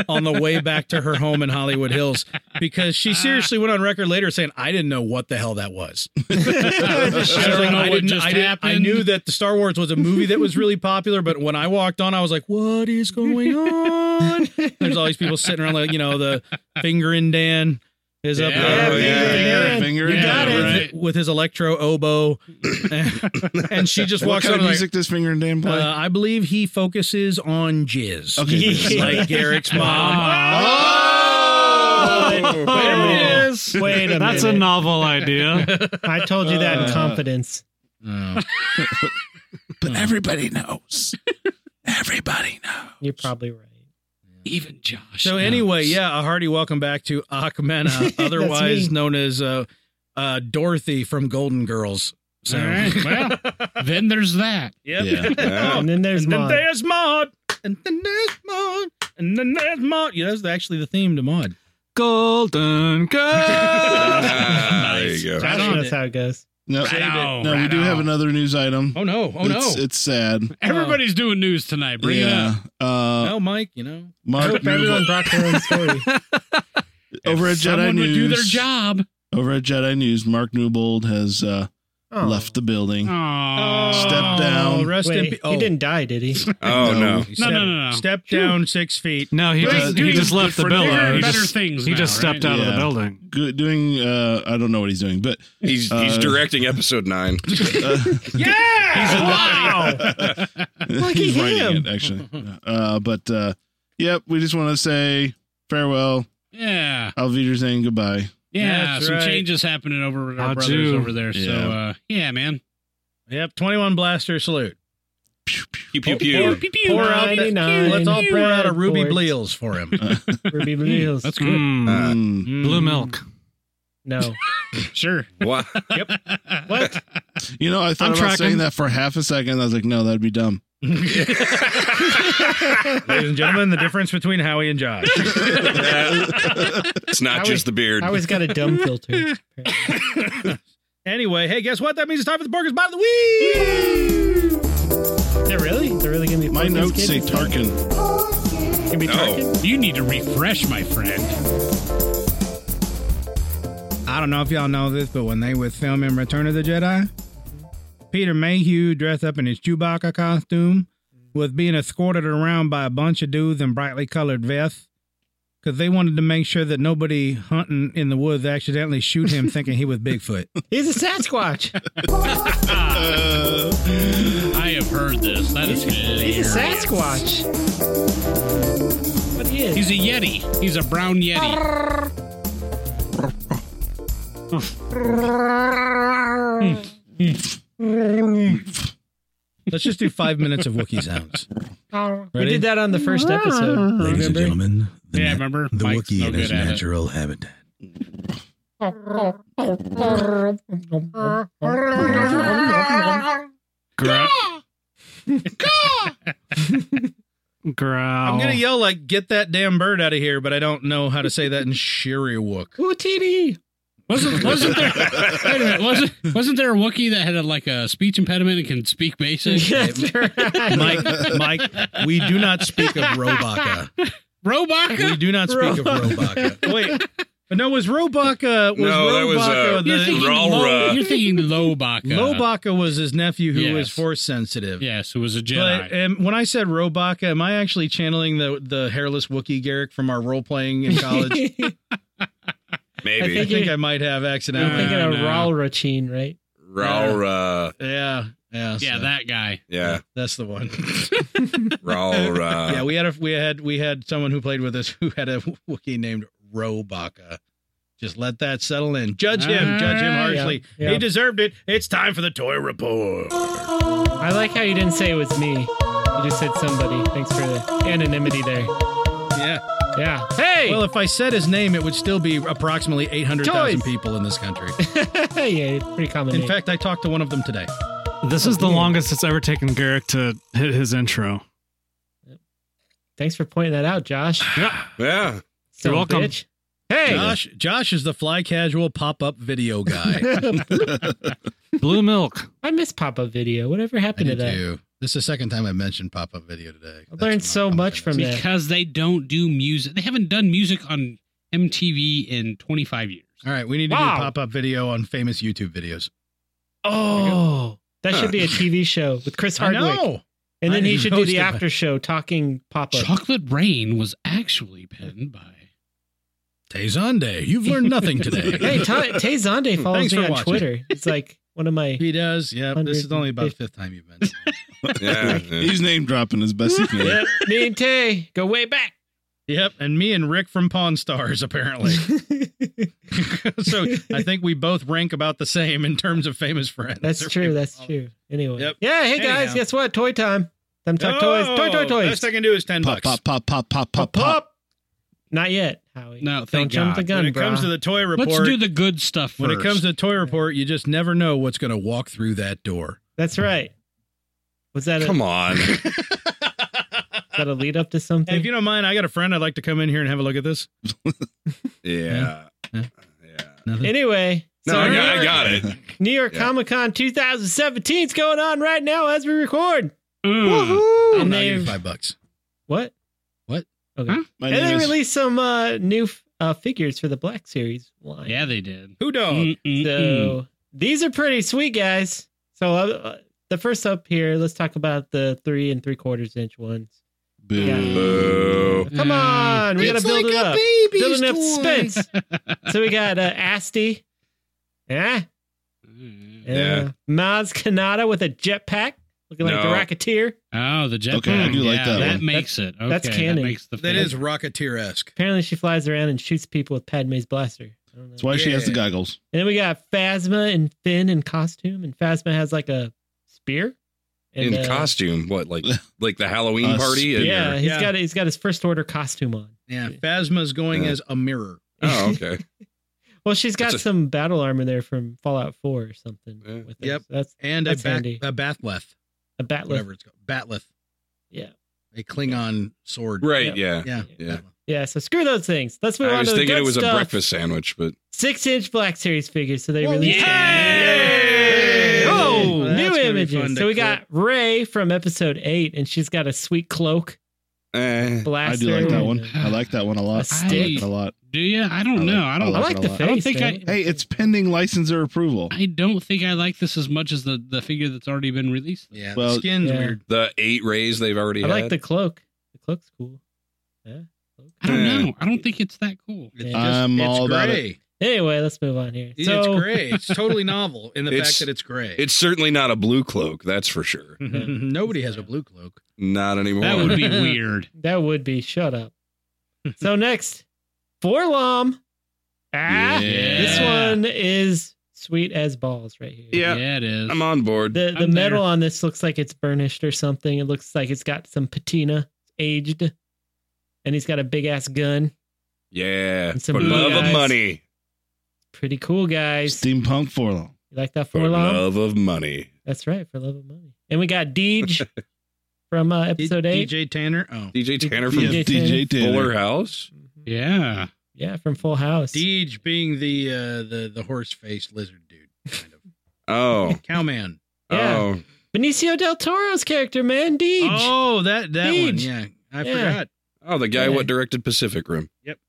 [SPEAKER 1] on the way back to her home in Hollywood Hills because
[SPEAKER 4] Ah.
[SPEAKER 1] she seriously went on record later saying, I didn't know what the hell that was.
[SPEAKER 4] I
[SPEAKER 1] I was like,
[SPEAKER 4] don't know
[SPEAKER 1] I
[SPEAKER 4] what
[SPEAKER 1] didn't-
[SPEAKER 4] just
[SPEAKER 1] I didn't-
[SPEAKER 4] happened.
[SPEAKER 1] I knew that the Star Wars was a movie that was really popular, but when I walked on, I was like, "What is going on?" There's all these people sitting around, like you know, the fingering Dan is up
[SPEAKER 4] Yeah,
[SPEAKER 1] there,
[SPEAKER 6] oh, yeah.
[SPEAKER 1] Fingering Dan
[SPEAKER 3] Finger
[SPEAKER 4] You
[SPEAKER 3] in
[SPEAKER 4] got
[SPEAKER 3] Dan,
[SPEAKER 4] it.
[SPEAKER 3] right?
[SPEAKER 1] with- with his electro oboe, and she just
[SPEAKER 3] What
[SPEAKER 1] walks
[SPEAKER 3] kind
[SPEAKER 1] on
[SPEAKER 3] of
[SPEAKER 1] like.
[SPEAKER 3] music does Finger and Dan play?
[SPEAKER 1] Uh, I believe he focuses on jizz,
[SPEAKER 3] Okay,
[SPEAKER 1] Just
[SPEAKER 5] yeah.
[SPEAKER 1] like Garrick's mom.
[SPEAKER 6] Oh!
[SPEAKER 5] There it
[SPEAKER 7] is.
[SPEAKER 5] Wait a
[SPEAKER 7] That's a
[SPEAKER 5] minute.
[SPEAKER 7] novel idea.
[SPEAKER 5] I told you that in
[SPEAKER 3] Uh,
[SPEAKER 5] confidence.
[SPEAKER 1] Oh.
[SPEAKER 3] but everybody knows. everybody knows.
[SPEAKER 5] You're probably right.
[SPEAKER 4] Even Josh.
[SPEAKER 1] So
[SPEAKER 4] knows.
[SPEAKER 1] anyway, yeah, a hearty welcome back to Akmena,
[SPEAKER 5] That's
[SPEAKER 1] otherwise
[SPEAKER 5] me.
[SPEAKER 1] known as uh, uh, Dorothy from Golden Girls. So,
[SPEAKER 4] All right. Well, then there's that.
[SPEAKER 1] yep.
[SPEAKER 3] Yeah.
[SPEAKER 6] Yeah.
[SPEAKER 5] And then there's
[SPEAKER 1] And then
[SPEAKER 5] Maud.
[SPEAKER 1] there's Maud, and then there's Maud, and then there's Maud. Yeah, that's actually the theme to Maud.
[SPEAKER 7] Golden Girl.
[SPEAKER 6] Ah, there
[SPEAKER 4] Nice.
[SPEAKER 6] you go.
[SPEAKER 5] Josh
[SPEAKER 4] Right on
[SPEAKER 5] knows
[SPEAKER 4] it.
[SPEAKER 5] how it goes.
[SPEAKER 3] No,
[SPEAKER 4] Right on,
[SPEAKER 3] no, we
[SPEAKER 4] right
[SPEAKER 3] do have
[SPEAKER 4] on.
[SPEAKER 3] another news item.
[SPEAKER 1] Oh no! Oh no!
[SPEAKER 3] It's, it's sad.
[SPEAKER 4] Everybody's doing news tonight. Bring it
[SPEAKER 3] yeah.
[SPEAKER 4] up.
[SPEAKER 3] Uh,
[SPEAKER 1] no, Mike, you know.
[SPEAKER 5] I
[SPEAKER 3] Mark
[SPEAKER 5] hope everyone
[SPEAKER 3] Newell,
[SPEAKER 5] brought their own story.
[SPEAKER 3] over at
[SPEAKER 4] If
[SPEAKER 3] Jedi
[SPEAKER 4] Someone would
[SPEAKER 3] News.
[SPEAKER 4] do their job.
[SPEAKER 3] Over at Jedi News, Mark Newbold has uh,
[SPEAKER 5] Oh.
[SPEAKER 3] left the building.
[SPEAKER 4] Aw.
[SPEAKER 3] uh, Step down.
[SPEAKER 1] Oh, Rest in
[SPEAKER 5] Wait,
[SPEAKER 1] peace. Oh.
[SPEAKER 5] he didn't die, did he?
[SPEAKER 6] Oh no.
[SPEAKER 1] He
[SPEAKER 4] No,
[SPEAKER 1] said
[SPEAKER 4] no,
[SPEAKER 1] it.
[SPEAKER 4] no, no.
[SPEAKER 1] Step down six feet.
[SPEAKER 7] No, he
[SPEAKER 3] Wait,
[SPEAKER 7] just,
[SPEAKER 3] dude,
[SPEAKER 7] he just left the
[SPEAKER 3] for dinner,
[SPEAKER 7] building.
[SPEAKER 4] Better
[SPEAKER 7] He just,
[SPEAKER 4] things.
[SPEAKER 7] he
[SPEAKER 4] now,
[SPEAKER 7] just
[SPEAKER 4] right?
[SPEAKER 7] stepped out of the
[SPEAKER 3] Yeah.
[SPEAKER 7] building.
[SPEAKER 3] Good, doing. Uh, I don't know what he's doing, but
[SPEAKER 6] He's he's
[SPEAKER 3] Uh,
[SPEAKER 6] directing episode nine.
[SPEAKER 1] Yeah!
[SPEAKER 3] he's writing
[SPEAKER 5] him.
[SPEAKER 3] it actually. Uh, but uh, yep, we just want to say farewell,
[SPEAKER 4] Yeah.
[SPEAKER 3] Auf Wiedersehen, goodbye.
[SPEAKER 4] Yeah.
[SPEAKER 1] That's
[SPEAKER 4] some
[SPEAKER 1] right.
[SPEAKER 4] changes happening over at our
[SPEAKER 7] How
[SPEAKER 4] brothers
[SPEAKER 7] do?
[SPEAKER 4] over there. So,
[SPEAKER 3] Yeah.
[SPEAKER 4] uh, yeah, man.
[SPEAKER 1] yep, twenty-one blaster salute.
[SPEAKER 6] Pew pew pew.
[SPEAKER 4] Pew, pew.
[SPEAKER 1] Pour out the,
[SPEAKER 5] 99.
[SPEAKER 1] let's all pour out a Ruby
[SPEAKER 5] Boards.
[SPEAKER 1] Bleels for him.
[SPEAKER 5] Ruby Reels.
[SPEAKER 4] That's good.
[SPEAKER 7] Mm.
[SPEAKER 6] Uh,
[SPEAKER 3] Mm.
[SPEAKER 7] Blue milk.
[SPEAKER 5] No.
[SPEAKER 4] Sure.
[SPEAKER 6] What?
[SPEAKER 4] What?
[SPEAKER 3] You know, I thought
[SPEAKER 7] I'm
[SPEAKER 3] about
[SPEAKER 7] tracking.
[SPEAKER 3] saying that for half a second. I was like, no, that'd be dumb.
[SPEAKER 1] Ladies and gentlemen, the difference between Howie and Josh.
[SPEAKER 6] It's not
[SPEAKER 5] I was-
[SPEAKER 6] just the beard.
[SPEAKER 5] I always got a dumb filter.
[SPEAKER 1] anyway, hey, guess what? That means it's time for the Burgers Bot of the Week.
[SPEAKER 5] They're really? They're really going to be
[SPEAKER 3] My
[SPEAKER 4] Oh,
[SPEAKER 5] Porky's
[SPEAKER 3] notes say
[SPEAKER 5] kids?
[SPEAKER 3] Tarkin.
[SPEAKER 5] Gonna be
[SPEAKER 6] No.
[SPEAKER 5] Tarkin?
[SPEAKER 4] You need to refresh, my friend.
[SPEAKER 1] I don't know if y'all know this, but when they was filming Return of the Jedi, Peter Mayhew dressed up in his Chewbacca costume was being escorted around by a bunch of dudes in brightly colored vests because they wanted to make sure that nobody hunting in the woods accidentally shoot him thinking he was Bigfoot.
[SPEAKER 5] He's a Sasquatch.
[SPEAKER 4] I have heard this. That is
[SPEAKER 5] He's
[SPEAKER 4] hilarious.
[SPEAKER 5] a Sasquatch. What he is?
[SPEAKER 4] He's a Yeti. He's a brown Yeti.
[SPEAKER 1] Let's just do five minutes of Wookiee sounds.
[SPEAKER 5] We
[SPEAKER 1] Ready?
[SPEAKER 5] did that on the first episode.
[SPEAKER 8] Ladies and
[SPEAKER 5] Remember?
[SPEAKER 8] gentlemen, the,
[SPEAKER 4] Yeah,
[SPEAKER 8] nat-
[SPEAKER 4] remember?
[SPEAKER 8] the
[SPEAKER 4] Mike's
[SPEAKER 8] Wookiee
[SPEAKER 4] no
[SPEAKER 8] in his
[SPEAKER 4] good at it.
[SPEAKER 8] natural habitat.
[SPEAKER 7] Grab. Growl.
[SPEAKER 1] I'm gonna yell like "Get that damn bird out of here," but I don't know how to say that in Shiriwook.
[SPEAKER 5] Ooh, TD.
[SPEAKER 4] Wasn't wasn't there? wait a minute. Wasn't wasn't there a Wookiee that had a, like a speech impediment and can speak basic?
[SPEAKER 5] That's right.
[SPEAKER 1] Mike, Mike, we do not speak of Robaka.
[SPEAKER 4] Robaka.
[SPEAKER 1] We do not speak of Robaka. Wait, but no, was Robaka? Was
[SPEAKER 6] No, that was,
[SPEAKER 1] Robaka
[SPEAKER 6] uh,
[SPEAKER 1] the,
[SPEAKER 4] You're thinking,
[SPEAKER 6] Rara.
[SPEAKER 4] Lo, you're thinking Lobaka.
[SPEAKER 1] Lobaka was his nephew who was
[SPEAKER 4] Yes.
[SPEAKER 1] force sensitive.
[SPEAKER 4] Yes, it was a Jedi.
[SPEAKER 1] But um, when I said Robaka, am I actually channeling the the hairless Wookiee Garrick from our role playing in college?
[SPEAKER 5] I
[SPEAKER 6] Maybe.
[SPEAKER 1] I
[SPEAKER 5] think
[SPEAKER 1] think
[SPEAKER 5] you're,
[SPEAKER 1] I might have
[SPEAKER 5] you're
[SPEAKER 1] accidentally.
[SPEAKER 5] thinking
[SPEAKER 4] No,
[SPEAKER 5] of
[SPEAKER 4] no.
[SPEAKER 5] Ralrachine, right?
[SPEAKER 6] Rara.
[SPEAKER 1] yeah, yeah,
[SPEAKER 4] yeah,
[SPEAKER 1] so
[SPEAKER 4] that guy.
[SPEAKER 6] uh, Yeah. uh,
[SPEAKER 1] that's the one.
[SPEAKER 6] Rara.
[SPEAKER 5] Uh,
[SPEAKER 1] yeah, we had a we had we had someone who played with us who had a Wookiee named Robaka. Just let that settle in. Judge him, judge him
[SPEAKER 5] Ah, Yeah,
[SPEAKER 1] harshly.
[SPEAKER 5] yeah.
[SPEAKER 1] He deserved it. It's time for the toy report.
[SPEAKER 5] I like how you didn't say it was me. You just said somebody. Thanks for the anonymity there.
[SPEAKER 1] Yeah.
[SPEAKER 5] Yeah. Hey!
[SPEAKER 1] Well, if I said his name, it would still be approximately eight hundred thousand people in this country.
[SPEAKER 5] yeah, it's pretty common.
[SPEAKER 1] In
[SPEAKER 5] name.
[SPEAKER 1] fact, I talked to one of them today.
[SPEAKER 7] This is the longest it's ever taken Garrick to hit his intro.
[SPEAKER 5] Thanks for pointing that out, Josh.
[SPEAKER 6] Yeah.
[SPEAKER 5] Son of a
[SPEAKER 7] welcome.
[SPEAKER 5] bitch. Hey!
[SPEAKER 1] Josh, Josh is the fly casual pop up video guy.
[SPEAKER 7] Blue milk.
[SPEAKER 5] I miss pop up video. Whatever
[SPEAKER 1] I
[SPEAKER 5] happened
[SPEAKER 1] do
[SPEAKER 5] to that?
[SPEAKER 1] too. This is the second time I mentioned pop up video today.
[SPEAKER 5] I've learned so much from it.
[SPEAKER 4] Because they don't do music. They haven't done music on MTV in 25 years.
[SPEAKER 1] All right, we need to
[SPEAKER 5] Wow.
[SPEAKER 1] do pop up video on famous YouTube videos.
[SPEAKER 5] Oh, that
[SPEAKER 6] Huh.
[SPEAKER 5] should be a TV show with Chris
[SPEAKER 1] I
[SPEAKER 5] Hardwick.
[SPEAKER 1] know.
[SPEAKER 5] And then
[SPEAKER 1] I
[SPEAKER 5] he
[SPEAKER 1] didn't
[SPEAKER 5] should do
[SPEAKER 1] post
[SPEAKER 5] the
[SPEAKER 1] it,
[SPEAKER 5] after show talking pop up.
[SPEAKER 4] Chocolate Rain was actually penned by.
[SPEAKER 1] Tezande, you've learned nothing today.
[SPEAKER 5] Hey, Ta- Tay Zonde follows
[SPEAKER 1] Thanks
[SPEAKER 5] me
[SPEAKER 1] for
[SPEAKER 5] on
[SPEAKER 1] watching.
[SPEAKER 5] Twitter. It's like one of my.
[SPEAKER 1] he does. Yeah, this is only about the fifth time you've mentioned. it.
[SPEAKER 6] Yeah. yeah.
[SPEAKER 3] He's name dropping as best he can.
[SPEAKER 5] me and Tay go way back.
[SPEAKER 1] yep, and me and Rick from Pawn Stars apparently. so I think we both rank about the same in terms of famous friends.
[SPEAKER 5] That's true. That's true. Anyway.
[SPEAKER 1] Yep.
[SPEAKER 5] Yeah. Hey,
[SPEAKER 1] Anyhow.
[SPEAKER 5] guys. Guess what? Toy time. Them talk toys. Toy, toy, toys.
[SPEAKER 1] oh, Best I can do is ten
[SPEAKER 3] Pop,
[SPEAKER 1] bucks.
[SPEAKER 3] pop, pop, pop, pop, pop, pop.
[SPEAKER 5] Not yet, Howie.
[SPEAKER 4] No,
[SPEAKER 5] Don't
[SPEAKER 4] thank
[SPEAKER 5] jump the
[SPEAKER 4] God.
[SPEAKER 5] gun,
[SPEAKER 1] When it
[SPEAKER 5] brah.
[SPEAKER 1] comes to the toy report,
[SPEAKER 4] Let's do the good stuff first.
[SPEAKER 1] when it comes to the toy report, you just never know what's going to walk through that door.
[SPEAKER 5] That's right. Was that a,
[SPEAKER 6] Come on.
[SPEAKER 5] was that a lead up to something?
[SPEAKER 1] Hey, if you don't mind, I got a friend I'd like to come in here and have a look at this.
[SPEAKER 6] Yeah.
[SPEAKER 1] Yeah.
[SPEAKER 6] Yeah.
[SPEAKER 5] anyway.
[SPEAKER 6] No, I
[SPEAKER 5] New
[SPEAKER 6] got,
[SPEAKER 5] York,
[SPEAKER 6] I got it.
[SPEAKER 5] New York
[SPEAKER 6] Yeah.
[SPEAKER 5] Comic Con 2017 is going on right now as we record. Woohoo!
[SPEAKER 1] I'm
[SPEAKER 5] And
[SPEAKER 1] not
[SPEAKER 5] they
[SPEAKER 1] five bucks.
[SPEAKER 5] what?
[SPEAKER 1] What?
[SPEAKER 5] Okay.
[SPEAKER 4] Huh?
[SPEAKER 3] My
[SPEAKER 5] And they
[SPEAKER 3] name is
[SPEAKER 5] released some uh, new f- uh, figures for the Black Series line.
[SPEAKER 4] Yeah, they did.
[SPEAKER 1] Who dog?
[SPEAKER 5] Mm,
[SPEAKER 4] Mm-mm-mm.
[SPEAKER 5] So these are pretty sweet, guys. So uh, the first up here, let's talk about the three and three quarters inch ones.
[SPEAKER 6] Boo.
[SPEAKER 5] Come
[SPEAKER 4] Mm.
[SPEAKER 5] on, we gotta build it up. Building up suspense. so we got uh, Asti, yeah,
[SPEAKER 4] Mm.
[SPEAKER 6] Yeah.
[SPEAKER 5] uh, Maz Kanata with a jetpack, looking like the
[SPEAKER 6] No.
[SPEAKER 5] Racketeer.
[SPEAKER 4] Oh, the jet.
[SPEAKER 3] Okay, I do like that
[SPEAKER 4] That
[SPEAKER 3] one.
[SPEAKER 4] makes it. Okay,
[SPEAKER 5] that's canon.
[SPEAKER 4] That makes the
[SPEAKER 1] That is Rocketeer esque.
[SPEAKER 5] Apparently, she flies around and shoots people with Padme's blaster. I don't know.
[SPEAKER 3] That's why she has the goggles.
[SPEAKER 5] And then we got Phasma and Finn in costume, and Phasma has like a spear. And,
[SPEAKER 6] In
[SPEAKER 5] uh,
[SPEAKER 6] costume, what like like the Halloween
[SPEAKER 3] Us.
[SPEAKER 6] party? And-
[SPEAKER 5] Yeah, he's
[SPEAKER 1] Yeah.
[SPEAKER 5] got he's got his first order costume on.
[SPEAKER 1] Yeah, Phasma's going
[SPEAKER 6] Yeah.
[SPEAKER 1] as a mirror.
[SPEAKER 6] Oh, okay.
[SPEAKER 5] Well, she's got
[SPEAKER 6] That's a-
[SPEAKER 5] some battle armor there from Fallout 4 or something.
[SPEAKER 6] Yeah.
[SPEAKER 5] With
[SPEAKER 1] Yep.
[SPEAKER 5] it. So that's
[SPEAKER 1] And a,
[SPEAKER 5] That's
[SPEAKER 1] back,
[SPEAKER 5] handy.
[SPEAKER 1] a Bathleth,
[SPEAKER 5] a bat
[SPEAKER 1] whatever
[SPEAKER 5] lift.
[SPEAKER 1] it's called. Batleth.
[SPEAKER 5] Yeah.
[SPEAKER 1] A Klingon sword.
[SPEAKER 6] Right. Yeah.
[SPEAKER 1] Yeah.
[SPEAKER 6] Yeah.
[SPEAKER 5] Yeah, so screw those things. Let's move
[SPEAKER 6] I
[SPEAKER 5] on
[SPEAKER 6] was
[SPEAKER 5] to the
[SPEAKER 6] thinking
[SPEAKER 5] good
[SPEAKER 6] it was
[SPEAKER 5] stuff.
[SPEAKER 6] a breakfast sandwich, but
[SPEAKER 5] Six inch Black Series figures. So they
[SPEAKER 1] Whoa,
[SPEAKER 5] released
[SPEAKER 1] Hey!
[SPEAKER 5] Oh,
[SPEAKER 1] That's
[SPEAKER 5] new
[SPEAKER 1] gonna be fun
[SPEAKER 5] images.
[SPEAKER 1] to
[SPEAKER 5] So we
[SPEAKER 1] clip.
[SPEAKER 5] got Ray from episode eight, and she's got a sweet cloak
[SPEAKER 6] eh.
[SPEAKER 3] I
[SPEAKER 5] blaster.
[SPEAKER 3] do like that
[SPEAKER 5] and
[SPEAKER 3] one.
[SPEAKER 5] a-
[SPEAKER 3] I like that one a lot.
[SPEAKER 5] A
[SPEAKER 3] I like
[SPEAKER 4] stick.
[SPEAKER 3] it a lot.
[SPEAKER 4] Do you? I
[SPEAKER 3] I
[SPEAKER 4] don't
[SPEAKER 3] like-
[SPEAKER 4] know. I don't.
[SPEAKER 3] I
[SPEAKER 5] I
[SPEAKER 4] I,
[SPEAKER 5] like the face.
[SPEAKER 3] I
[SPEAKER 4] don't think
[SPEAKER 5] man.
[SPEAKER 3] Hey, it's pending licensor approval.
[SPEAKER 4] don't think I like this as much as the the figure that's already been released.
[SPEAKER 1] Yeah.
[SPEAKER 3] Well,
[SPEAKER 1] the skin's
[SPEAKER 5] yeah.
[SPEAKER 1] weird.
[SPEAKER 6] The eight rays they've already
[SPEAKER 5] I like
[SPEAKER 6] had.
[SPEAKER 5] the cloak. The cloak's cool.
[SPEAKER 4] I don't
[SPEAKER 6] Yeah.
[SPEAKER 4] know. I don't think it's that cool.
[SPEAKER 1] It's
[SPEAKER 3] I'm
[SPEAKER 1] it's
[SPEAKER 3] all about
[SPEAKER 1] gray.
[SPEAKER 5] Anyway, let's move on here.
[SPEAKER 1] It's
[SPEAKER 5] So
[SPEAKER 1] gray. It's totally novel in the
[SPEAKER 6] It's-
[SPEAKER 1] fact that it's gray.
[SPEAKER 6] It's certainly not a blue cloak, that's for sure.
[SPEAKER 1] Nobody has a blue cloak.
[SPEAKER 6] Not anymore.
[SPEAKER 4] That would be weird.
[SPEAKER 5] That would be shut up. so next, Forlom. Ah,
[SPEAKER 3] Yeah.
[SPEAKER 5] this one is sweet as balls right here.
[SPEAKER 6] Yeah,
[SPEAKER 4] it is.
[SPEAKER 6] I'm on board.
[SPEAKER 5] The the
[SPEAKER 4] I'm there.
[SPEAKER 5] metal on this looks like it's burnished or something. It looks like it's got some patina, aged, and he's got a big ass gun.
[SPEAKER 6] yeah,
[SPEAKER 5] And
[SPEAKER 6] for
[SPEAKER 5] some
[SPEAKER 6] love
[SPEAKER 5] blue
[SPEAKER 6] of
[SPEAKER 5] eyes.
[SPEAKER 6] money.
[SPEAKER 5] Pretty cool, guys.
[SPEAKER 3] Steampunk Forlong.
[SPEAKER 5] You like that
[SPEAKER 6] For
[SPEAKER 5] Forlom?
[SPEAKER 6] love of money.
[SPEAKER 5] That's right, for love of money. And we got Deej from uh, episode eight.
[SPEAKER 1] DJ Tanner. Oh,
[SPEAKER 6] DJ Tanner from
[SPEAKER 3] Yeah, DJ
[SPEAKER 6] Fuller
[SPEAKER 3] Tanner.
[SPEAKER 6] House.
[SPEAKER 4] Yeah.
[SPEAKER 5] Mm-hmm. Yeah, from Full House.
[SPEAKER 1] Deej being the uh, the the horse faced lizard dude, kind of
[SPEAKER 6] Oh,
[SPEAKER 1] cowman.
[SPEAKER 5] Yeah.
[SPEAKER 6] oh,
[SPEAKER 5] Benicio del Toro's character, man, Deej.
[SPEAKER 1] Oh, that that one.
[SPEAKER 5] Deej.
[SPEAKER 1] Yeah, I
[SPEAKER 5] Yeah.
[SPEAKER 1] forgot.
[SPEAKER 6] oh, the guy
[SPEAKER 5] Yeah.
[SPEAKER 6] what directed Pacific Rim.
[SPEAKER 5] Yep.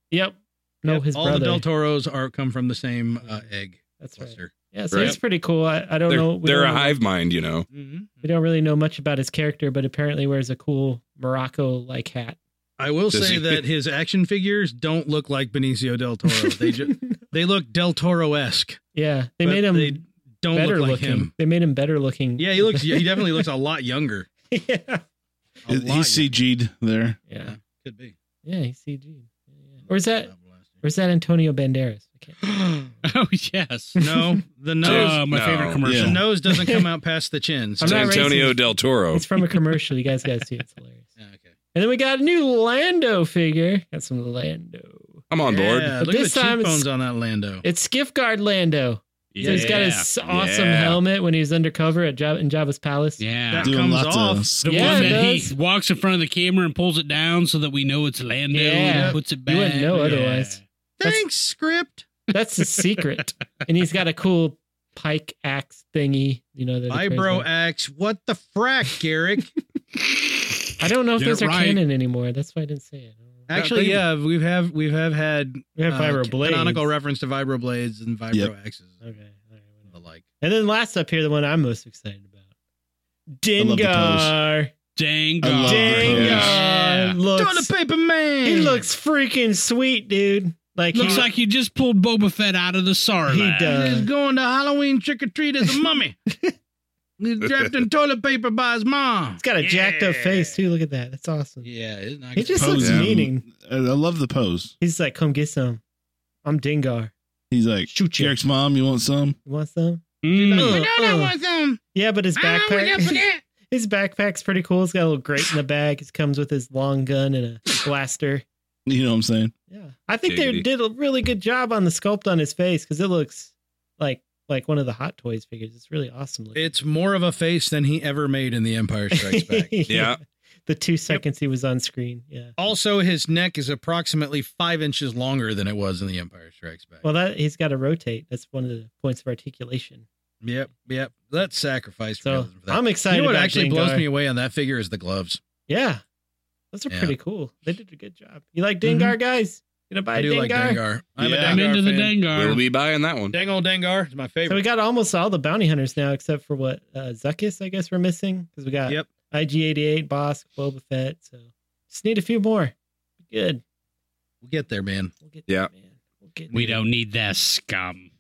[SPEAKER 5] No,
[SPEAKER 1] Yep,
[SPEAKER 5] his
[SPEAKER 1] all
[SPEAKER 5] brother.
[SPEAKER 1] the Del Toros are come from the same uh, egg
[SPEAKER 5] That's right.
[SPEAKER 1] cluster.
[SPEAKER 5] Yeah, so
[SPEAKER 6] Right.
[SPEAKER 5] it's pretty cool. I, I don't
[SPEAKER 6] They're,
[SPEAKER 5] know.
[SPEAKER 6] they're
[SPEAKER 5] don't
[SPEAKER 6] a
[SPEAKER 5] know-
[SPEAKER 6] hive mind, you know.
[SPEAKER 5] We don't really know much about his character, but apparently wears a cool Morocco like hat.
[SPEAKER 1] I will
[SPEAKER 6] Does
[SPEAKER 1] say
[SPEAKER 6] he-
[SPEAKER 1] that his action figures don't look like Benicio del Toro. They ju- they look Del Toro esque.
[SPEAKER 5] yeah, they made him
[SPEAKER 1] They don't
[SPEAKER 5] better
[SPEAKER 1] look like
[SPEAKER 5] looking.
[SPEAKER 1] him.
[SPEAKER 5] They made him better looking.
[SPEAKER 1] Yeah, he looks. He definitely looks a lot younger.
[SPEAKER 5] yeah.
[SPEAKER 1] A
[SPEAKER 3] He's
[SPEAKER 1] lot
[SPEAKER 3] CG'd there.
[SPEAKER 5] Yeah.
[SPEAKER 1] younger. could be.
[SPEAKER 5] Yeah, he's CG. Yeah, yeah. Or is that or is that Antonio Banderas? I can't-
[SPEAKER 4] Oh yes.
[SPEAKER 1] No, the nose.
[SPEAKER 4] Uh, my
[SPEAKER 6] No.
[SPEAKER 4] favorite commercial.
[SPEAKER 1] The
[SPEAKER 3] Yeah.
[SPEAKER 1] nose doesn't come out past the chin. So.
[SPEAKER 5] I'm
[SPEAKER 6] It's
[SPEAKER 5] not
[SPEAKER 6] Antonio
[SPEAKER 5] racist.
[SPEAKER 6] del Toro.
[SPEAKER 5] It's from a commercial. You guys gotta see it. It's hilarious.
[SPEAKER 1] Yeah, okay.
[SPEAKER 5] And then we got a new Lando figure. Got some Lando.
[SPEAKER 6] I'm on board.
[SPEAKER 1] Yeah,
[SPEAKER 5] But
[SPEAKER 1] look at the
[SPEAKER 5] this time it's-
[SPEAKER 1] cheekbones on that Lando.
[SPEAKER 5] It's Skiff Guard Lando. So he's got his awesome
[SPEAKER 6] Yeah.
[SPEAKER 5] helmet when he was undercover at Jab- in Jabba's palace.
[SPEAKER 4] Yeah.
[SPEAKER 1] That
[SPEAKER 3] Doing
[SPEAKER 1] comes
[SPEAKER 3] lots
[SPEAKER 1] off.
[SPEAKER 3] of
[SPEAKER 4] The
[SPEAKER 5] Yeah,
[SPEAKER 4] one
[SPEAKER 5] it
[SPEAKER 4] that
[SPEAKER 5] does.
[SPEAKER 4] he walks in front of the camera and pulls it down so that we know it's Lando
[SPEAKER 5] Yeah.
[SPEAKER 4] and puts it back.
[SPEAKER 5] You wouldn't know
[SPEAKER 4] Yeah.
[SPEAKER 5] otherwise.
[SPEAKER 1] Thanks, script.
[SPEAKER 5] That's the secret. and he's got a cool pike axe thingy. You know, that he carries
[SPEAKER 1] Eyebrow
[SPEAKER 5] around.
[SPEAKER 1] axe. What the frack, Garrick?
[SPEAKER 5] I don't know if
[SPEAKER 4] Get
[SPEAKER 5] those
[SPEAKER 4] it
[SPEAKER 5] are
[SPEAKER 4] right.
[SPEAKER 5] canon anymore. That's why I didn't say it. I don't know.
[SPEAKER 1] Actually, yeah, we have we have had
[SPEAKER 5] We have
[SPEAKER 1] uh,
[SPEAKER 5] vibro blades.
[SPEAKER 1] canonical reference to vibro blades and vibro
[SPEAKER 3] Yep.
[SPEAKER 1] axes and
[SPEAKER 5] Okay. all right,
[SPEAKER 1] the
[SPEAKER 5] whatever.
[SPEAKER 1] like.
[SPEAKER 5] And then last up here, the one I'm most excited about.
[SPEAKER 3] love the
[SPEAKER 5] Dengar.
[SPEAKER 4] Dang.
[SPEAKER 3] I love the
[SPEAKER 5] Dengar
[SPEAKER 3] pose.
[SPEAKER 4] Oh, Yeah.
[SPEAKER 5] looks.
[SPEAKER 1] the paper man.
[SPEAKER 5] He looks freaking sweet, dude. Like
[SPEAKER 4] Looks
[SPEAKER 5] he,
[SPEAKER 4] like you just pulled Boba Fett out of the Sarlacc.
[SPEAKER 5] he
[SPEAKER 1] He's
[SPEAKER 5] does.
[SPEAKER 1] going to Halloween trick or treat as a mummy. He's wrapped in toilet paper by his mom.
[SPEAKER 5] He's got a jacked up face too. Look at that. That's awesome.
[SPEAKER 1] Yeah, it's not
[SPEAKER 5] He just looks
[SPEAKER 3] Posing.
[SPEAKER 5] meaning.
[SPEAKER 3] I I love the pose.
[SPEAKER 5] He's like, "Come get some. I'm Dengar.
[SPEAKER 3] He's like,
[SPEAKER 5] Shoot you.
[SPEAKER 3] Eric's mom, you want some?
[SPEAKER 5] You want some?"
[SPEAKER 4] Mm.
[SPEAKER 5] Uh, uh.
[SPEAKER 1] them.
[SPEAKER 5] Yeah, but his backpack. His backpack's pretty cool. It's got a little grate in the back. It comes with his long gun and a blaster.
[SPEAKER 3] You know what I'm saying?
[SPEAKER 5] Yeah, I think
[SPEAKER 6] Giggity.
[SPEAKER 5] they did a really good job on the sculpt on his face because it looks like like one of the Hot Toys figures. It's really awesome. Looking.
[SPEAKER 1] It's more of a face than he ever made in The Empire Strikes Back.
[SPEAKER 6] Yeah.
[SPEAKER 5] the two seconds he was on screen. Yeah.
[SPEAKER 1] also, his neck is approximately five inches longer than it was in The Empire Strikes Back.
[SPEAKER 5] Well, that he's got to rotate. That's one of the points of articulation.
[SPEAKER 1] yep, yep. Let's sacrifice
[SPEAKER 5] So
[SPEAKER 1] realism for that.
[SPEAKER 5] I'm excited.
[SPEAKER 1] You know what
[SPEAKER 5] about
[SPEAKER 1] actually
[SPEAKER 5] Dengar.
[SPEAKER 1] blows me away on that figure is the gloves.
[SPEAKER 5] Yeah, those are
[SPEAKER 1] Yeah.
[SPEAKER 5] pretty cool. They did a good job. You like Dengar, guys? You gonna buy
[SPEAKER 1] Mm-hmm. I
[SPEAKER 5] a
[SPEAKER 1] do
[SPEAKER 5] Dengar?
[SPEAKER 1] like Dengar. I'm
[SPEAKER 3] Yeah.
[SPEAKER 1] a Dengar
[SPEAKER 4] I'm into the
[SPEAKER 1] fan.
[SPEAKER 4] Dengar.
[SPEAKER 6] We'll be buying that one.
[SPEAKER 1] Dang old Dengar is my
[SPEAKER 5] So
[SPEAKER 1] favorite.
[SPEAKER 5] we got almost all the bounty hunters now, except for what uh, Zuckus, I guess, we're missing because we got
[SPEAKER 1] Yep.
[SPEAKER 5] IG88, Bosk, Boba Fett. So just need a few more. Good.
[SPEAKER 1] We'll get there, man.
[SPEAKER 5] We'll get
[SPEAKER 6] Yeah.
[SPEAKER 5] there, man. We'll get
[SPEAKER 4] we
[SPEAKER 5] there.
[SPEAKER 4] don't need that scum.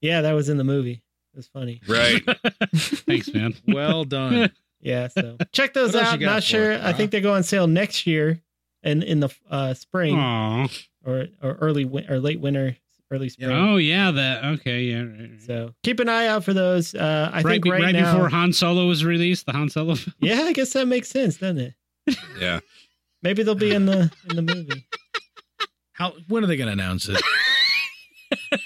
[SPEAKER 5] yeah, that was in the movie. It was funny.
[SPEAKER 6] Right.
[SPEAKER 4] Thanks, man.
[SPEAKER 1] Well done.
[SPEAKER 5] Yeah. So check those
[SPEAKER 1] What else
[SPEAKER 5] out.
[SPEAKER 1] you got
[SPEAKER 5] Not
[SPEAKER 1] for
[SPEAKER 5] sure.
[SPEAKER 1] us,
[SPEAKER 5] I
[SPEAKER 1] Rob?
[SPEAKER 5] think they go on sale next year, and in the uh, spring
[SPEAKER 4] Aw.
[SPEAKER 5] or or early win- or late winter, early spring.
[SPEAKER 4] Oh yeah, that okay, yeah. Right, right.
[SPEAKER 5] So keep an eye out for those. Uh, I
[SPEAKER 4] right,
[SPEAKER 5] think
[SPEAKER 4] be-
[SPEAKER 5] right,
[SPEAKER 4] right
[SPEAKER 5] now.
[SPEAKER 4] before Han Solo was released, the Han Solo. film.
[SPEAKER 5] yeah, I guess that makes sense, doesn't it?
[SPEAKER 6] yeah.
[SPEAKER 5] Maybe they'll be in the in the movie.
[SPEAKER 1] How? When are they going to announce it?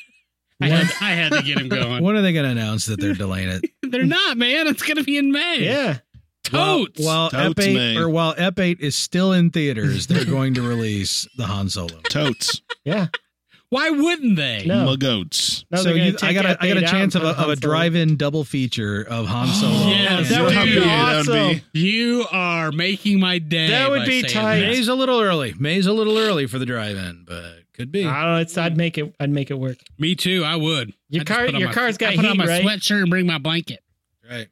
[SPEAKER 4] I had, I had to get him going.
[SPEAKER 1] when are they going to announce that they're delaying it?
[SPEAKER 4] They're not, man. It's gonna be in May.
[SPEAKER 5] Yeah.
[SPEAKER 4] totes.
[SPEAKER 1] While, while
[SPEAKER 3] Totes,
[SPEAKER 1] Ep8
[SPEAKER 3] man.
[SPEAKER 1] or while Ep8 is still in theaters, they're going to release the Han Solo.
[SPEAKER 3] Totes.
[SPEAKER 5] Yeah.
[SPEAKER 4] Why wouldn't they?
[SPEAKER 5] No.
[SPEAKER 3] Mugoats.
[SPEAKER 5] No,
[SPEAKER 1] so
[SPEAKER 5] they're gonna
[SPEAKER 1] you, I
[SPEAKER 5] take
[SPEAKER 1] got a, I got a
[SPEAKER 5] F8 out
[SPEAKER 1] chance of
[SPEAKER 5] and
[SPEAKER 1] a,
[SPEAKER 5] put
[SPEAKER 1] of a
[SPEAKER 5] Han Solo.
[SPEAKER 1] drive-in double feature of
[SPEAKER 3] Oh,
[SPEAKER 1] Han Solo.
[SPEAKER 4] Yes,
[SPEAKER 1] Yeah.
[SPEAKER 4] that would be
[SPEAKER 5] awesome.
[SPEAKER 4] You are making my day.
[SPEAKER 5] That would
[SPEAKER 4] by
[SPEAKER 5] be
[SPEAKER 4] saying
[SPEAKER 5] tight.
[SPEAKER 4] that.
[SPEAKER 1] May's a little early. May's a little early for the drive-in, but could be.
[SPEAKER 5] I don't know. It's, I'd make it. I'd make it work.
[SPEAKER 4] Me too. I would.
[SPEAKER 5] Your
[SPEAKER 4] I just
[SPEAKER 5] car-
[SPEAKER 4] put on
[SPEAKER 5] your
[SPEAKER 4] my-
[SPEAKER 5] car's got
[SPEAKER 4] I put on
[SPEAKER 5] heat,
[SPEAKER 4] my
[SPEAKER 5] right?
[SPEAKER 4] sweatshirt and bring my blanket.
[SPEAKER 1] Right.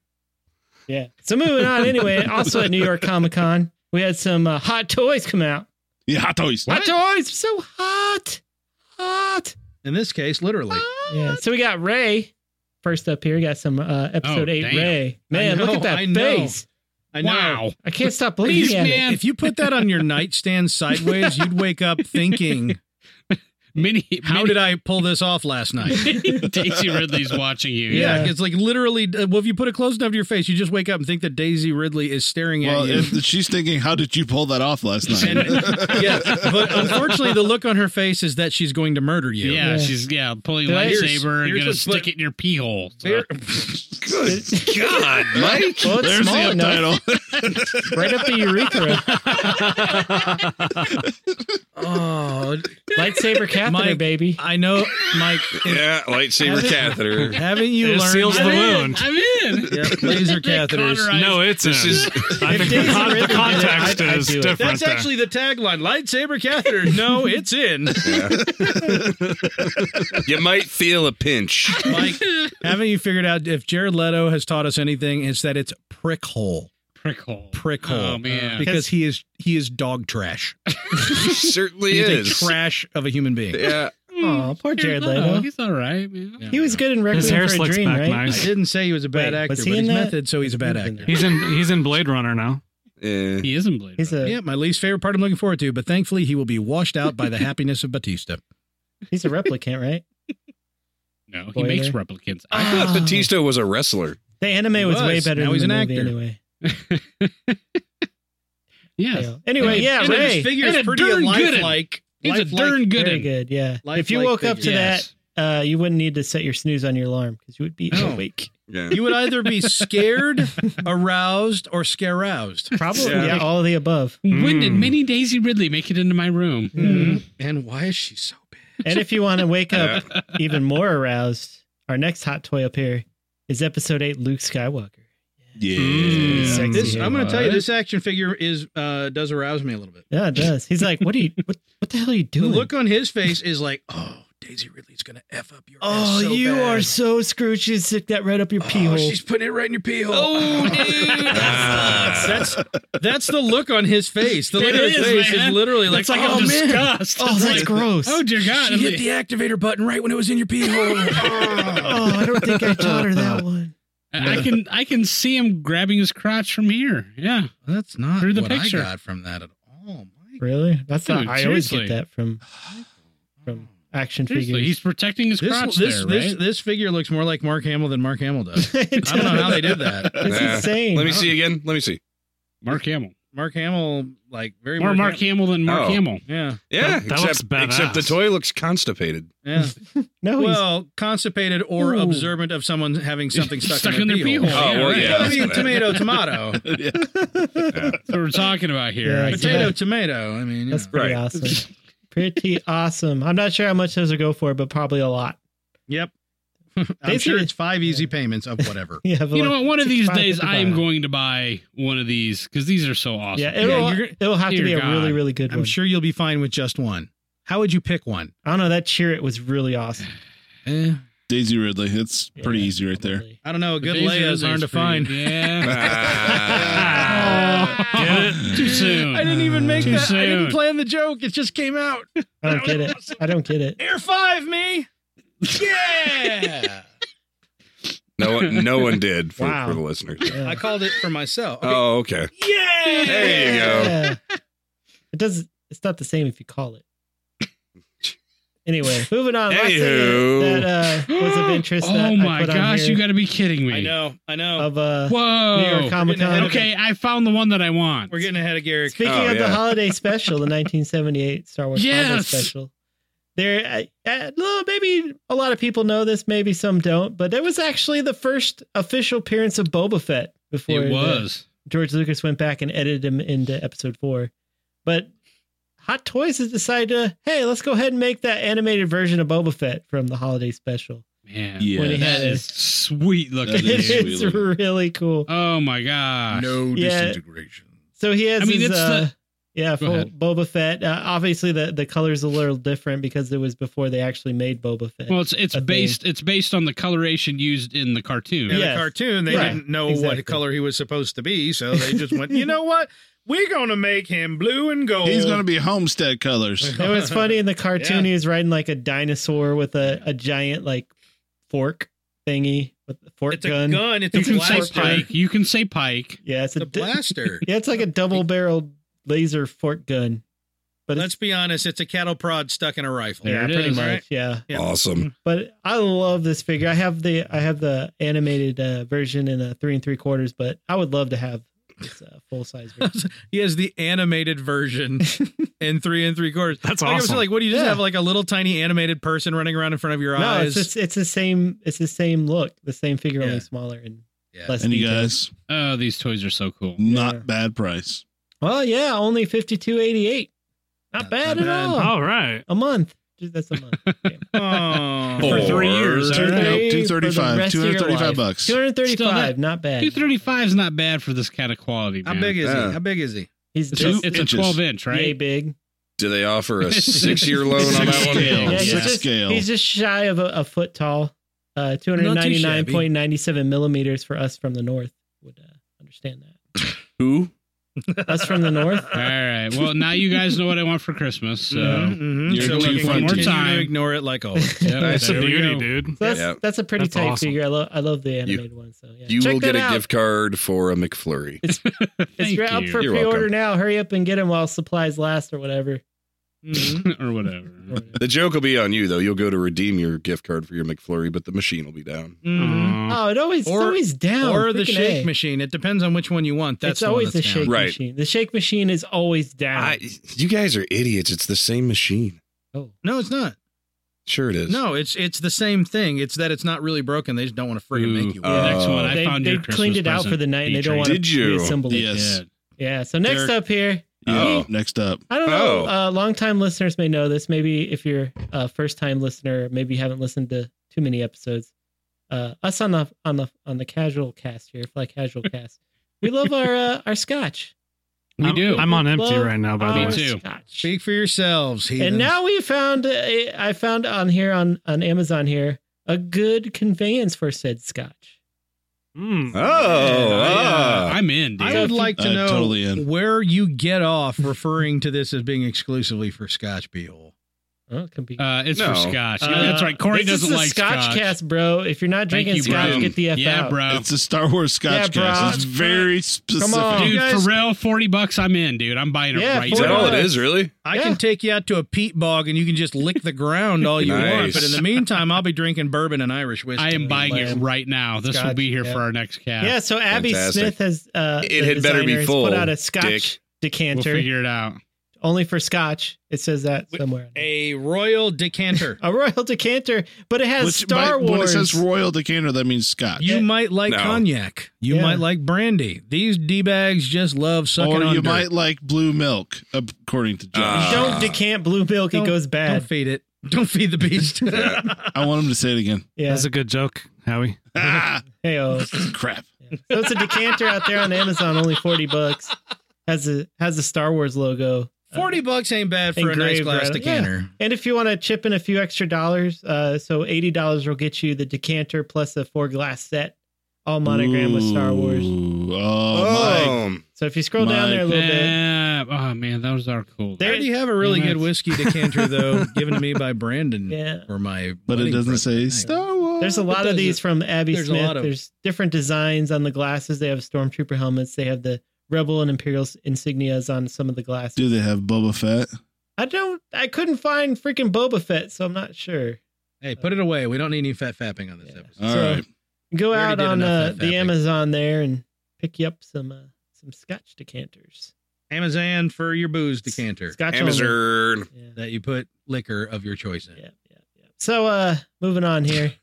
[SPEAKER 5] Yeah. So moving on. Anyway, also at New York Comic Con, we had some uh, hot toys come out.
[SPEAKER 3] Yeah, hot toys.
[SPEAKER 5] Hot toys, so hot, hot.
[SPEAKER 1] In this case, literally.
[SPEAKER 5] Yeah. So we got Ray first up here. We got some uh, episode
[SPEAKER 4] Oh,
[SPEAKER 5] eight
[SPEAKER 4] damn.
[SPEAKER 5] Ray. Man,
[SPEAKER 1] know,
[SPEAKER 5] look at that
[SPEAKER 1] I know.
[SPEAKER 5] face.
[SPEAKER 1] I know.
[SPEAKER 4] Wow.
[SPEAKER 5] I can't stop
[SPEAKER 4] Please,
[SPEAKER 5] looking at it.
[SPEAKER 4] man.
[SPEAKER 1] If you put that on your nightstand sideways, you'd wake up thinking
[SPEAKER 4] Many.
[SPEAKER 1] How
[SPEAKER 4] many-
[SPEAKER 1] did I pull this off last night?
[SPEAKER 4] Daisy Ridley's watching you?
[SPEAKER 1] Yeah,
[SPEAKER 5] Yeah.
[SPEAKER 1] it's like literally. uh, Well, if you put it close enough to your face, you just wake up and think that Daisy Ridley is staring
[SPEAKER 3] Well,
[SPEAKER 1] at you.
[SPEAKER 3] if she's thinking, how did you pull that off last
[SPEAKER 1] and,
[SPEAKER 3] night?
[SPEAKER 1] yeah, but unfortunately, the look on her face is that she's going to murder you.
[SPEAKER 4] Yeah,
[SPEAKER 5] Yeah.
[SPEAKER 4] she's yeah pulling
[SPEAKER 5] Did I-
[SPEAKER 4] lightsaber
[SPEAKER 1] Here's-
[SPEAKER 4] and
[SPEAKER 1] here's
[SPEAKER 4] gonna
[SPEAKER 1] what's-
[SPEAKER 4] stick it in your pee hole. So-
[SPEAKER 6] Good God, Mike.
[SPEAKER 5] Well, it's
[SPEAKER 3] There's the
[SPEAKER 5] small enough,
[SPEAKER 3] subtitle.
[SPEAKER 5] right up the urethra.
[SPEAKER 1] Oh,
[SPEAKER 5] Lightsaber catheter,
[SPEAKER 1] Mike,
[SPEAKER 5] baby.
[SPEAKER 1] I know, Mike.
[SPEAKER 6] Yeah, lightsaber catheter.
[SPEAKER 1] Haven't you
[SPEAKER 7] It
[SPEAKER 1] learned?
[SPEAKER 7] seals the
[SPEAKER 1] Yeah,
[SPEAKER 7] wound.
[SPEAKER 4] I'm in.
[SPEAKER 1] laser
[SPEAKER 4] Rick
[SPEAKER 1] catheters.
[SPEAKER 4] Conrad-
[SPEAKER 7] No, it's
[SPEAKER 6] This
[SPEAKER 7] in.
[SPEAKER 6] is
[SPEAKER 7] I think the,
[SPEAKER 5] Daisy
[SPEAKER 7] con- the
[SPEAKER 5] Ridley did it,
[SPEAKER 7] context
[SPEAKER 5] I'd- I'd
[SPEAKER 7] is
[SPEAKER 5] do it.
[SPEAKER 7] different. uh,
[SPEAKER 1] That's
[SPEAKER 7] there.
[SPEAKER 1] actually the tagline: lightsaber catheter. No, it's in.
[SPEAKER 6] you might feel a pinch.
[SPEAKER 1] Mike, haven't you figured out if Jared Leto has taught us anything? It's that it's prick hole,
[SPEAKER 4] prick hole.
[SPEAKER 1] prick hole.
[SPEAKER 4] Oh man.
[SPEAKER 1] Because he is he is dog trash.
[SPEAKER 6] certainly
[SPEAKER 1] He
[SPEAKER 6] is.
[SPEAKER 1] is a trash of a human being.
[SPEAKER 6] yeah,
[SPEAKER 5] Oh, poor Jared Leto.
[SPEAKER 4] He's all right. Man.
[SPEAKER 5] He was good in
[SPEAKER 7] His
[SPEAKER 5] Requiem
[SPEAKER 7] hair
[SPEAKER 5] for a
[SPEAKER 7] slicks
[SPEAKER 5] Dream,
[SPEAKER 7] back
[SPEAKER 5] right?
[SPEAKER 1] I
[SPEAKER 7] nice.
[SPEAKER 1] didn't say he was a bad
[SPEAKER 5] Wait,
[SPEAKER 1] actor,
[SPEAKER 5] was he
[SPEAKER 1] but
[SPEAKER 5] in
[SPEAKER 1] he's
[SPEAKER 5] that?
[SPEAKER 1] method, so he's a bad actor.
[SPEAKER 7] He's in. He's in Blade Runner now.
[SPEAKER 6] yeah.
[SPEAKER 4] He is in Blade.
[SPEAKER 5] He's
[SPEAKER 4] Runner.
[SPEAKER 5] a
[SPEAKER 1] Yeah, my least favorite part I'm looking forward to, but thankfully he will be washed out by the happiness of Batista.
[SPEAKER 5] he's a replicant, right?
[SPEAKER 4] no, he
[SPEAKER 5] Boyer.
[SPEAKER 4] makes replicants.
[SPEAKER 6] I thought
[SPEAKER 5] Oh.
[SPEAKER 7] Ah.
[SPEAKER 6] Batista was a wrestler.
[SPEAKER 5] The anime was,
[SPEAKER 1] was.
[SPEAKER 5] way better
[SPEAKER 1] Now
[SPEAKER 5] than
[SPEAKER 1] he's
[SPEAKER 5] the
[SPEAKER 1] an
[SPEAKER 5] movie
[SPEAKER 1] actor.
[SPEAKER 5] anyway.
[SPEAKER 4] Yeah.
[SPEAKER 5] Yeah. Anyway, yeah,
[SPEAKER 1] and
[SPEAKER 5] Ray.
[SPEAKER 1] his figure's
[SPEAKER 4] And a
[SPEAKER 1] pretty
[SPEAKER 4] darn good-
[SPEAKER 1] lifelike.
[SPEAKER 4] He's a
[SPEAKER 1] lifelike-
[SPEAKER 4] darn good.
[SPEAKER 5] Very
[SPEAKER 4] un.
[SPEAKER 5] good, yeah.
[SPEAKER 1] Life
[SPEAKER 5] if you
[SPEAKER 1] like
[SPEAKER 5] woke up to
[SPEAKER 1] figure.
[SPEAKER 4] Yes.
[SPEAKER 5] that, uh, you wouldn't need to set your snooze on your alarm because you would be
[SPEAKER 1] No.
[SPEAKER 5] awake.
[SPEAKER 6] Yeah.
[SPEAKER 1] You would either be scared, aroused, or scaroused.
[SPEAKER 5] Probably,
[SPEAKER 6] Yeah.
[SPEAKER 5] yeah. all of the above.
[SPEAKER 4] When did
[SPEAKER 7] Mm.
[SPEAKER 4] Minnie Daisy Ridley make it into my room?
[SPEAKER 1] Mm-hmm. And why is she so bad?
[SPEAKER 5] And if you want to wake up even more aroused, our next hot toy up here is episode eight, Luke Skywalker.
[SPEAKER 7] Mm.
[SPEAKER 3] yeah.
[SPEAKER 5] Sexy
[SPEAKER 1] This,
[SPEAKER 5] hair.
[SPEAKER 1] I'm going to tell you,
[SPEAKER 4] What?
[SPEAKER 1] this action figure is uh, does arouse me a little bit.
[SPEAKER 5] Yeah, it does. He's like, "What are you? What, what the hell are you
[SPEAKER 1] The
[SPEAKER 5] doing?
[SPEAKER 1] look on his face is like, oh, Daisy Ridley's going to f up your.
[SPEAKER 5] oh,
[SPEAKER 1] ass so
[SPEAKER 5] you
[SPEAKER 1] bad.
[SPEAKER 5] are so screwed. She stick that right up your pee
[SPEAKER 1] Oh,
[SPEAKER 5] hole.
[SPEAKER 1] she's putting it right in your pee hole.
[SPEAKER 4] Oh, dude.
[SPEAKER 6] Ah.
[SPEAKER 1] That's
[SPEAKER 5] Uh,
[SPEAKER 1] that's the look on his face. The look
[SPEAKER 4] It
[SPEAKER 1] on his
[SPEAKER 4] is,
[SPEAKER 1] face
[SPEAKER 4] man.
[SPEAKER 1] is literally like,
[SPEAKER 4] It's like
[SPEAKER 1] oh,
[SPEAKER 4] I'm
[SPEAKER 1] man.
[SPEAKER 4] disgust.
[SPEAKER 5] oh, that's gross.
[SPEAKER 4] Oh dear God!
[SPEAKER 1] She
[SPEAKER 4] I'm
[SPEAKER 1] hit
[SPEAKER 4] like-
[SPEAKER 1] the activator button right when it was in your pee hole. Oh.
[SPEAKER 5] oh, I don't think I taught her that one.
[SPEAKER 4] I I can I can see him grabbing his crotch from here. Yeah,
[SPEAKER 1] That's not
[SPEAKER 4] Through the
[SPEAKER 1] what
[SPEAKER 4] picture.
[SPEAKER 1] I got from that at all. My God.
[SPEAKER 5] Really? That's
[SPEAKER 4] Dude,
[SPEAKER 5] not. I always
[SPEAKER 4] seriously.
[SPEAKER 5] get that from from action
[SPEAKER 4] seriously,
[SPEAKER 5] figures.
[SPEAKER 4] he's protecting his crotch
[SPEAKER 1] This this,
[SPEAKER 4] there,
[SPEAKER 1] this
[SPEAKER 4] right?
[SPEAKER 1] this figure looks more like Mark Hamill than Mark Hamill does.
[SPEAKER 5] It
[SPEAKER 1] I don't know how
[SPEAKER 5] does.
[SPEAKER 1] they did that.
[SPEAKER 5] It's
[SPEAKER 6] Nah.
[SPEAKER 5] insane.
[SPEAKER 6] Let me see again. Let me see.
[SPEAKER 4] Mark Hamill,
[SPEAKER 1] Mark Hamill, like very
[SPEAKER 4] more Mark
[SPEAKER 1] Ham-
[SPEAKER 4] Hamill than Mark
[SPEAKER 6] Oh.
[SPEAKER 4] Hamill.
[SPEAKER 1] Yeah,
[SPEAKER 6] Yeah,
[SPEAKER 7] That- that looks
[SPEAKER 6] except except the
[SPEAKER 7] badass.
[SPEAKER 6] toy looks constipated.
[SPEAKER 1] yeah.
[SPEAKER 5] No, he's
[SPEAKER 1] Well, constipated or
[SPEAKER 5] Ooh.
[SPEAKER 1] observant of someone having something stuck,
[SPEAKER 4] Stuck in their pee hole.
[SPEAKER 6] Oh, well,
[SPEAKER 4] right.
[SPEAKER 6] yeah.
[SPEAKER 1] I
[SPEAKER 6] that's
[SPEAKER 1] mean,
[SPEAKER 6] bad.
[SPEAKER 1] tomato, tomato,
[SPEAKER 4] That's what we're talking about here.
[SPEAKER 5] Yeah,
[SPEAKER 4] I
[SPEAKER 5] it's
[SPEAKER 4] guess.
[SPEAKER 1] potato, tomato. I mean, you
[SPEAKER 5] that's
[SPEAKER 1] know.
[SPEAKER 5] pretty
[SPEAKER 6] right.
[SPEAKER 5] awesome. pretty awesome. I'm not sure how much those will go for, but probably a lot.
[SPEAKER 1] yep. I'm
[SPEAKER 5] Basically-
[SPEAKER 1] sure it's five easy payments of whatever.
[SPEAKER 5] Yeah, but
[SPEAKER 4] You know
[SPEAKER 5] like-
[SPEAKER 4] what? One of these
[SPEAKER 5] 65,
[SPEAKER 4] days, I am
[SPEAKER 5] 55.
[SPEAKER 4] going to buy one of these because these are so awesome.
[SPEAKER 5] Yeah, it'll,
[SPEAKER 1] you're-
[SPEAKER 5] it'll have to
[SPEAKER 4] dear
[SPEAKER 5] be a
[SPEAKER 4] God.
[SPEAKER 5] really, really good
[SPEAKER 1] I'm
[SPEAKER 5] one.
[SPEAKER 1] sure you'll be fine with just one. How would you pick one?
[SPEAKER 5] I don't know. That cheer it was really awesome.
[SPEAKER 3] Daisy Ridley. It's pretty
[SPEAKER 5] Yeah,
[SPEAKER 3] easy right there.
[SPEAKER 5] probably.
[SPEAKER 1] I don't know. A
[SPEAKER 4] The
[SPEAKER 1] good
[SPEAKER 4] Daisy
[SPEAKER 1] Leia is hard to
[SPEAKER 4] Ridley's
[SPEAKER 1] find.
[SPEAKER 4] pretty- Yeah.
[SPEAKER 6] Ah.
[SPEAKER 4] Get it? Too soon.
[SPEAKER 1] I didn't even make
[SPEAKER 4] Too
[SPEAKER 1] that. I didn't
[SPEAKER 4] soon.
[SPEAKER 1] plan the joke. It just came out.
[SPEAKER 5] I don't get it. I don't get it.
[SPEAKER 1] Air five, me. Yeah.
[SPEAKER 6] no one, no one did for,
[SPEAKER 5] Wow.
[SPEAKER 6] for the listeners.
[SPEAKER 5] Yeah.
[SPEAKER 1] I called it for myself. Okay.
[SPEAKER 6] Oh, okay.
[SPEAKER 1] Yeah.
[SPEAKER 6] There you go.
[SPEAKER 5] Yeah. It does. It's not the same if you call it. Anyway, moving on. Last thing
[SPEAKER 6] Anywho.
[SPEAKER 5] that uh, was of interest. that
[SPEAKER 4] oh
[SPEAKER 5] I
[SPEAKER 4] my
[SPEAKER 5] put on
[SPEAKER 4] gosh!
[SPEAKER 5] here
[SPEAKER 4] You got to be kidding me.
[SPEAKER 1] I know. I know.
[SPEAKER 5] Of uh, New York
[SPEAKER 4] Whoa.
[SPEAKER 5] Comic Con.
[SPEAKER 4] Okay, I found the one that I want.
[SPEAKER 1] We're getting ahead of Gary.
[SPEAKER 5] Speaking
[SPEAKER 6] Oh,
[SPEAKER 5] of the
[SPEAKER 6] yeah.
[SPEAKER 5] holiday special, the 1978 Star Wars holiday
[SPEAKER 4] Yes.
[SPEAKER 5] special, there, I- I- well, maybe a lot of people know this, maybe some don't, but it was actually the first official appearance of Boba Fett before
[SPEAKER 4] It
[SPEAKER 5] the-
[SPEAKER 4] was.
[SPEAKER 5] George Lucas went back and edited him into Episode Four. But Hot Toys has decided to, hey, let's go ahead and make that animated version of Boba Fett from the holiday special.
[SPEAKER 4] Man,
[SPEAKER 3] Yeah.
[SPEAKER 5] When he had
[SPEAKER 4] that
[SPEAKER 5] it.
[SPEAKER 4] is sweet looking.
[SPEAKER 3] That is
[SPEAKER 5] It
[SPEAKER 3] sweet
[SPEAKER 5] is
[SPEAKER 3] looking.
[SPEAKER 5] really cool.
[SPEAKER 4] Oh my gosh.
[SPEAKER 1] No
[SPEAKER 5] Yeah.
[SPEAKER 1] disintegration.
[SPEAKER 5] So he has
[SPEAKER 4] I mean,
[SPEAKER 5] his,
[SPEAKER 4] it's
[SPEAKER 5] uh, yeah,
[SPEAKER 4] Go
[SPEAKER 5] full
[SPEAKER 4] ahead.
[SPEAKER 5] Boba Fett. Uh, obviously, the the color's a little different because it was before they actually made Boba Fett.
[SPEAKER 4] Well, it's it's
[SPEAKER 5] a thing.
[SPEAKER 4] based it's based on the coloration used in the cartoon.
[SPEAKER 1] In
[SPEAKER 5] Yes.
[SPEAKER 1] the cartoon, they
[SPEAKER 5] Right.
[SPEAKER 1] didn't know
[SPEAKER 5] Exactly.
[SPEAKER 1] what color he was supposed to be, so they just went, you know what? We're gonna make him blue and
[SPEAKER 5] Oh,
[SPEAKER 1] gold.
[SPEAKER 3] He's gonna be homestead colors.
[SPEAKER 5] it was funny in the cartoon. He was riding like a dinosaur with a, a giant like fork thingy with a fork
[SPEAKER 1] It's
[SPEAKER 5] gun.
[SPEAKER 1] a gun. It's
[SPEAKER 4] You
[SPEAKER 1] a
[SPEAKER 4] can say
[SPEAKER 1] blaster.
[SPEAKER 4] Pike. You can say Pike.
[SPEAKER 5] Yeah, it's a
[SPEAKER 1] It's a
[SPEAKER 5] di-
[SPEAKER 1] blaster.
[SPEAKER 5] yeah, it's like a double barreled laser fork gun. But
[SPEAKER 1] Let's be honest, it's a cattle prod stuck in a rifle.
[SPEAKER 4] There
[SPEAKER 5] yeah,
[SPEAKER 4] it
[SPEAKER 5] pretty
[SPEAKER 4] is.
[SPEAKER 5] much.
[SPEAKER 1] Right?
[SPEAKER 5] Yeah.
[SPEAKER 1] Yeah.
[SPEAKER 6] Awesome.
[SPEAKER 5] But I love this figure. I have the I have the animated uh, version in a three and three quarters, but I would love to have this uh, full size version.
[SPEAKER 1] He has the animated version in three and three quarters.
[SPEAKER 7] That's
[SPEAKER 1] Like, I was
[SPEAKER 7] awesome.
[SPEAKER 1] like, what do you just
[SPEAKER 5] Yeah.
[SPEAKER 1] have like a little tiny animated person running around in front of your
[SPEAKER 5] no,
[SPEAKER 1] eyes?
[SPEAKER 5] it's just, it's the same it's the same look, the same figure
[SPEAKER 1] Yeah.
[SPEAKER 5] only smaller and
[SPEAKER 1] Yeah.
[SPEAKER 5] less.
[SPEAKER 3] And you
[SPEAKER 5] detail.
[SPEAKER 3] guys,
[SPEAKER 4] Oh, these toys are so cool.
[SPEAKER 5] Yeah.
[SPEAKER 3] not bad price.
[SPEAKER 5] Well, yeah, only fifty two eighty eight. Not
[SPEAKER 1] Not
[SPEAKER 5] bad
[SPEAKER 1] that
[SPEAKER 5] at
[SPEAKER 1] bad.
[SPEAKER 5] all.
[SPEAKER 7] All right.
[SPEAKER 5] A month. Dude, that's a month.
[SPEAKER 1] oh,
[SPEAKER 6] For three
[SPEAKER 3] years.
[SPEAKER 5] All right.
[SPEAKER 3] Nope,
[SPEAKER 5] For the
[SPEAKER 3] 235
[SPEAKER 5] rest of your
[SPEAKER 3] 235
[SPEAKER 5] life.
[SPEAKER 3] bucks.
[SPEAKER 5] Two hundred thirty
[SPEAKER 4] Still
[SPEAKER 5] five.
[SPEAKER 4] not-
[SPEAKER 5] Not bad.
[SPEAKER 4] Two thirty five is not bad for this kind of quality.
[SPEAKER 1] How
[SPEAKER 4] man.
[SPEAKER 1] big is
[SPEAKER 6] Yeah.
[SPEAKER 1] he? How big is he?
[SPEAKER 5] He's
[SPEAKER 4] It's,
[SPEAKER 5] just
[SPEAKER 4] a, it's a
[SPEAKER 3] inches.
[SPEAKER 4] twelve inch,
[SPEAKER 5] yay
[SPEAKER 4] right?
[SPEAKER 5] big.
[SPEAKER 6] Do they offer a six year loan on that one?
[SPEAKER 3] Scale.
[SPEAKER 5] he's
[SPEAKER 3] Six
[SPEAKER 5] just,
[SPEAKER 3] scale.
[SPEAKER 5] He's just shy of a, a foot tall. Uh, two hundred ninety nine point ninety seven millimeters for us from the north would uh, understand that.
[SPEAKER 6] Who?
[SPEAKER 5] Us from the north.
[SPEAKER 4] All right. Well, now you guys know what I want for Christmas. So.
[SPEAKER 1] Mhm.
[SPEAKER 3] You're
[SPEAKER 1] So
[SPEAKER 3] too
[SPEAKER 1] we can
[SPEAKER 3] funny.
[SPEAKER 1] continue
[SPEAKER 4] More time.
[SPEAKER 1] to ignore it like always.
[SPEAKER 4] Yep,
[SPEAKER 6] That's a
[SPEAKER 4] there we
[SPEAKER 7] Beauty,
[SPEAKER 4] go.
[SPEAKER 7] dude.
[SPEAKER 5] So that's
[SPEAKER 6] Yeah.
[SPEAKER 5] that's a pretty
[SPEAKER 7] That's
[SPEAKER 5] tight
[SPEAKER 7] awesome.
[SPEAKER 5] figure. I love I love the animated one. So yeah,
[SPEAKER 6] You
[SPEAKER 5] Check
[SPEAKER 6] will get
[SPEAKER 5] that
[SPEAKER 6] a
[SPEAKER 5] out.
[SPEAKER 6] gift card for a McFlurry.
[SPEAKER 5] It's
[SPEAKER 4] Thank
[SPEAKER 5] out
[SPEAKER 4] you.
[SPEAKER 5] for
[SPEAKER 6] You're
[SPEAKER 5] pre order
[SPEAKER 6] welcome.
[SPEAKER 5] now. Hurry up and get them while supplies last or whatever.
[SPEAKER 1] Mm-hmm.
[SPEAKER 4] or whatever.
[SPEAKER 5] Or whatever.
[SPEAKER 6] The joke will be on you, though. You'll go to redeem your gift card for your McFlurry, but the machine will be down.
[SPEAKER 7] Mm-hmm.
[SPEAKER 1] Mhm.
[SPEAKER 7] Aw.
[SPEAKER 5] Oh, it always it's
[SPEAKER 1] Or-
[SPEAKER 5] always down.
[SPEAKER 1] Or the
[SPEAKER 5] Freaking
[SPEAKER 1] shake
[SPEAKER 5] A.
[SPEAKER 1] machine. It depends on which one you want. That's
[SPEAKER 5] it's
[SPEAKER 1] the one
[SPEAKER 5] always the
[SPEAKER 1] that's down.
[SPEAKER 5] shake
[SPEAKER 6] Right.
[SPEAKER 5] machine. The shake machine is always down.
[SPEAKER 6] I, you guys are idiots. It's the same machine.
[SPEAKER 5] oh,
[SPEAKER 1] No, it's not.
[SPEAKER 6] Sure, it is.
[SPEAKER 1] No, it's it's the same thing. It's that it's not really broken. They just don't want to friggin'
[SPEAKER 4] Ooh,
[SPEAKER 1] make you.
[SPEAKER 6] Uh,
[SPEAKER 4] next one. I
[SPEAKER 5] they,
[SPEAKER 4] found
[SPEAKER 5] they
[SPEAKER 4] your Christmas
[SPEAKER 5] cleaned it out
[SPEAKER 4] present,
[SPEAKER 5] for the night and they don't
[SPEAKER 4] Dietrich.
[SPEAKER 5] want to
[SPEAKER 6] Did you?
[SPEAKER 5] reassemble it.
[SPEAKER 3] Yes.
[SPEAKER 4] Yeah.
[SPEAKER 5] Yeah. So next
[SPEAKER 3] They're-
[SPEAKER 5] up here,
[SPEAKER 3] Yeah,
[SPEAKER 6] Oh.
[SPEAKER 3] next up.
[SPEAKER 5] I don't know.
[SPEAKER 6] Oh.
[SPEAKER 5] Uh, longtime listeners may know this. Maybe if you're a first time listener, maybe you haven't listened to too many episodes. Uh, us on the on the on the casual cast here, Fly Casual Cast. We love our uh, our Scotch.
[SPEAKER 4] We
[SPEAKER 7] I'm,
[SPEAKER 4] do.
[SPEAKER 7] Um, I'm on empty
[SPEAKER 5] Love
[SPEAKER 7] right now, by the
[SPEAKER 5] our
[SPEAKER 7] way.
[SPEAKER 4] Me too.
[SPEAKER 5] Scotch.
[SPEAKER 1] Speak for yourselves.
[SPEAKER 5] And
[SPEAKER 1] heathens.
[SPEAKER 5] now we found, a- I found on here on on Amazon here a good conveyance for said scotch.
[SPEAKER 7] Mm.
[SPEAKER 6] Oh,
[SPEAKER 1] Yeah,
[SPEAKER 6] ah.
[SPEAKER 4] I'm in, dude.
[SPEAKER 1] I would like to
[SPEAKER 3] I'm
[SPEAKER 1] know
[SPEAKER 3] totally in.
[SPEAKER 1] where you get off referring to this as being exclusively for Scotch Beehole.
[SPEAKER 5] Oh, it could be.
[SPEAKER 4] uh, it's
[SPEAKER 6] No.
[SPEAKER 4] for scotch.
[SPEAKER 5] Uh,
[SPEAKER 4] Yeah, that's right. Corey
[SPEAKER 5] this is
[SPEAKER 4] doesn't
[SPEAKER 5] the
[SPEAKER 4] like
[SPEAKER 5] scotch,
[SPEAKER 4] scotch.
[SPEAKER 5] cast, bro. If you're not
[SPEAKER 4] Thank
[SPEAKER 5] drinking
[SPEAKER 4] you,
[SPEAKER 5] scotch,
[SPEAKER 4] bro.
[SPEAKER 5] get the f
[SPEAKER 4] yeah,
[SPEAKER 5] out.
[SPEAKER 4] bro.
[SPEAKER 3] It's a Star Wars Scotch
[SPEAKER 5] Yeah, bro.
[SPEAKER 3] cast. It's very specific.
[SPEAKER 5] on.
[SPEAKER 4] Dude,
[SPEAKER 1] You guys-
[SPEAKER 4] for real, forty bucks. I'm in, dude. I'm buying it
[SPEAKER 5] Yeah,
[SPEAKER 4] right
[SPEAKER 6] Is that
[SPEAKER 5] $40.
[SPEAKER 4] now.
[SPEAKER 6] all it is, really?
[SPEAKER 1] I
[SPEAKER 5] Yeah.
[SPEAKER 1] can take you out to a peat bog and you can just lick the ground all you want.
[SPEAKER 6] Nice.
[SPEAKER 1] But in the meantime, I'll be drinking bourbon and Irish whiskey.
[SPEAKER 4] I am buying it
[SPEAKER 5] Lamb.
[SPEAKER 4] right now. This will
[SPEAKER 5] Scotch,
[SPEAKER 4] be here
[SPEAKER 5] yeah.
[SPEAKER 4] for our next cast.
[SPEAKER 5] Yeah. So Abby
[SPEAKER 6] Fantastic.
[SPEAKER 5] Smith has. Uh,
[SPEAKER 6] It
[SPEAKER 5] the
[SPEAKER 6] had better be
[SPEAKER 5] designer, has
[SPEAKER 6] full,
[SPEAKER 5] Put out a scotch
[SPEAKER 6] dick.
[SPEAKER 4] we'll
[SPEAKER 5] decanter
[SPEAKER 4] figure it out.
[SPEAKER 5] only for scotch. It says that
[SPEAKER 1] Wait,
[SPEAKER 5] somewhere.
[SPEAKER 1] a royal decanter.
[SPEAKER 5] A royal decanter, but it has
[SPEAKER 3] Which
[SPEAKER 5] Star
[SPEAKER 3] by-
[SPEAKER 5] Wars.
[SPEAKER 3] When it says Royal Decanter, that means Scotch.
[SPEAKER 1] You might like
[SPEAKER 6] No.
[SPEAKER 1] cognac. You
[SPEAKER 5] Yeah.
[SPEAKER 1] might like brandy. These d bags just love sucking
[SPEAKER 3] or
[SPEAKER 1] on
[SPEAKER 3] you
[SPEAKER 1] dirt.
[SPEAKER 3] might like blue milk, according to Josh.
[SPEAKER 5] You
[SPEAKER 6] Ah.
[SPEAKER 5] don't decant blue milk;
[SPEAKER 1] Don't-
[SPEAKER 5] it goes bad.
[SPEAKER 1] Don't feed it. Don't feed the beast. Uh.
[SPEAKER 3] I want him to say it again.
[SPEAKER 5] yeah.
[SPEAKER 7] That's a good joke, Howie.
[SPEAKER 3] Ah,
[SPEAKER 5] Hey, oh.
[SPEAKER 3] crap.
[SPEAKER 5] So it's a decanter out there on Amazon, only forty bucks. Has a has the Star Wars logo. Uh,
[SPEAKER 1] Forty bucks ain't bad for a nice
[SPEAKER 5] Engraved
[SPEAKER 1] glass
[SPEAKER 5] right-
[SPEAKER 1] decanter.
[SPEAKER 5] And if you want to chip in a few extra dollars, uh, so eighty dollars will get you the decanter plus a four glass set, all monogram with Star Wars.
[SPEAKER 3] Ooh, oh,
[SPEAKER 6] Oh,
[SPEAKER 5] So if you scroll down there a little bit,
[SPEAKER 4] Yeah. Oh man, those are cool.
[SPEAKER 1] I
[SPEAKER 5] There-
[SPEAKER 1] already have a really
[SPEAKER 4] Yeah,
[SPEAKER 1] good
[SPEAKER 4] that's-
[SPEAKER 1] whiskey decanter though, given to me by Brandon
[SPEAKER 5] yeah,
[SPEAKER 1] for my.
[SPEAKER 3] But it
[SPEAKER 1] wedding
[SPEAKER 3] doesn't
[SPEAKER 1] present.
[SPEAKER 3] say
[SPEAKER 1] Thanks.
[SPEAKER 3] Star Wars.
[SPEAKER 5] there's a
[SPEAKER 1] But
[SPEAKER 5] lot
[SPEAKER 1] there's
[SPEAKER 5] of these
[SPEAKER 1] a-
[SPEAKER 5] from Abby
[SPEAKER 1] there's a lot
[SPEAKER 5] Smith.
[SPEAKER 1] of-
[SPEAKER 5] There's different designs on the glasses. They have stormtrooper helmets. They have the rebel and imperial insignias on some of the glasses.
[SPEAKER 3] Do they have Boba Fett?
[SPEAKER 5] I don't. I couldn't find freaking Boba Fett, so I'm not sure.
[SPEAKER 1] Hey, put it away. We don't need any fat fapping on this
[SPEAKER 5] Yeah.
[SPEAKER 1] episode.
[SPEAKER 3] All right.
[SPEAKER 5] So- go
[SPEAKER 1] We already
[SPEAKER 5] out
[SPEAKER 1] did
[SPEAKER 5] on
[SPEAKER 1] enough
[SPEAKER 5] uh,
[SPEAKER 1] of that
[SPEAKER 5] the
[SPEAKER 1] fabric.
[SPEAKER 5] Amazon there and pick you up some uh, some Scotch decanters.
[SPEAKER 1] Amazon for your booze decanter
[SPEAKER 5] Scotch only.
[SPEAKER 6] Amazon.
[SPEAKER 5] Yeah, yeah,
[SPEAKER 1] that you put liquor of your choice in.
[SPEAKER 5] yeah, yeah. So uh, moving on here.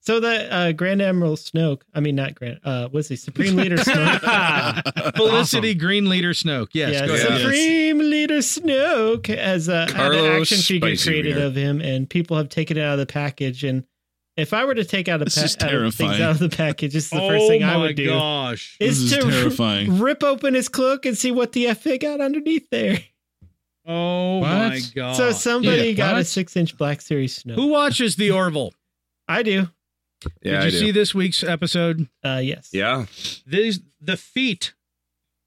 [SPEAKER 5] so the uh, Grand Admiral Snoke, I mean not Grand, uh, was he Supreme Leader Snoke?
[SPEAKER 1] Felicity Greenleader Snoke. Yes,
[SPEAKER 5] yeah,
[SPEAKER 1] go ahead.
[SPEAKER 3] so- Yes.
[SPEAKER 5] Supreme Leader Snoke has uh, had an
[SPEAKER 6] Carlos
[SPEAKER 5] action figure
[SPEAKER 6] Spicy
[SPEAKER 5] created
[SPEAKER 6] Bear.
[SPEAKER 5] of him, and people have taken it out of the package. And if I were to take out a
[SPEAKER 3] This
[SPEAKER 5] pa-
[SPEAKER 3] is
[SPEAKER 5] out of things
[SPEAKER 3] terrifying.
[SPEAKER 5] out of the package, this is the
[SPEAKER 1] oh
[SPEAKER 5] first thing I
[SPEAKER 1] my
[SPEAKER 5] would do.
[SPEAKER 1] gosh!
[SPEAKER 3] This
[SPEAKER 5] Is
[SPEAKER 3] is
[SPEAKER 5] to
[SPEAKER 3] terrifying.
[SPEAKER 5] rip open his cloak and see what the F they got underneath there.
[SPEAKER 1] Oh
[SPEAKER 4] What?
[SPEAKER 1] my god!
[SPEAKER 5] so somebody
[SPEAKER 4] yeah,
[SPEAKER 5] got a
[SPEAKER 4] what?
[SPEAKER 5] six inch Black Series snow.
[SPEAKER 1] Who watches the Orville?
[SPEAKER 5] I do.
[SPEAKER 1] Did
[SPEAKER 6] Yeah,
[SPEAKER 1] you
[SPEAKER 6] I do.
[SPEAKER 1] see this week's episode?
[SPEAKER 5] Uh, yes.
[SPEAKER 6] Yeah.
[SPEAKER 1] These the feet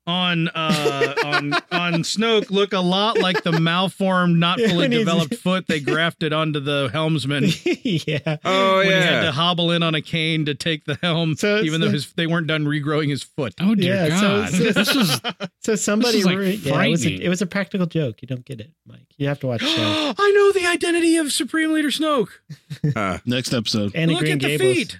[SPEAKER 1] on uh, on on Snoke look a lot like the malformed, not
[SPEAKER 5] Yeah,
[SPEAKER 1] fully
[SPEAKER 5] when he's-
[SPEAKER 1] developed foot they grafted onto the helmsman
[SPEAKER 5] yeah.
[SPEAKER 6] Oh
[SPEAKER 1] when he had to
[SPEAKER 6] yeah.
[SPEAKER 1] hobble in on a cane to take the helm,
[SPEAKER 5] So it's
[SPEAKER 1] even though
[SPEAKER 5] the-
[SPEAKER 1] his they weren't done regrowing his foot.
[SPEAKER 4] Oh dear
[SPEAKER 5] Yeah, so
[SPEAKER 4] God!
[SPEAKER 5] it's just-
[SPEAKER 4] this is
[SPEAKER 5] So somebody,
[SPEAKER 4] like,
[SPEAKER 5] re- yeah, it was, a,
[SPEAKER 4] frightening.
[SPEAKER 5] it was a practical joke. You don't get it, Mike. You have to watch the show.
[SPEAKER 1] I know the identity of Supreme Leader Snoke.
[SPEAKER 6] Uh,
[SPEAKER 3] Next episode.
[SPEAKER 5] Anna
[SPEAKER 1] look
[SPEAKER 5] Green
[SPEAKER 1] at the
[SPEAKER 5] Gables.
[SPEAKER 1] feet.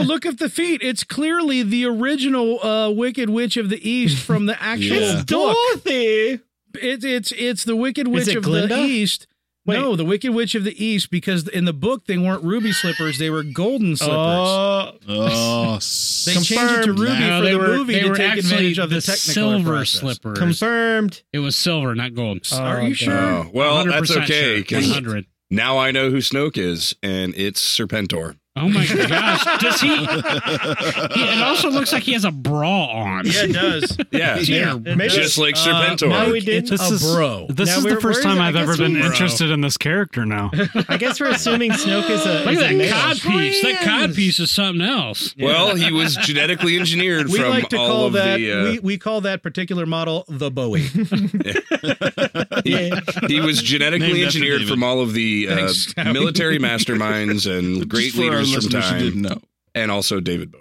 [SPEAKER 1] No, look at the feet. It's clearly the original uh, Wicked Witch of the East from the actual
[SPEAKER 6] Yeah.
[SPEAKER 5] it's
[SPEAKER 1] book.
[SPEAKER 5] Dorothy.
[SPEAKER 1] It's it's it's the Wicked Witch
[SPEAKER 5] it
[SPEAKER 1] of
[SPEAKER 5] Glinda?
[SPEAKER 1] the East.
[SPEAKER 5] Wait.
[SPEAKER 1] No, the Wicked Witch of the East because in the book they weren't ruby slippers; they were golden slippers. Uh,
[SPEAKER 5] Oh,
[SPEAKER 3] Oh,
[SPEAKER 1] they changed it to ruby
[SPEAKER 4] no,
[SPEAKER 1] for
[SPEAKER 4] they
[SPEAKER 1] the
[SPEAKER 4] were
[SPEAKER 1] movie
[SPEAKER 4] they
[SPEAKER 1] to
[SPEAKER 4] were
[SPEAKER 1] take
[SPEAKER 4] actually
[SPEAKER 1] advantage of the, technical
[SPEAKER 4] silver
[SPEAKER 1] process.
[SPEAKER 4] slippers.
[SPEAKER 5] confirmed.
[SPEAKER 4] it was silver, not gold.
[SPEAKER 1] Are
[SPEAKER 5] Oh,
[SPEAKER 1] you
[SPEAKER 5] God.
[SPEAKER 1] sure?
[SPEAKER 6] oh, well, that's
[SPEAKER 4] 100%
[SPEAKER 6] okay.
[SPEAKER 4] Sure.
[SPEAKER 6] 'cause
[SPEAKER 4] 100.
[SPEAKER 6] now I know who Snoke is, and it's Serpentor.
[SPEAKER 4] Oh my gosh! Does he? he- It also looks like he has a bra on.
[SPEAKER 1] Yeah, it does.
[SPEAKER 6] Yeah,
[SPEAKER 4] Dear.
[SPEAKER 5] Maybe-
[SPEAKER 6] just like
[SPEAKER 1] Uh,
[SPEAKER 6] Serpentor.
[SPEAKER 5] now we
[SPEAKER 1] It's
[SPEAKER 5] didn't.
[SPEAKER 7] This
[SPEAKER 1] a
[SPEAKER 7] is-
[SPEAKER 1] bro.
[SPEAKER 7] This
[SPEAKER 5] Now
[SPEAKER 7] is
[SPEAKER 5] we're-
[SPEAKER 7] the first
[SPEAKER 5] we're-
[SPEAKER 7] time
[SPEAKER 5] I
[SPEAKER 7] I've
[SPEAKER 5] guess
[SPEAKER 7] ever been
[SPEAKER 5] we're-
[SPEAKER 7] interested in this character now.
[SPEAKER 5] I guess we're assuming Snoke is a.
[SPEAKER 4] Look
[SPEAKER 5] is a
[SPEAKER 4] at that
[SPEAKER 5] male.
[SPEAKER 4] cod piece. That cod piece is something else.
[SPEAKER 6] Well, he was genetically engineered
[SPEAKER 1] We
[SPEAKER 6] from
[SPEAKER 1] like to
[SPEAKER 6] all
[SPEAKER 1] call
[SPEAKER 6] of
[SPEAKER 1] that
[SPEAKER 6] the. Uh,
[SPEAKER 1] we, we call that particular model the Bowie.
[SPEAKER 5] Yeah.
[SPEAKER 6] uh, he was
[SPEAKER 3] Named
[SPEAKER 6] genetically
[SPEAKER 3] after
[SPEAKER 6] engineered
[SPEAKER 3] David.
[SPEAKER 6] from all of the uh,
[SPEAKER 1] Thanks, Howie.
[SPEAKER 6] military masterminds and great
[SPEAKER 3] Just for our
[SPEAKER 6] leaders from
[SPEAKER 3] listeners who
[SPEAKER 6] time,
[SPEAKER 3] didn't know.
[SPEAKER 6] and also David Bowie.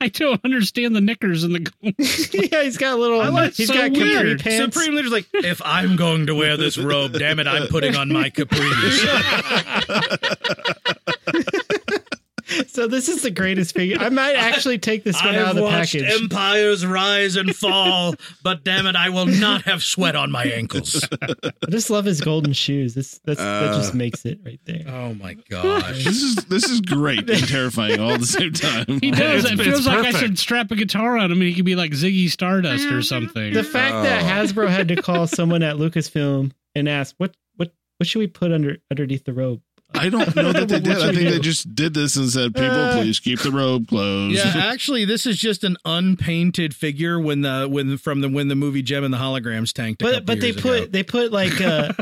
[SPEAKER 4] I don't understand the knickers and the gold.
[SPEAKER 5] yeah, he's got little.
[SPEAKER 1] I like-
[SPEAKER 5] he's
[SPEAKER 4] so
[SPEAKER 5] got capri
[SPEAKER 4] weird.
[SPEAKER 5] pants.
[SPEAKER 1] Supreme Leader's like, if I'm going to wear this robe, damn it, I'm putting on my capris.
[SPEAKER 5] So this is the greatest figure. I might actually take this one out of
[SPEAKER 1] I've
[SPEAKER 5] the
[SPEAKER 1] watched
[SPEAKER 5] package.
[SPEAKER 1] empires rise and fall, but damn it, I will not have sweat on my ankles.
[SPEAKER 5] I just love his golden shoes. This that's, that
[SPEAKER 6] Uh.
[SPEAKER 5] just makes it right there.
[SPEAKER 1] Oh my gosh.
[SPEAKER 3] This is this is great and terrifying all at the same time.
[SPEAKER 4] He does.
[SPEAKER 7] It's-
[SPEAKER 4] it
[SPEAKER 7] it's
[SPEAKER 4] feels like I should
[SPEAKER 7] perfect.
[SPEAKER 4] strap a guitar on him and he could be like Ziggy Stardust or something.
[SPEAKER 5] The fact that
[SPEAKER 6] Oh.
[SPEAKER 5] Hasbro had to call someone at Lucasfilm and ask what what what should we put under underneath the robe?
[SPEAKER 3] I don't know that they
[SPEAKER 5] What
[SPEAKER 3] did.
[SPEAKER 5] should
[SPEAKER 3] I
[SPEAKER 5] we
[SPEAKER 3] think they
[SPEAKER 5] do?
[SPEAKER 3] just did this and said, "People,
[SPEAKER 5] Uh,
[SPEAKER 3] please keep the robe closed."
[SPEAKER 1] Yeah, actually, this is just an unpainted figure when the when from the when the movie Gem and the Holograms tanked. a couple
[SPEAKER 5] But but they
[SPEAKER 1] years
[SPEAKER 5] put
[SPEAKER 1] ago.
[SPEAKER 5] they put like uh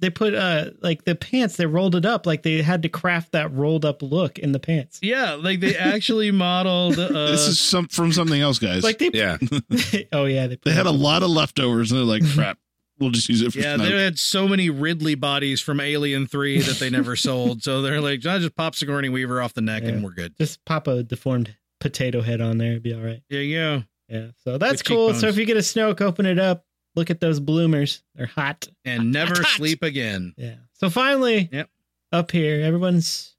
[SPEAKER 5] they put uh like the pants they rolled it up like they had to craft that rolled up look in the pants.
[SPEAKER 1] yeah, like they actually modeled. Uh,
[SPEAKER 3] this is some from something else, guys.
[SPEAKER 5] Like they
[SPEAKER 6] Yeah,
[SPEAKER 5] oh yeah they, put
[SPEAKER 3] they had a
[SPEAKER 5] it-
[SPEAKER 3] lot of leftovers, and they're like, "Crap, we'll just use it for
[SPEAKER 1] yeah,
[SPEAKER 3] Snoke."
[SPEAKER 1] they had so many Ridley bodies from Alien Three that they never sold, so they're like, I just pop Sigourney Weaver off the neck
[SPEAKER 5] Yeah.
[SPEAKER 1] and we're good.
[SPEAKER 5] just pop a deformed potato head on there it'd be all right.
[SPEAKER 1] There you go.
[SPEAKER 5] Yeah, so that's
[SPEAKER 1] With
[SPEAKER 5] cool. So
[SPEAKER 1] cheekbones.
[SPEAKER 5] if you get a Snoke, open it up. Look at those bloomers; they're hot.
[SPEAKER 1] and never sleep again.
[SPEAKER 5] Yeah. So finally,
[SPEAKER 1] Yep.
[SPEAKER 5] up here, everyone's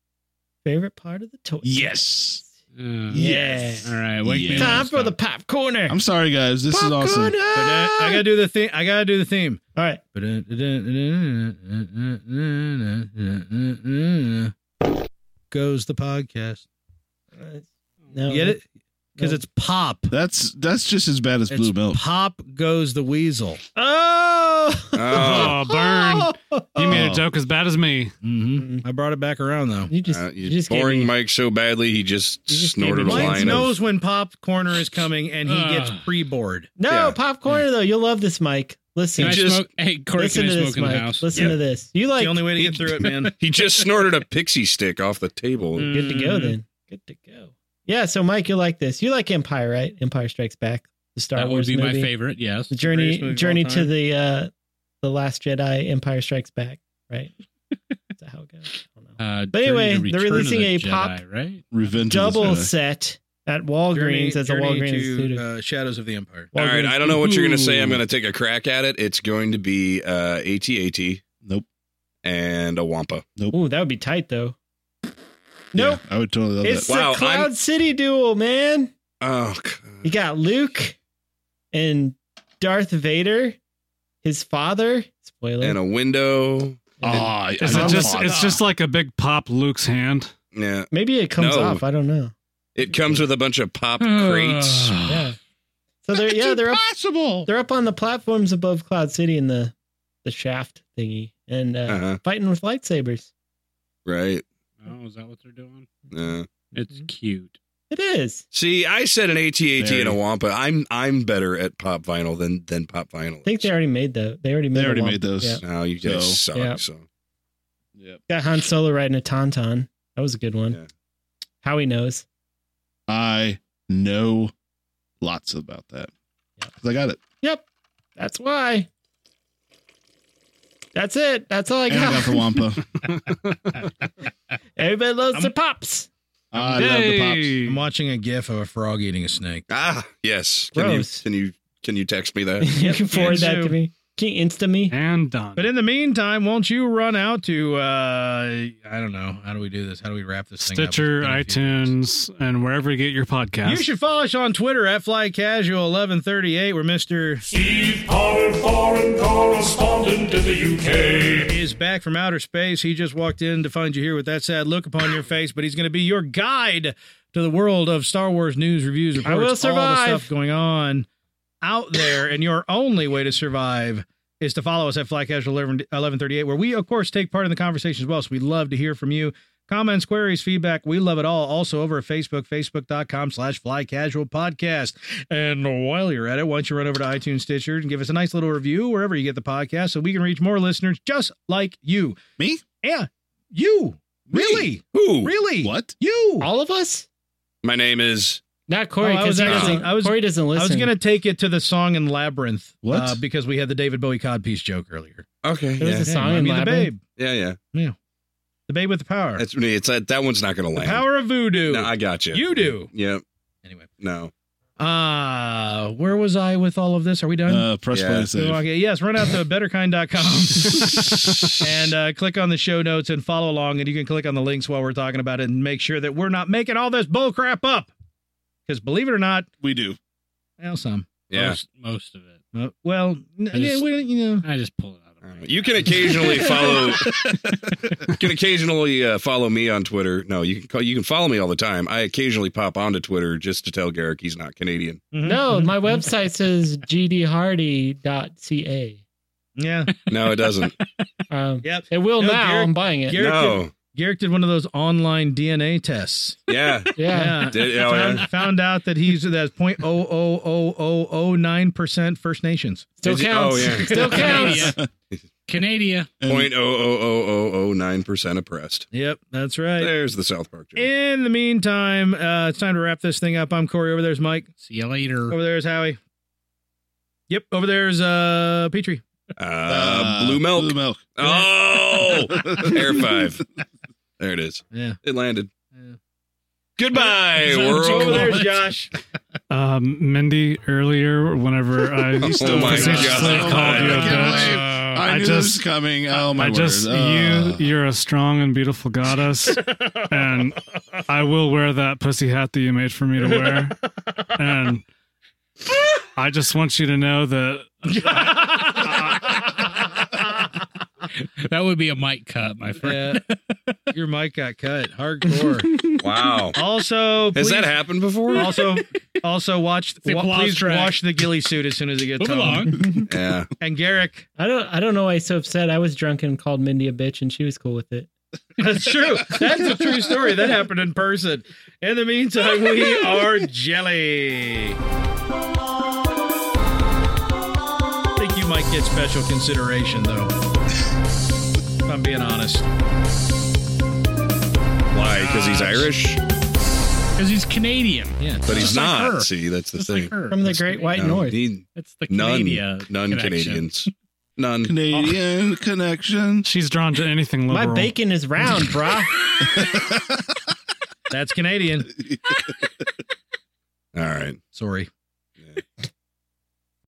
[SPEAKER 5] favorite part of the toy.
[SPEAKER 3] Yes.
[SPEAKER 4] Uh,
[SPEAKER 5] Yes.
[SPEAKER 4] All right. Wake me
[SPEAKER 3] Yeah.
[SPEAKER 4] up
[SPEAKER 5] Time
[SPEAKER 4] next
[SPEAKER 5] for the pop corner.
[SPEAKER 3] I'm sorry, guys. This is awesome.
[SPEAKER 1] But, uh, I gotta do the thing. I gotta do the theme.
[SPEAKER 5] All right.
[SPEAKER 1] Goes the podcast.
[SPEAKER 5] Uh, No.
[SPEAKER 1] Get it? Because it's pop.
[SPEAKER 3] That's that's just as bad as
[SPEAKER 1] It's
[SPEAKER 3] blue milk.
[SPEAKER 1] pop goes the weasel.
[SPEAKER 5] Oh.
[SPEAKER 6] Oh,
[SPEAKER 7] Oh, burn! You made a joke as bad as me.
[SPEAKER 1] Mhm. I brought it back around though.
[SPEAKER 5] You just,
[SPEAKER 6] uh,
[SPEAKER 5] you just gave
[SPEAKER 6] boring
[SPEAKER 5] me-
[SPEAKER 6] Mike so badly he just,
[SPEAKER 5] You just gave me
[SPEAKER 6] snorted a
[SPEAKER 1] Mike
[SPEAKER 6] line.
[SPEAKER 1] knows
[SPEAKER 6] Of,
[SPEAKER 1] when pop corner is coming, and he gets
[SPEAKER 5] Ah.
[SPEAKER 4] Ugh.
[SPEAKER 1] pre-bored.
[SPEAKER 5] No
[SPEAKER 6] Yeah.
[SPEAKER 5] pop corner though. You'll love this, Mike. Listen.
[SPEAKER 4] Can I
[SPEAKER 6] just-
[SPEAKER 4] smoke? Hey, Corey,
[SPEAKER 5] Listen
[SPEAKER 4] can I
[SPEAKER 5] to
[SPEAKER 4] smoke
[SPEAKER 5] this,
[SPEAKER 4] in the
[SPEAKER 5] Mike.
[SPEAKER 4] house?
[SPEAKER 5] Listen
[SPEAKER 6] Yeah.
[SPEAKER 5] to this. You
[SPEAKER 1] It's
[SPEAKER 5] like
[SPEAKER 1] the only way to get through it, man.
[SPEAKER 6] he just snorted a pixie stick off the table.
[SPEAKER 5] good to go then. Good to go. Yeah. So Mike, you like this. You like Empire, right? Empire Strikes Back, the Star
[SPEAKER 4] That would
[SPEAKER 5] Wars
[SPEAKER 4] be my
[SPEAKER 5] movie.
[SPEAKER 4] favorite. Yes.
[SPEAKER 5] The
[SPEAKER 1] Greatest movie
[SPEAKER 5] journey
[SPEAKER 1] of
[SPEAKER 5] journey
[SPEAKER 1] all
[SPEAKER 5] to
[SPEAKER 1] time.
[SPEAKER 5] the uh the last Jedi Empire Strikes Back, right? Is that how it goes? I don't know.
[SPEAKER 4] Uh,
[SPEAKER 5] But anyway,
[SPEAKER 4] Journey to
[SPEAKER 5] they're
[SPEAKER 4] Return of
[SPEAKER 5] releasing
[SPEAKER 4] the
[SPEAKER 5] a
[SPEAKER 4] Jedi,
[SPEAKER 5] pop-
[SPEAKER 4] right?
[SPEAKER 3] Revenge of the
[SPEAKER 5] Double
[SPEAKER 3] Sith.
[SPEAKER 5] set at Walgreens as a
[SPEAKER 1] Journey
[SPEAKER 5] Walgreens
[SPEAKER 1] to
[SPEAKER 5] student.
[SPEAKER 1] uh, Shadows of the Empire.
[SPEAKER 6] All right,
[SPEAKER 5] Walgreens-
[SPEAKER 6] I don't know what you're going to say. I'm
[SPEAKER 4] Ooh.
[SPEAKER 6] going to take a crack at it. It's going to be uh, ATAT
[SPEAKER 3] Nope.
[SPEAKER 6] and a Wampa.
[SPEAKER 5] Ooh, that would be tight though. Nope.
[SPEAKER 3] Yeah, I would totally love
[SPEAKER 5] It's
[SPEAKER 3] that.
[SPEAKER 5] the
[SPEAKER 6] Wow, I'm-
[SPEAKER 5] Cloud City duel, man.
[SPEAKER 6] Oh,
[SPEAKER 5] You
[SPEAKER 6] God.
[SPEAKER 5] got Luke and Darth Vader, his father. Spoiler.
[SPEAKER 6] and a window.
[SPEAKER 3] Ah,
[SPEAKER 7] Is
[SPEAKER 3] I
[SPEAKER 7] it
[SPEAKER 3] love
[SPEAKER 7] just?
[SPEAKER 3] that.
[SPEAKER 7] It's just like a big pop Luke's hand.
[SPEAKER 6] Yeah,
[SPEAKER 5] Maybe it comes
[SPEAKER 6] No.
[SPEAKER 5] off. I don't know.
[SPEAKER 6] it comes with a bunch of pop crates.
[SPEAKER 1] Ah.
[SPEAKER 5] Yeah. So they're yeah they're up
[SPEAKER 3] possible.
[SPEAKER 5] they're up on the platforms above Cloud City in the the shaft thingy and uh,
[SPEAKER 6] Uh-huh.
[SPEAKER 5] fighting with lightsabers.
[SPEAKER 6] Right.
[SPEAKER 4] Oh, is that what they're doing?
[SPEAKER 6] Yeah.
[SPEAKER 4] It's cute.
[SPEAKER 5] It is.
[SPEAKER 6] See, I said an ATAT
[SPEAKER 3] Very.
[SPEAKER 6] and a Wampa. I'm I'm better at pop vinyl than than pop vinyl.
[SPEAKER 5] I think they already made though. They already made.
[SPEAKER 3] They
[SPEAKER 5] a
[SPEAKER 3] already
[SPEAKER 5] lump.
[SPEAKER 3] made those.
[SPEAKER 5] Yeah.
[SPEAKER 6] No, you guys
[SPEAKER 3] So-
[SPEAKER 6] suck.
[SPEAKER 5] Yeah.
[SPEAKER 6] So
[SPEAKER 5] Got Han Solo riding a tauntaun. That was a good one.
[SPEAKER 6] Yeah.
[SPEAKER 5] Howie knows.
[SPEAKER 3] I know lots about that. 'Cause I got it.
[SPEAKER 5] Yep. That's why. That's it. That's all I
[SPEAKER 3] And I got
[SPEAKER 5] got.
[SPEAKER 3] the Wampa.
[SPEAKER 5] Everybody loves their pops.
[SPEAKER 3] I love the pops.
[SPEAKER 1] I'm watching a gif of a frog eating a snake.
[SPEAKER 6] Ah, yes. Can
[SPEAKER 5] Gross.
[SPEAKER 6] you can you can you text me that?
[SPEAKER 5] you can forward that to
[SPEAKER 1] too.
[SPEAKER 5] me. Can you insta me?
[SPEAKER 7] And done.
[SPEAKER 1] But in the meantime, won't you run out to uh I don't know. How do we do this? How do we wrap this thing up? It's
[SPEAKER 7] Stitcher,
[SPEAKER 1] been a few days.
[SPEAKER 7] iTunes, and wherever you get your podcast.
[SPEAKER 1] You should follow us on Twitter at FlyCasual1138, where Mr.
[SPEAKER 2] Steve Potter, foreign correspondent in the UK.
[SPEAKER 1] is back from outer space. He just walked in to find you here with that sad look upon your face, but he's going to be your guide to the world of Star Wars news, reviews,
[SPEAKER 5] I
[SPEAKER 1] reports,
[SPEAKER 5] will
[SPEAKER 1] all the
[SPEAKER 5] survive.
[SPEAKER 1] stuff going on out there. And your only way to survive is to follow us at FlyCasual 1138, where we, of course, take part in the conversation as well. So we love to hear from you. Comments, queries, feedback, we love it all. Also over at Facebook, facebook.com slash fly casual podcast. And while you're at it, why don't you run over to iTunes, Stitcher, and give us a nice little review wherever you get the podcast so we can reach more listeners just like you.
[SPEAKER 3] Me?
[SPEAKER 1] Yeah, you.
[SPEAKER 3] Me?
[SPEAKER 1] Really?
[SPEAKER 6] Who?
[SPEAKER 1] Really?
[SPEAKER 3] What?
[SPEAKER 1] You.
[SPEAKER 5] All of us?
[SPEAKER 6] My name is
[SPEAKER 5] Not Corey,
[SPEAKER 1] Oh, I was
[SPEAKER 5] because he
[SPEAKER 1] actually-
[SPEAKER 5] doesn't.
[SPEAKER 1] I was-
[SPEAKER 5] Corey doesn't
[SPEAKER 1] I
[SPEAKER 5] listen.
[SPEAKER 1] was going to take it to the song in Labyrinth.
[SPEAKER 3] What?
[SPEAKER 1] Uh, because we had the David Bowie codpiece joke earlier.
[SPEAKER 6] Okay.
[SPEAKER 5] There was
[SPEAKER 6] Yeah.
[SPEAKER 5] a song
[SPEAKER 1] I
[SPEAKER 5] in
[SPEAKER 1] mean, the
[SPEAKER 5] Labyrinth?
[SPEAKER 1] babe.
[SPEAKER 6] yeah, yeah.
[SPEAKER 1] The babe with the power.
[SPEAKER 6] That's it's uh, that that one's not gonna
[SPEAKER 1] the
[SPEAKER 6] land.
[SPEAKER 1] power of voodoo.
[SPEAKER 6] No, I got you.
[SPEAKER 1] You do.
[SPEAKER 6] Yeah.
[SPEAKER 1] Anyway.
[SPEAKER 6] No.
[SPEAKER 1] Uh, where was I with all of this? Are we done?
[SPEAKER 3] Uh, press
[SPEAKER 6] Yeah.
[SPEAKER 3] play to
[SPEAKER 1] So,
[SPEAKER 3] save.
[SPEAKER 1] okay, yes, run out to betterkind.com and uh, click on the show notes and follow along. And you can click on the links while we're talking about it and make sure that we're not making all this bull crap up. Because believe it or not,
[SPEAKER 3] We do.
[SPEAKER 1] well, some.
[SPEAKER 6] Yeah.
[SPEAKER 4] Most, most of it.
[SPEAKER 1] Uh, well, n- yeah,
[SPEAKER 4] just-
[SPEAKER 1] we, you know.
[SPEAKER 4] I just pull it out of my
[SPEAKER 6] You can occasionally follow. can occasionally uh, follow me on Twitter. No, you can call, you can follow me all the time. I occasionally pop onto Twitter just to tell Garrick he's not Canadian.
[SPEAKER 1] Mm-hmm.
[SPEAKER 5] No, my website says gdhardy.ca.
[SPEAKER 1] Yeah.
[SPEAKER 6] No, it doesn't.
[SPEAKER 5] Um,
[SPEAKER 1] Yep.
[SPEAKER 5] It will
[SPEAKER 1] No,
[SPEAKER 5] now.
[SPEAKER 1] Garrett-
[SPEAKER 5] I'm buying it.
[SPEAKER 1] Garrett-
[SPEAKER 6] no.
[SPEAKER 1] Garrick did one of those online DNA tests.
[SPEAKER 6] Yeah.
[SPEAKER 5] yeah.
[SPEAKER 6] Did- oh,
[SPEAKER 1] found,
[SPEAKER 6] yeah.
[SPEAKER 1] found out that he's that's point oh oh oh oh oh nine percent First Nations.
[SPEAKER 5] Still
[SPEAKER 6] Did you-
[SPEAKER 5] counts.
[SPEAKER 6] oh, yeah.
[SPEAKER 5] Still counts.
[SPEAKER 4] Canada. Canada.
[SPEAKER 3] And
[SPEAKER 6] Point oh oh oh oh oh nine percent oppressed.
[SPEAKER 1] Yep, that's right.
[SPEAKER 6] There's the South Park. joke.
[SPEAKER 1] In the meantime, uh, it's time to wrap this thing up. I'm Corey. Over there's Mike.
[SPEAKER 4] See you later.
[SPEAKER 1] Over there's Howie. Yep. Over there's uh, Petrie.
[SPEAKER 6] Uh,
[SPEAKER 3] uh,
[SPEAKER 6] blue milk.
[SPEAKER 3] Blue milk.
[SPEAKER 6] Oh, air five. There it is.
[SPEAKER 1] Yeah.
[SPEAKER 6] It landed.
[SPEAKER 1] Yeah.
[SPEAKER 6] Goodbye,
[SPEAKER 4] Is that what you
[SPEAKER 1] Over
[SPEAKER 4] call
[SPEAKER 6] world.
[SPEAKER 4] it?
[SPEAKER 1] there's Josh.
[SPEAKER 7] Um, Mindy, earlier, whenever I
[SPEAKER 6] Oh
[SPEAKER 3] still
[SPEAKER 6] my
[SPEAKER 3] facetiously
[SPEAKER 6] God.
[SPEAKER 7] called you a
[SPEAKER 3] I can't
[SPEAKER 7] bitch.
[SPEAKER 3] believe- I,
[SPEAKER 7] I
[SPEAKER 3] knew
[SPEAKER 7] just-
[SPEAKER 3] this was coming. Oh my
[SPEAKER 7] I just
[SPEAKER 3] word. Uh,
[SPEAKER 7] you you're a strong and beautiful goddess and I will wear that pussy hat that you made for me to wear. And I just want you to know that
[SPEAKER 4] That would be a mic cut, my friend.
[SPEAKER 1] Yeah. Your mic got cut hardcore.
[SPEAKER 6] Wow.
[SPEAKER 1] also,
[SPEAKER 6] Has
[SPEAKER 1] please,
[SPEAKER 6] that happened before?
[SPEAKER 1] also also watch.
[SPEAKER 4] the
[SPEAKER 1] wa-
[SPEAKER 4] applause
[SPEAKER 1] please
[SPEAKER 4] track.
[SPEAKER 1] wash the ghillie suit as soon as it gets
[SPEAKER 4] Move
[SPEAKER 1] home.
[SPEAKER 4] along.
[SPEAKER 6] yeah.
[SPEAKER 1] And Garrick.
[SPEAKER 5] I don't. I don't know why he's so upset. I was drunk and called Mindy a bitch, and she was cool with it.
[SPEAKER 1] That's true. That's a true story. That happened in person. In the meantime, we are jelly. I think you might get special consideration, though. If I'm being honest.
[SPEAKER 6] Why? Because he's Irish,
[SPEAKER 4] Because he's Canadian.
[SPEAKER 1] Yeah.
[SPEAKER 6] but he's
[SPEAKER 4] Just like
[SPEAKER 6] not.
[SPEAKER 4] her.
[SPEAKER 6] See, that's the
[SPEAKER 4] Just
[SPEAKER 6] thing.
[SPEAKER 4] like her.
[SPEAKER 5] From the Great White
[SPEAKER 6] No,
[SPEAKER 5] North.
[SPEAKER 6] he-
[SPEAKER 4] That's the
[SPEAKER 6] none,
[SPEAKER 4] Canada.
[SPEAKER 6] none
[SPEAKER 4] connection.
[SPEAKER 6] Canadians, none.
[SPEAKER 3] Uh, Canadian
[SPEAKER 7] Oh.
[SPEAKER 3] connection.
[SPEAKER 7] she's drawn to anything
[SPEAKER 5] My
[SPEAKER 7] liberal.
[SPEAKER 5] bacon is round, brah.
[SPEAKER 1] That's Canadian.
[SPEAKER 6] All right.
[SPEAKER 1] Sorry.